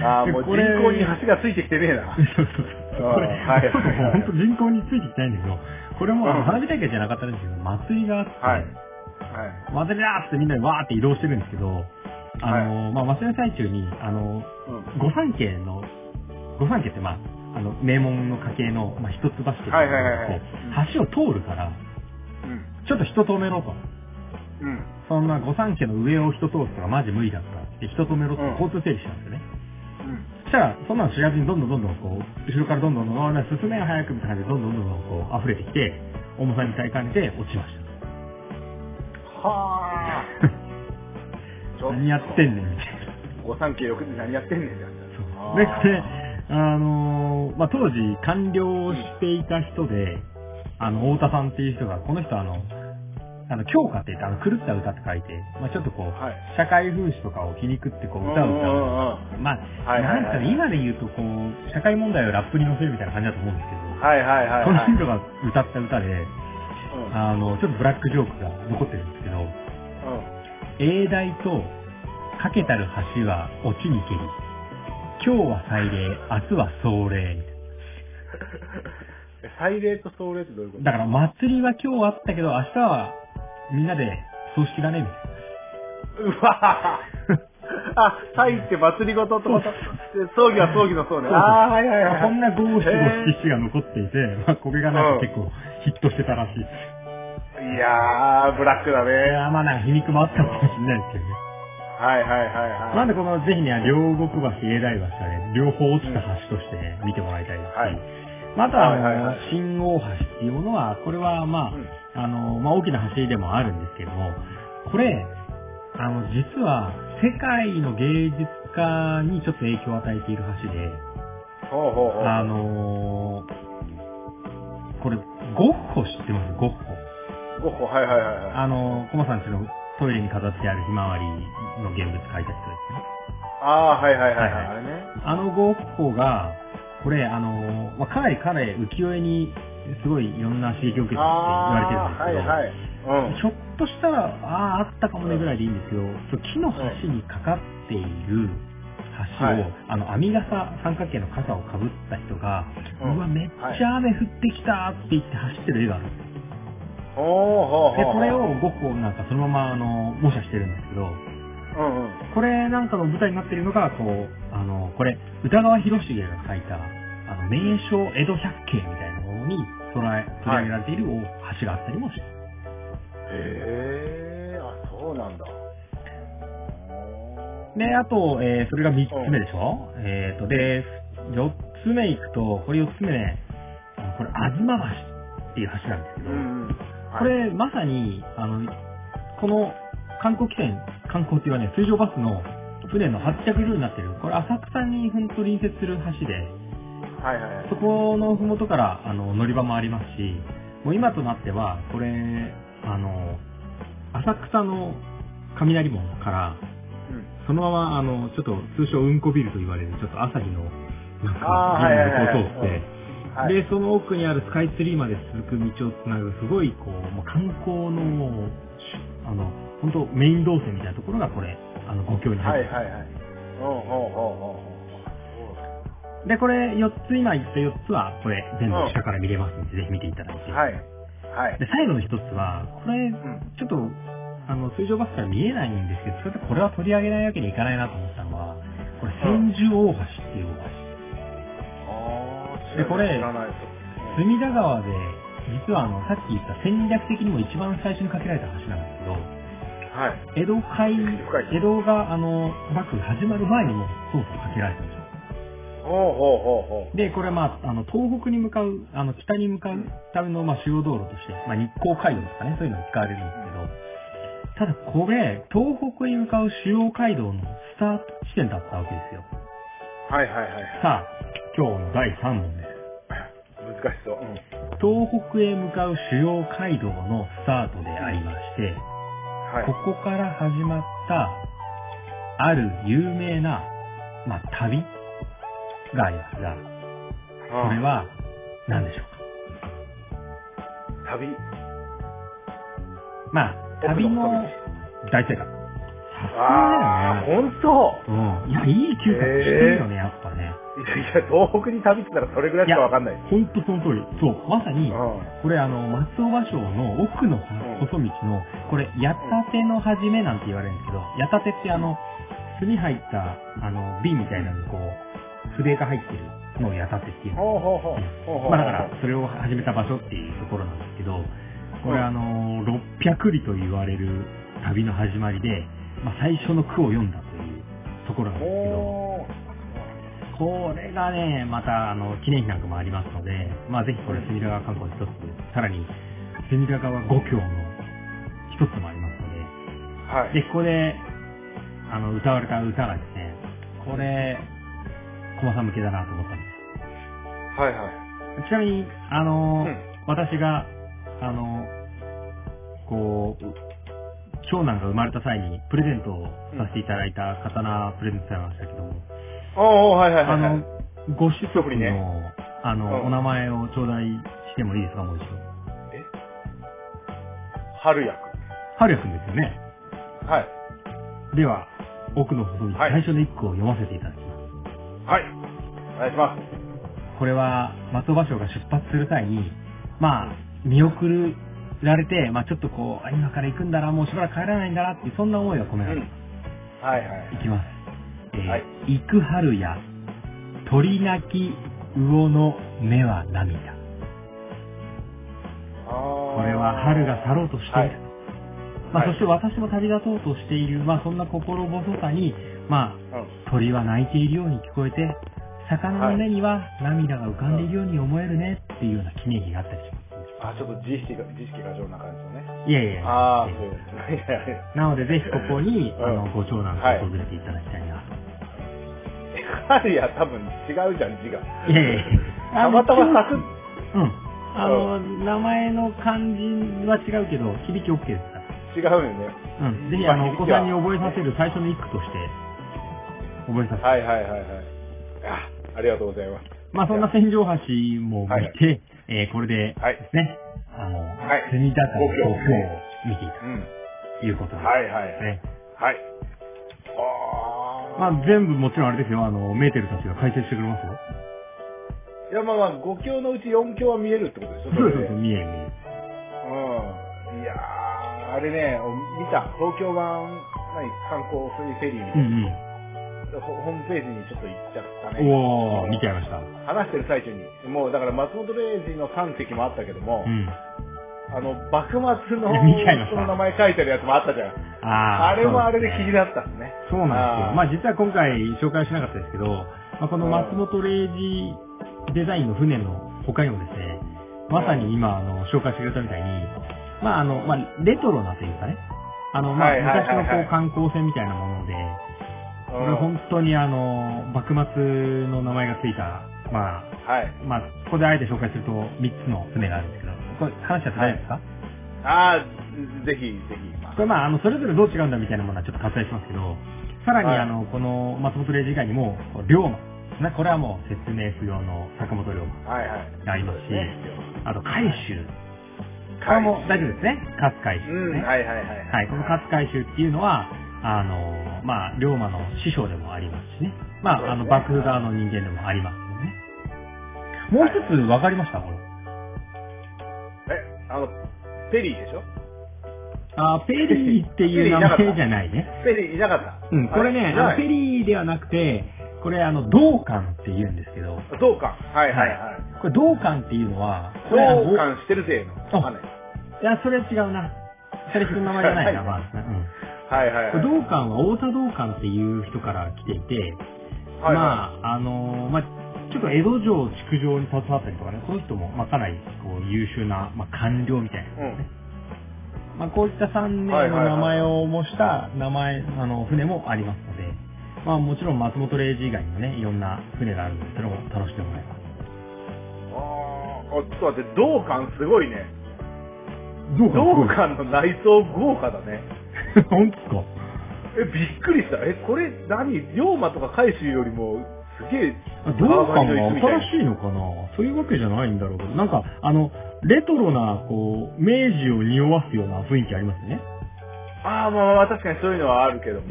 ああ、もう人
これ
口に橋がついてきてねえな
た。。そうそうそう。これ、
はいはいはい
本当人口についてきてないんですよ。これもあ
う
の
ん
花火大会じゃなかったんですけど、祭りがあって、
はい。はい。
祭りだーってみんなでわーって移動してるんですけど、あの、まあ祭りの最中に、あの、
うん。
御三家の、御三家ってまあ、あの、名門の家系の、まあ、一橋家ってうのがこう
はいはいはいはい
橋を通るから、
うん。
ちょっと人止めろと。
うん。
そんな御三家の上を人通すとかマジ無理だったって人止めろって
うん
交通整理したんですよね。
うん。
そしたら、そんなの知らずにどんどんどんどんこう、後ろからどんどんどんどんあ進めよ早くみたいな感じでどんどんどんどんこう溢れてきて、重さに耐えかねて落ちました。
はあ。ちょと
何やってんねんみたいな。
御三家翌日何やってんねんってやつ
そう
あー
で、これ、あのーまあ、当時官僚をしていた人で、あの、太田さんっていう人が、この人あの、あの、教歌って言って、あの、狂った歌って書いて、まあ、ちょっとこう、
はい
社会風刺とかを皮肉ってこう、
うん
歌を歌
う
う。
んうん
まあ、
はいはいはい
なんかね、今で言うとこう、社会問題をラップに乗せるみたいな感じだと思うんですけど、
はいはいはいはい。
この人が歌った歌で、
うん
あの、ちょっとブラックジョークが残ってるんですけど、
うん
永大とかけたる橋は落ちにけり。今日は祭礼、明日は壮礼。
祭礼と壮礼ってどういうこと
だから祭りは今日あったけど、明日はみんなで葬式だね、みたい
う
な。
わぁあ、祭って祭りごとってことで葬儀は葬儀の葬ね。
そうそう
ああ、はいはいはい。
こんな五七五
へ
七七が残っていて、まあこれがなんか結構ヒットしてたらしい。い
ーいやー、ブラックだね。
やまあなんか皮肉もあったのかもしれないですけどね。
はいはいはいはい。
なんでこのぜひね、両国橋、永大橋はね、両方落ちた橋としてね、見てもらいたいですし、
はい
まああとはあの、
はいはいはい
新大橋っていうものは、これはまあ、
うん
あの、まあ大きな橋でもあるんですけども、これ、あの、実は世界の芸術家にちょっと影響を与えている橋で、
ほうほうほう。
あのこれ、ゴッホ知ってますゴッホ。
ごほ、はいはいはいはい。
あの、コマさんちのトイレに飾ってあるひまわりの現物描いた人ですね。
ああー、はいはいはいはい。
は
あれね。
あのゴッホが、これ、あの、まあ、かなり彼、浮世絵に、すごいいろんな刺激を受けたって言わ
ああ、
れて
はい
るんですけど、
はい。うん。
ひょっとしたら、ああー、あったかもねぐらいでいいんですけど、そう木の橋にかかっている橋を、
はい
あの、網傘、三角形の傘をかぶった人が、
う
う
ん
わ、めっちゃ雨降ってきたって言って走ってる絵があるんですよ。
ほうほうほう。
で、これをゴッホなんかそのまま、あの、模写してるんですけど、
うんうん。
これなんかの舞台になっているのが、こう、あの、これ、歌川広重が書いた、あの、名称江戸百景みたいなものに捉え、取り上げられている橋があったりもして、
へえ、あ、そうなんだ。
で、あと、えー、それが三つ目でしょ、えーと、で、四つ目行くと、これ四つ目ね、あのこれ、吾妻橋っていう橋なんですけ
う
ど、
んうん。
これまさに、あの、この観光起点、観光っていうかね、水上バスの船の発着所になってる、これ浅草に本当隣接する橋で、
はいはいはい。
そこのふもとからあの乗り場もありますし、もう今となっては、これ、あの、浅草の雷門から、
うん
そのまま、あの、ちょっと通称うんこビルと言われる、ちょっと朝日の、なんか
あ、ー
ビル
はいはいはい
の横を通って、
はい、
で、その奥にあるスカイツリーまで続く道をつなぐ、すごい、こう、もう観光の、もうしあの、本当メイン動線みたいなところが、これ、あの、ご教に入ってま
は
す
いはいはい。ほうほうほうほうほ
で、これ、4つ、今言った4つは、これ、全部下から見れますんで、ぜひ見ていただいて。
う。はい。はい。
で、最後の1つは、これ、
ん
ちょっと、あの、水上バスから見えないんですけど、それでこれは取り上げないわけにいかないなと思ったのは、これ、千住大橋っていう大
あー
でこれ
知らない
橋。隅田川で、実はあの、さっき言った戦略的にも一番最初にかけられた橋なんですけど、
はい。
江戸海
深い、
江戸が、あの、幕府始まる前にもう、そうそうかけられたんですよ。
ほうほうほうほう。
で、これはまあ、あの、東北に向かう、あの、北に向かうための、まあ、主要道路として、まあ、日光街道ですかね、そういうのに使われるんですけど、ただこれ、東北に向かう主要街道のスタート地点だったわけですよ。
はいはいはい。
さあ、今日の第3問です。
難しそう。うん。
東北へ向かう主要街道のスタートでありまして、
はい。
ここから始まった、ある有名な、まあ、旅がありますが、それ
あ
は何でしょうか
あ、旅。
まあ、旅の
奥の
大正解。
ああ、
さすがだよね。
本当
うん。いや、いい嗅覚してるよね、やっぱね。
いやいや、東北に旅って言ったらそれぐらいしかわかんない。
ほんとその通り。そう、まさ
う
に、
ん。
これあの、松尾芭蕉の奥の
ん
細道の、これ、八立ての始めなんて言われるんですけど、八立てってあの、炭入った、あの、瓶みたいなのにこう、筆が入ってるのを八立てっていうの。
ほうほうほう。ほうほうほう
まあだから、それを始めた場所っていうところなんですけど、これあの、600里と言われる旅の始まりで、まあ最初の句を読んだというところなんですけど、
おー
これがね、またあの、記念碑なんかもありますので、まあぜひこれ隅田川観光の一つ、さらに隅田川五橋の一つもありますので、
はい。
で、ここで、あの、歌われた歌がですね、これ、駒さん向けだなと思ったんです。
はいはい。
ちなみに、あのー
うん
私が、あのーこう、長男が生まれた際にプレゼントをさせていただいた刀プレゼントされましたけども、
おーおーはいはいは
あ
いは
の
い。、
ご子息の、
ね
あの、
うん
お名前を頂戴してもいいですか、もう一度。
え春役。
はるやくんですよね。
はい。
では、奥の細道、
はい
最初の一句を読ませていただきます。
はい。お願いします。
これは、松尾芭蕉が出発する際に、まあ、見送られて、まあちょっとこう、あ今から行くんだな、もうしばらく帰らないんだなっていう、そんな思いが込め
う
られてます
ん。はいはい
いきます。えー
はい
行く春や、鳥鳴き魚の目は涙。こ
こ
れは春が去ろうとしている。
はい。
まあ、
はい
そして私も旅立とうとしている、まあ、そんな心細さに、ま
うん
あ、鳥は鳴いているように聞こえて、魚の目には涙が浮かんでいるように思えるねっていうような記念碑があったりしま
あ、ちょっと自意識が、自意識過剰な感じのね。
す。いやいやいや。
ああ、
い
そ
や
ういう。いやいや
なので、ぜひここに、
うん
あの、ご長男が訪れていただきたいなと。
春や多分違うじゃん、字が。
いやいやいや
たまたま咲く。
うん。あの、名前の漢字は違うけど、響き OK ですか
違うよね。
ら。うん。ぜひ、あの、お子さんに覚えさせる最初の一句として、覚えさせる。
はいはいはいはい。あ、ありがとうございます。
まあ、そんな千条橋も見て、えーこれで
はい
ですね、あの、
はい
隅田川の
東
東
京
京を見ていた
うん。
ということです、
はいはいはい。
ね。
はい。
ま
あ
あ、全部もちろんあれですよ、あの、メーテルたちが解説してくれますよ。
ー。いやまあまあ、5強のうち4強は見えるってことでしょ、
そう
れ
そう
で
そう、見える見える。
うん。いやー、あれね、見た。東京版、何、観光フェリーみた
う
いな、
ん
ほホームページにちょっと行っちゃった
うん。
ね。
おー、見ちゃいました。
話してる最中に、もうだから松本零士の3席もあったけども、
うん。
あの、幕末の
いや見ちゃいました
人の名前書いてるやつもあったじゃん。
あー
あれもあれ
そう
です気
ね
になったんですね。
そうなんですよ。
あー
まあ実は今回紹介しなかったですけど、まあ、この松本零士デザインの船の他にもですね、まさに今あの紹介してくれたみたいに、まああの、まあレトロなというかね、あの、まあ
はいはいはい
昔
はい
のこう観光船みたいなもので、こ
う
れ本当にあの、幕末の名前がついた、まあ、
はい。
まあ、ここであえて紹介すると3つの船があるんですけど、これ話しちゃって大丈夫ですか、
あー、ぜひぜひ。
これまあ、あの、それぞれどう違うんだみたいなものはちょっと割愛しますけど、さらに
はい
あの、この松本零士以外にも、こう龍馬ですね。これはもう説明不要の坂本龍馬
はいはい。
がありますし、
ね
あと海舟。これも大丈夫ですね。勝海
う
舟です
ん、
ね。
はいはいはい。
はい、この勝海舟っていうのは、あの、まあ、龍馬の師匠でもありますしね。まあ、あ
そうです
の、
ね
幕府側の人間でもありますよね。もう一つ分かりましたこれ。
え、あの、ペリーでしょ
あ、ペリーっていう名前じゃないね。
ペリーいなかった。
うん、これね、あのフェ
ー。
リーではなくて、これあの、銅管って言うんですけど、
どうか。はいはいはい。
これ銅管っていうのは、これあの
どうかしてるぜの。
あいや、それは違うな。それ人の名前じゃないな、まあ。うん
はいはいはい。
これ銅管は、太田銅管っていう人から来ていて、
はい
まあ、あのーまあ、ちょっと江戸城築城に携わったりとかね、そういう人も、まあ、かなりこう優秀な、まあ、官僚みたいな。
うん。
まあ、こういった3年の
はいはいはい
名前を模した名前、あの、船もありますので、まあ、もちろん松本零士以外にもね、いろんな船があるので、それも楽しんでもらえます。
あーあ、ちょっと待って、道館すごいね。
ど
道館の内装豪華だね。
本当ですか
え、びっくりした。え、これ何龍馬とか海舟よりも、すげえ、
あどうか
縄張りの椅子みたい
な
な
新しいのかなそういうわけじゃないんだろうけど、なんか、あの、レトロな、こう、明治を匂わすような雰囲気ありますよね。
ああ、まあまあまあ確かにそういうのはあるけども。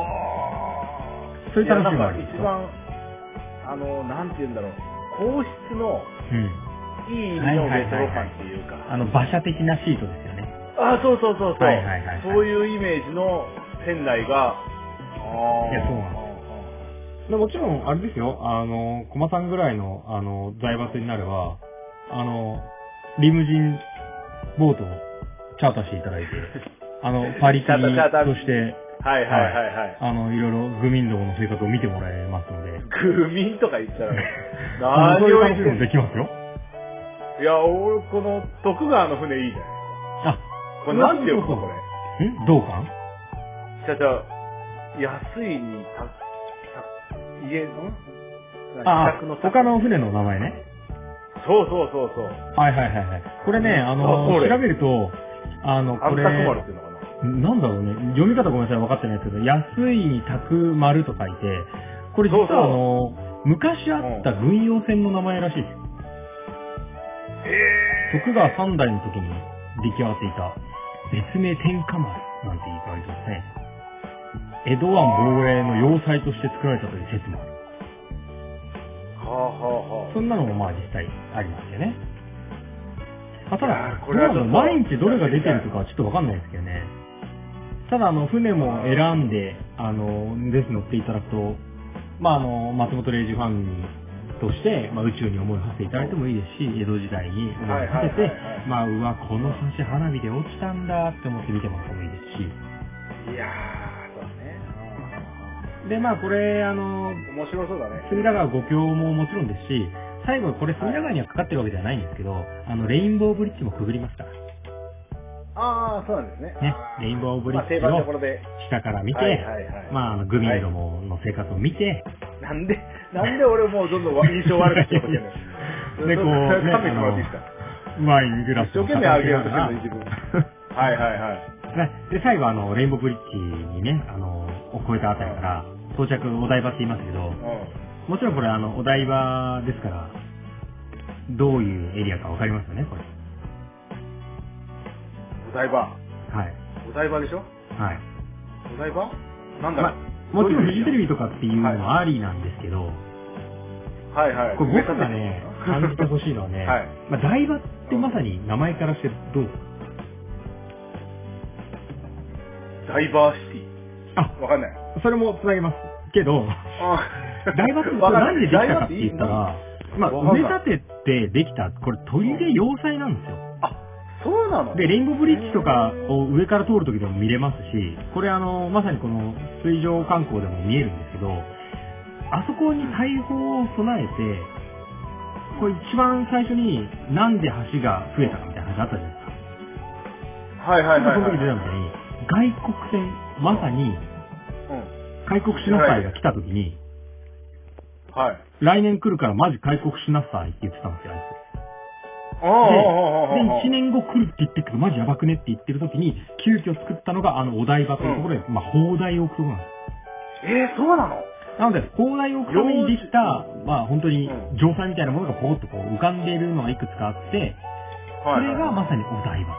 はあ。
そういう楽しみもあ
い
る
やなん
んで
か
す
一
か
番、あの、なんて言うんだろう。皇室の
うん。
いい意味のレトロ感っていうか。
あの、馬車的なシートですよね。
ああ、そうそうそうそう、
はいはいはいはい
そういうイメージの船内が、あー
いやそうなんでもちろん、あれですよ、あの、駒さんぐらいの、あの、財閥になれば、あの、リムジンボートをチャーターしていただいて、 あの、パリ
チャーターチャーター
として、
はいはいはいはい。
あの、いろいろ愚民どもの生活を見てもらえますので、
グミンとか言っ ちゃう。
あ
何
のそういう
を言っ
楽
て
しみ
ん
も
の
できますよ。
いや、俺、この徳川の船いいじゃない
あ、
これなんて呼ぶ
そ
の
うそ
こ
う
れ。
んどうかん
じゃじゃ安いに、た、た、家の
あ
客の、
他。の船の名前ね。
そうそうそうそう。
はいはいはいはい。これね、あの、
あそ
調
れ
べると、あの、
あ
こ
ん
れ、
たくまるっていうのかな。
なんだろうね、読み方ごめんなさい、分かってないですけど、安いに宅丸と書いて、これ実は
そうそう
あの、昔あった軍用船の名前らしいです。徳川三代の時に出来上がっていた、別名天下丸なんて言われてますね。江戸湾防衛の要塞として作られたという説もある。
はあはあはあ。
そんなのもまあ実際ありますよね。まあ、た
いや
だ
ー、こ
こ
れ
れ
は
は
ちょっと
毎日どれが出てるとかはちょっとわかんないですけどね。ただ、あの、船も選んで、あの、ぜひ乗っていただくと、まあ、あの、松本零士ファンに、として、まあ、宇宙に思いを馳せていただいてもいいですし、江戸時代に思いを馳せ
はい
て
はいはいはい、
まあ、うわ、この橋花火で落ちたんだって思って見てもらってもいいですし。
いやー、そうね。
で、まあ、これ、あの、
うん面白そうだね。
隅田川五橋ももちろんですし、最後これ隅田川にはかかってるわけではないんですけど、あの、レインボーブリッジもくぐりますから。
ああ、そうなんですね。
ね、レインボーブリ
まあ、
ッジ
定番の
を
ところで。
下から見て、
はいはいはい
まあ、あの、グミどもの生活を見て、
なん で、なんで俺もうどんどん印象悪くしようとしてるの
でこう
勘弁し
ね
てもらっていいですか
ワイングラス
一生
を
懸命あげようとして
ら
るの、自 分。はいはいはい。
ねで、最後、あの、レインボーブリッジにね、あの、を越えたあたりから、到着お台場って言いますけど、
う
もちろんこれ、あの、お台場ですから、どういうエリアかわかりますよね、これ。
ん。お台場。
はい。
お台場でしょ
はい。
お台場なんだろ
ま
う、
あ、もちろんフジテレビとかっていうのもありなんですけど、
はいはい。
これ僕がね、感じてほしいのはね、
はい
まあ、台場ってまさに名前からしてどうですか
ダイバーシ
あ
ティ。わかんない。
それも繋げます。け ど、
あ
大バッ
わかんな
なん
い
でできたかって言ったら、ま
わ
あ、
か
埋
ん
め
ない
立ててできた、これ鳥で要塞なんですよ。
そうなの
で、レインボーブリッジとかを上から通る時でも見れますし、これあの、まさにこの水上観光でも見えるんですけど、あそこに大砲を備えて、これ一番最初になんで橋が増えたかみたいな話あったじゃないですか。
はいはいはい
その
はい。
時に出たみたいに、外国船、まさに
うん。
開国しなさいが来た時に、
はい。
来年来るからマジ開国しなさいって言ってたんですよ、あいつ。
ああ、ああ、ああ。
で、1年後来るって言ってるけど、マジやばくねって言ってる時に、急遽作ったのが、あの、お台場というところで、まあ、砲台を置くところなんで
えー、そうなの
す。なので、砲台を置くためにできた、まあ、本当に
うん、
城塞みたいなものがポーっとこう浮かんでいるのがいくつかあって、そ
はい
れ
はい
が
はい。
まさにお台場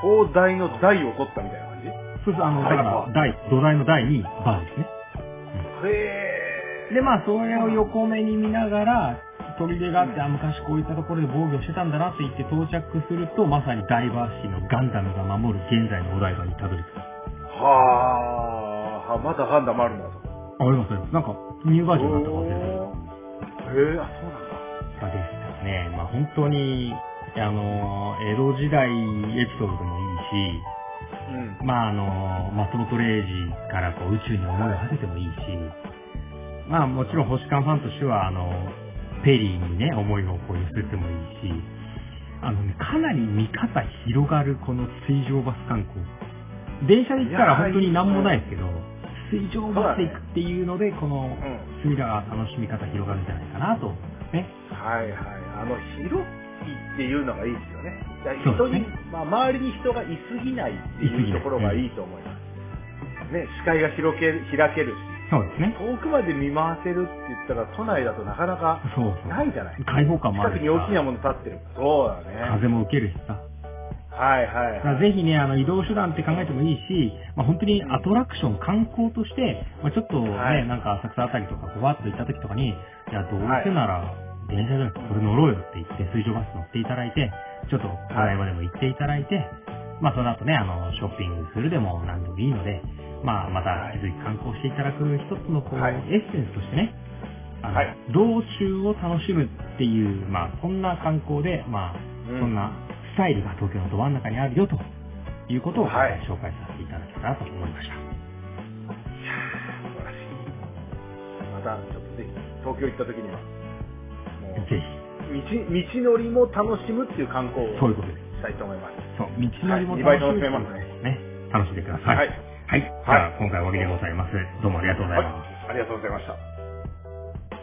砲台の台を取ったみたいな感じ
です。そうそう、あの、だか
は
ら、台、土台の台にバーですね。
へえ。
で、まあ、それを横目に見ながら、砦があって、あ、昔こういったところで防御してたんだなって言って到着すると、まさにダイバーシティのガンダムが守る現在のお台場にたどり着く。
はあ、まだガンダムあるんだ、あそこ。
あ、あります、あります。なんか、ニューバージョンになったか忘れたけど。
へえ、あ、そうなんだ。
まあ、でしたね。まあ、本当に、あのー江戸時代エピソードでもいい
う
し、
うん。
まああの、松本零士からこう宇宙に思いを馳せてもいいし、まあもちろん星間ファンとしては、あの、ペリーにね、思いをこう寄せてもいいし、あのね、かなり見方広がるこの水上バス観光。電車で行ったら本当に何もないですけど、水上バスで行くっていうので、この
うん
隅田川楽しみ方広がるんじゃないかなと思いますね。
はいはい。あの、広いっていうのがいいですよね。だから
そう
人に、
ですね
まあ、周りに人がいすぎないって
いすぎ
いう
ない
ところがいいと思います。ね、視界が広ける開けるし、
そうですね。
遠くまで見回せるって言ったら都内だとなかなか
そう
ないじゃない
そう。開放感もあ
近
る
く
し
に大きなもの立ってる。そうだね。
風も受けるしさ。
はいはい
だか
は
ら
い。
ぜひね、あの、移動手段って考えてもいいし、まあ、本当にアトラクション、観光として、まあ、ちょっとね、
はい
なんか浅草あたりとか、こうわっと行った時とかに、いや、どうせなら、電車じゃなくてこれ乗ろうよって言って、水上バス乗っていただいて、ちょっと、ただいまでも行っていただいて、まあ、その後ね、あの、ショッピングするでも何でもいいので、まあ、また引き続き観光していただく一つの、こう、
はい
エッセンスとしてね、あの、
はい
道中を楽しむっていう、まあ、そんな観光で、まあ、
うん
そんなスタイルが東京のど真ん中にあるよということを、
はい
紹介させていただけたらと思いました。
素晴らしい。また、ちょっとぜひ、東京行った時には、もう
ぜひ、
道、道のりも楽しむっていう観光
そう
を
いうことで
し
す。
たいと思います。
そう、道のりも
はい
楽
二倍楽し
し
め
み
ま
と
す
い
ね
うことでね。楽しんでください。
はい
はい。じゃあ、今回は終わりでございます。どうもありがとうございます。
はい。ありがとうございました。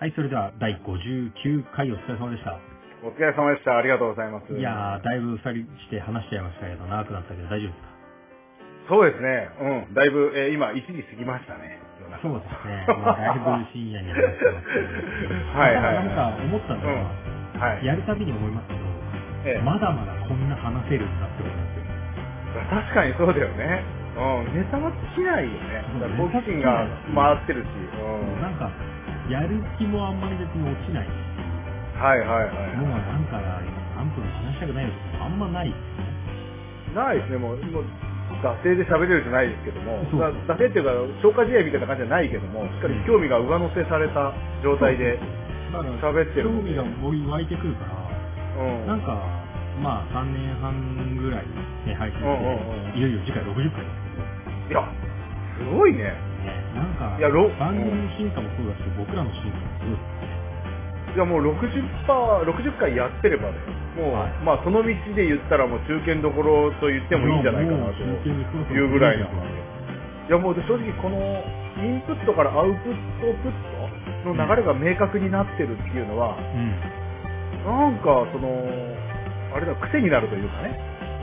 はい、それでは第59回お疲れ様でした。
お疲れ様でした。ありがとうございます。
いやー、だいぶ二人して話しちゃいましたけど、長くなったけど大丈夫です
そ
か
うですね。うん。だいぶ、えー今、1時過ぎましたね。夜中
そうです ね。もうだいぶ深夜になりましたけど
はいはいはい
なんか思ったのは、
うんはい
やるたびに思いますけど、
ええ
まだまだこんな話せるんだって思いますよ。
確かにそうだよね。うん。ネタは尽きないよね。だから好奇心が回ってるし。うん。
なんか、やる気もあんまり別に落ちないし、
はいはい
もう
は
なんか何分も話したくないのとかあんまないですね。
い。ないですね。もう、もう惰性で喋れるじゃないですけども、
そう
だ惰性っていうか、消化試合みたいな感じじゃないけども、しっかり興味が上乗せされた状態で、
だから
喋ってる
興
もん
味
ね
が湧いてくるから、
うん。
なんか、まあ3年半ぐらい、ね、配信して、
うんうんうん
いよいよ次回60回ですけど、
いや、すごいね。
ね、なんか
いやろ
番組の進化もそうだし、僕らの進化もすごいですね。
いやもう60%、60回やってればね、もう、
はい
まあその道で言ったらもう中堅どころと言ってもいいんじゃないかなと
もう真剣にそうそう
いうぐらいな。いやもう正直このインプットからアウプット、プットの流れが明確になってるっていうのは、
うん。
なんかその、あれだ、癖になるというかね。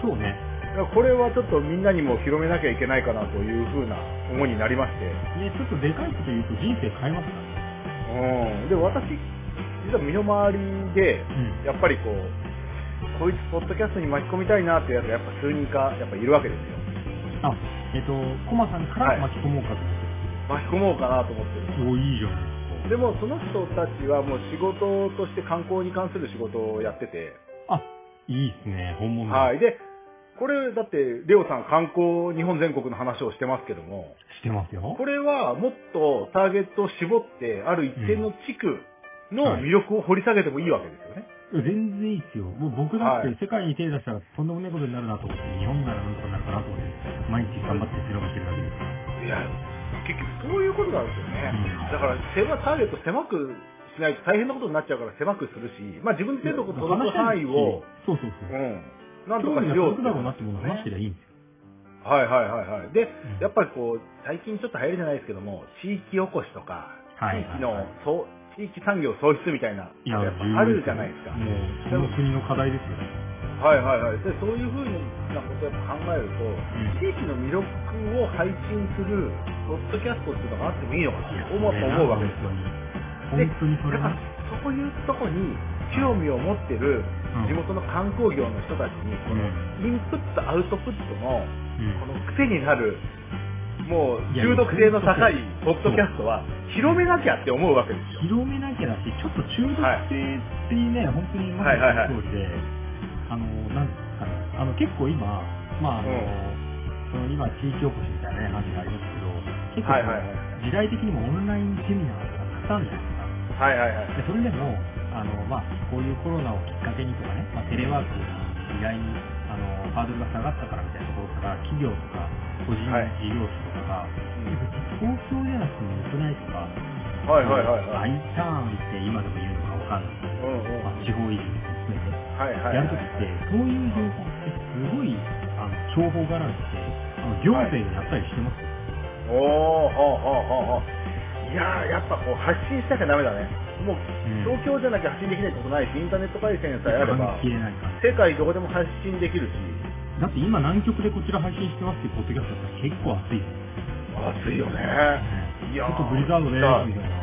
そうね。
だからこれはちょっとみんなにも広めなきゃいけないかなというふうな思いになりまして。
ね、ちょっとでかいこと言うと人生変えますからね。
うん、で私、実は身の回りで、
ん
やっぱりこう、こいつ、ポッドキャストに巻き込みたいなってやつが、やっぱ数人か、やっぱいるわけですよ。
あ、えっ、と、コマさんか
は
ら
い
巻き込もうかと思って。
巻き込もうかなと思ってる。
お、いいじゃないです
でも、その人たちはもう仕事として観光に関する仕事をやってて、
か。あ、いいですね、本物だ
はい。で、これ、だって、レオさん、観光、日本全国の話をしてますけども、
してますよ。
これはもっとターゲットを絞って、ある一定の地区
うん
の
はい
魅力を掘り下げてもいいわけですよね。
全然いいっすよ。もう僕だっ
は
て
い
世界に手出したらとんでもないことになるなと思って、日本ならなんとかなるかなと思って、毎日頑張って背伸ばしてるだけですから。
いや、結局そういうことなんですよね。だから、狭ターゲット狭くしないと大変なことになっちゃうから狭くするし、まあ自分の手の届く範囲を、
そうそ
う
うそう。
ん、なんと
興
か
味
し
が
よう
続くだろうなってものを話してりゃいいんですよ。
はいはいはいはい。で
ん、
やっぱりこう、最近ちょっと流行りじゃないですけども、地域おこしとか、
はい
地域の、そう、地域産業創出みたいな、
いや、
やっぱあるじゃないですか。
もう、その国の課題ですよね。
はいはいはい。で、そういうふうなことをやっぱ考えると、地域の魅力を配信する、ポッドキャストっていうのがあってもいいのかなって思う思うわけですよ。
本当にそれ
だから
ね。
そういうとこに興味を持ってる
うん
地元の観光業の人たちに、このインプットアウトプットのこの癖になるもう
いや
中毒性の高いポッドキャストは広めなきゃって思うわけですよ。
広めなきゃだし、ちょっと中毒性っていうね、本当にま
はいはいはい
さにその通りで、あの、なんですかね、あの、結構今、まあ、あの、
うん
その今、地域おこしみたいなね話がありますけど、結構、
はいはいはい
時代的にもオンラインセミナーがたくさんあるじゃないですか。
はいはいはい。
でそれでも、ああの、まあ、こういうコロナをきっかけにとかね、まあ、テレワークに意外にあのハードルが下がったからみたいなところから、企業とか個人
はい
事業者とかが、東京じゃなくても良くないと
は
か、
いはいはいはい。
I ターンって今でも言うのかわかんないけど、
うんうん。
まあ、地方移住も含めて。
はいはいはい。
やるときって、そういう情報ってすごい、あの、情報がらみで、あの、行政がやったりしてますよ。
おー、ほうほうほうほう。いやー、やっぱこう発信しなきゃダメだね。もう、
ん
東京じゃなきゃ発信できないことないし、インターネット回線さえあれば、
切れないから。
世界どこでも発信できるし、
だって今南極でこちら配信してますっていうポッドキャストだったら結構熱いですよ
暑いよね。い
ね。
やー
ちょっとブリザードで
はい
みたいな。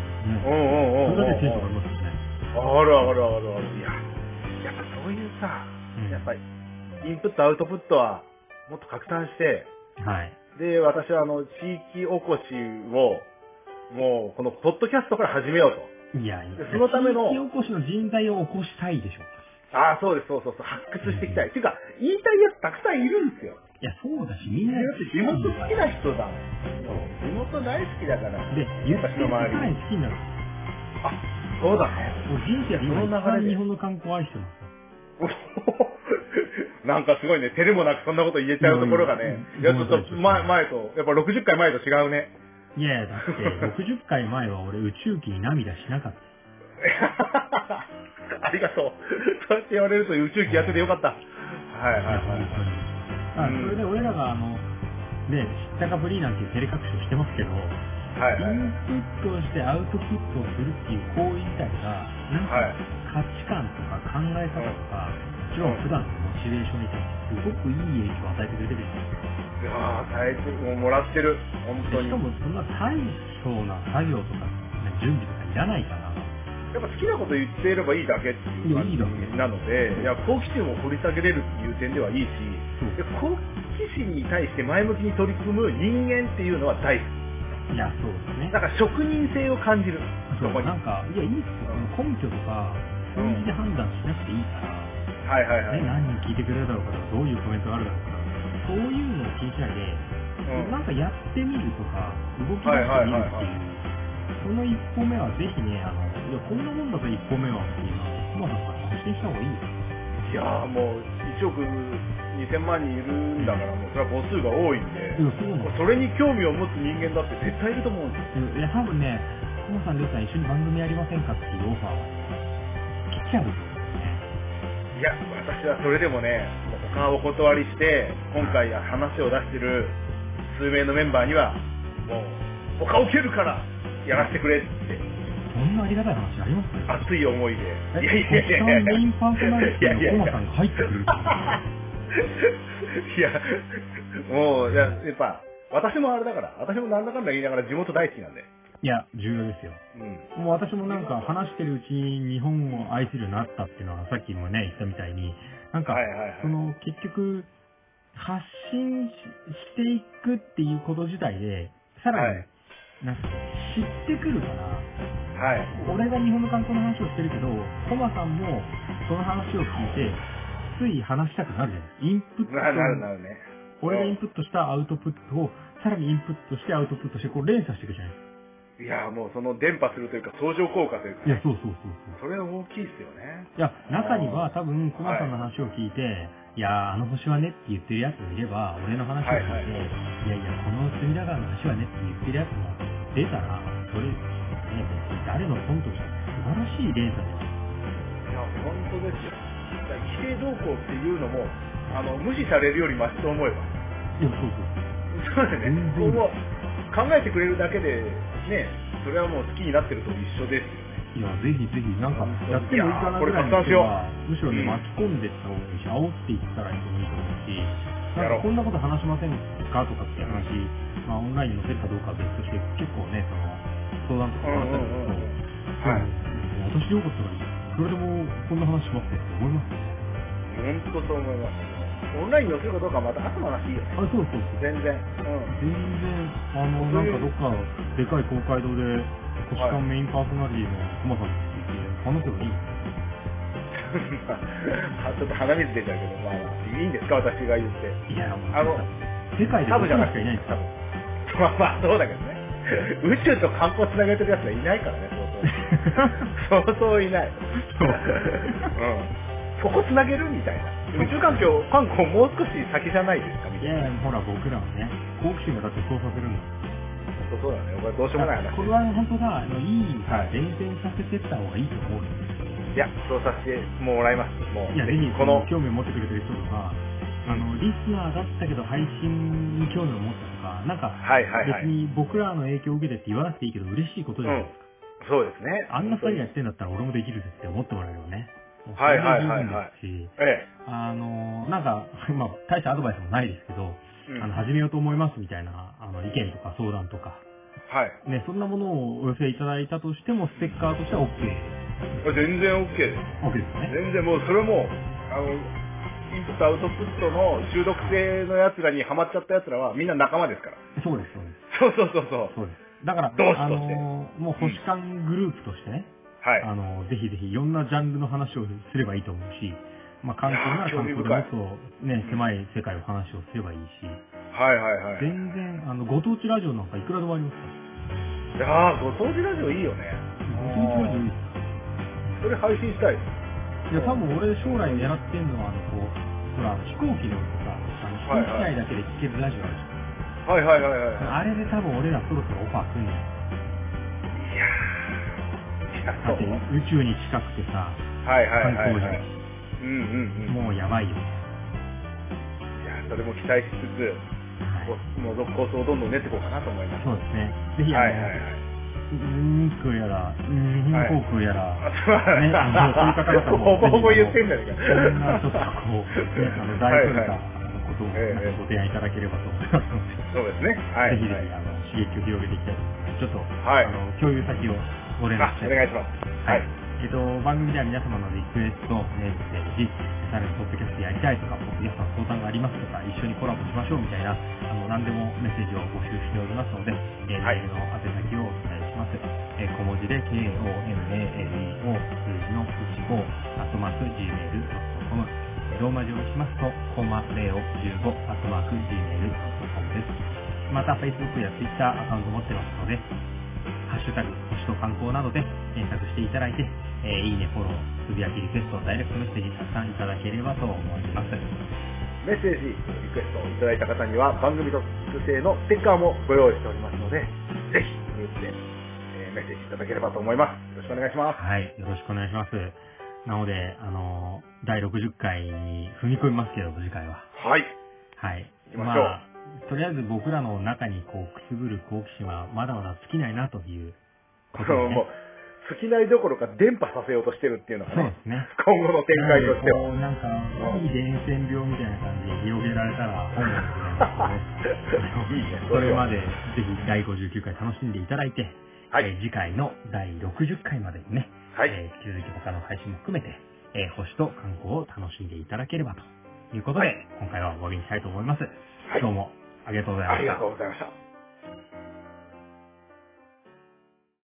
うんうんうんうん。
ね。それだけテンション上がりますよね。
あるあるあるある。いや、やっぱそういうさ、
うん
やっぱり、インプットアウトプットは、もっと拡散して、
はい。
で、私はあの、地域おこしを、もう、この、ポッドキャストから始めようと。
いや、いや
そのための
地域おこしの人材を起こしたいでしょ。
ああ、そうです、そうそうそう、発掘していきたい。っていうか、言いたいやつたくさんいるんですよ。
いや、そうだし、みん
だ
な
って地元好きな人だもん。地元大好きだから。
で、言って
私
世
の周り
界に好きになる。
あ、そうだね。
もう人生は今
その流れ
一番
で
日本の観光を愛してますよ。
なんかすごいね、照れもなくそんなこと言えちゃうところがね、
うん
いや、ちょっと前、前と、やっぱ60回前と違うね。
いやいや、だって、60回前は俺宇宙機に涙しなかった。
ありがとう。そうやって言われると宇宙機やっててよかった。はいはいはい。
あそれで俺らが、あの、ね、知ったかぶりなんていう照れ隠しをしてますけど、イ
はいはい。
ンプットをしてアウトプットをするっていう行為自体が、なん
は
か
い
価値観とか考え方とか、もちろん普段のモチベーションに対してすごくいい影響を与えてくれてるじゃないですか。
いやー、大変、もうもらってる。本当に。
でし
や
かもそんな大層な作業とか、ね、準備とかいらないから、
っぱ好きなこと言っていればいいだけっていう感
いやいいだけ
じなので、いや、好奇心を掘り下げれるっていう点ではいいし、
そう
で好奇心に対して前向きに取り組む人間っていうのは大好き。
いや、そうですね
なん。か職人性を感じる。そ
そう
こに。
なんか、いや、いいっすよ。その根拠とか、
う
数
ん
字で判断しなくていいから、
はいはいはい。
ね、何人聞いてくれるだろうかとか、どういうコメントがあるだろうかとか、そういうのを気にしないで、
うん
なんかやってみるとか、動き出
はい
し
はい
てみ
はい
るっ
は
て
い
いう、その一歩目はぜひね、あの、いや、こんなもんだと一歩目はっていうのを、熊さんから発信した方がいいよ。
いやーもう、1億2000万人いるんだから、もうそれは母数が多いんで、
うん、そうなの。
それに興味を持つ人間だって絶対いると思うんですよ。
いや、多分ね、熊さん、りょうさん一緒に番組やりませんかっていうオファーは、来ちゃうよ。
いや、私はそれでもね、もう他をお断りして、今回話を出してる数名のメンバーには、もう、他を蹴るから、やらせてくれって、
そんなありがたい話あります
熱い思いで。
え
いやいやいやいや
国産メインパーソナリティのコマさんが入ってくるっていう
いや、もう、いや、やっぱ、私もあれだから、私もなんだかんだ言いながら地元大好きなんで。
いや、重要ですよ。
うん。
もう私もなんか話してるうちに日本を愛するようになったっていうのはさっきもね、言ったみたいに、なんか、
はいはいはい
その結局、発信ししていくっていうこと自体で、さら
は
に、
い
なんか知ってくるから、
はい。
俺が日本の観光の話をしてるけど、コマさんもその話を聞いて、つい話したくなるじゃないですか。インプット
なるなるなるね。
俺がインプットしたアウトプットを、さらにインプットしてアウトプットして、こう連鎖していくじゃないですか。
いや、もうその伝播するというか、相乗効果というか、
いや、そうそうそうそう。
それは大きいですよね。
いや、中には多分、コマさんの話を聞いて、い、やー、あの星はねって言ってるやつもいれば、俺の話を聞いて、
はいいはい
やいや、この隅田川の橋はねって言ってるやつも出たら、それ、ね、別に誰のコントじゃなくて素晴らしい連鎖です。
いや、本当ですよ。だから規定動向っていうのも、あの、無視されるよりマシと思えば。
いや、そう
そ
そう。
うですね。
全然
今後、考えてくれるだけで、ね、それはもう好きになってると一緒ですよね。
いや、ぜひぜひ、なんか、やってもいいかなぐ
いやー
らい
これ拡散しよう
むしろね、
うん
巻き込んでいった方がいいし、煽っていったらいいと思うし、なん
やろう
かこんなこと話しませんかとかって話、まあ、オンラインに載せるかどうかは別として、結構ね、その、相談とかもらったりすると、
はい。
私でよかったらいい。それでも、こんな話しますかって思いますね。
本当そう思います。オンラインに載せるかどうかはまた後の話いいよね
あ。、そうそうそう。
全然。うん。
全然、あの、なんかどっか、でかい公会堂で、コシカンメインパーソナリティのコマさんについて話せばいい。
ちょっと鼻水出ちゃうけど、まあ、いいんですか、私が言って。
いや、もう、
あの
世界で
サ
僕
ブ
し
じ
か
ゃなく
いないんです、多分。
まあまあそうだけどね。宇宙と観光つなげてるやつはいないからね、そうそう。 そうそういない。
そう
うん。そこつなげるみたいな。宇宙環境、環境もう少し先じゃないですかみ
い
たいな。
やいや、ほら、僕らはね、好奇心がだってそうさせるんだもん
そうそうだね。これどうしようもない話。
これは本当だ、あのいいさ、伝染させてった方がいいと思うよ。
いや、そうさせてもらいます。もう、
いや、
ぜ
ぜ
ひ
ひ、
こ
こ
の
の、興味を持ってくれてる人とか、あの、リスナーだったけど配信に興味を持ったとか、なんか、
はいはいはい
別。に僕らの影響を受けてって言わなくていいけど、嬉しいことじゃないですか。
そうですね。
あんな詐欺やってんだったら俺もできるぜって思ってもらえるよね。
はいはいはいはい
もうそれで十分ですし、
え
あの、なんか、まあ、大したアドバイスもないですけど、
え。うん
あの、始めようと思いますみたいな、あの、意見とか相談とか、
はい。
ね、そんなものをお寄せいただいたとしても、ステッカーとしては OK。
全然 OK です。
OK ですよね。
全然もうそれもあのインプットアウトプットの中毒性のやつらにハマっちゃったやつらはみんな仲間ですから
そうです、そうです。
そうそうそうそう
そうです。だから、
どうし
あ
として
のーもう保守官グループとしてね、
はい
あのーぜひぜひいろんなジャンルの話をすればいいと思うし、まあ、観光なら
いやー興
観
味
光
深い
でもっとね、狭い世界の話をすればいいし、
はいはいはい
全然、あの、ご当地ラジオなんかいくらでもありますから
いやーご当地ラジオいいよね
ご当地ラジオいいですよ
それ配信したい
いや、多分俺将来狙ってんのは、あの、こう、ほら、飛行機でもさ、あの、飛行機内だけで聞けるラジオあるじゃん。
はいはいはいはいは
あれで多分俺らそろそろオファー来んじゃな
い
い
いやーいや
だ
そ
って
う
宇宙に近くてさ、
はいはい
観
はい
光じ
は
ゃ
い
ん。
うんうんうん
もうやばいよ。
いやそれも期待しつつ
はい
こうもうコースをどんどん練っていこうかなと思います
そうですね。ぜひ、あ
はい
の、
はいはいう
ーんこうやら、うーん
はい
こうこうやら、
あ
ね、あの、そうい う方々
ほ
も、
ぼほぼ言ってんじゃねえか
いろんなちょっとこう、ね、あの、大それたことを
はいはいええええ
ご提案いただければと思いますの
そ
で、
うですねはい
ぜひぜひ、あの、刺激を広げていきたいと思います。ちょっと、
はい
あの、共有先をご連絡
あ
し
お
たいと思います
願いしますはい。
えっと、番組では皆様のリクエスト、メール、メッセージ、さらにポッドキャストやりたいとか、ポッドキャストの相談がありますとか、一緒にコラボしましょうみたいな、あの、何でもメッセージを募集しておりますので、えー
はい
メールの宛先をお伝えします。えー小文字で、k-o-m-a-l-e-o 数字の15、アットマーク gmail.com。えーローマ字をしますと、コマ0を15、アットマーク gmail.com です。また、Facebook や Twitter アカウント持ってますので、ハッシュタグ、星と観光などで検索していただいて、えーいいね、フォロー、つぶやきリクエスト、ダイレクトメッセージたくさんいただければと思います。
メッセージ、リクエストをいただいた方には番組特製のステッカーもご用意しておりますので、ぜひ、グループで、えーメッセージいただければと思います。よろしくお願いします。
はい、よろしくお願いします。なので、あのー第60回に踏み込みますけど、次回は。
はい。
はい。
行きましょう
あ、とりあえず僕らの中にこう、くすぐる好奇心はまだまだ尽きないなという
こ
こと
の
で
もう
ね。、
好きないどころか伝播させようとしてるっていうのが
そうで
ね、
すね。
今後の展開として
な
は。
んでこ うなんか、いい伝染病みたいな感じで広げられたら本望でございますので
いいね
それまで、ぜひ第59回楽しんでいただいて、
はい
えー次回の第60回までにね、
はい
えー引き続き他の配信も含めて、えー星と観光を楽しんでいただければということで、
はい
今回は終わりにしたいと思います。
い
今日もありがとうございま
あ
し
り
た
が。とうございました。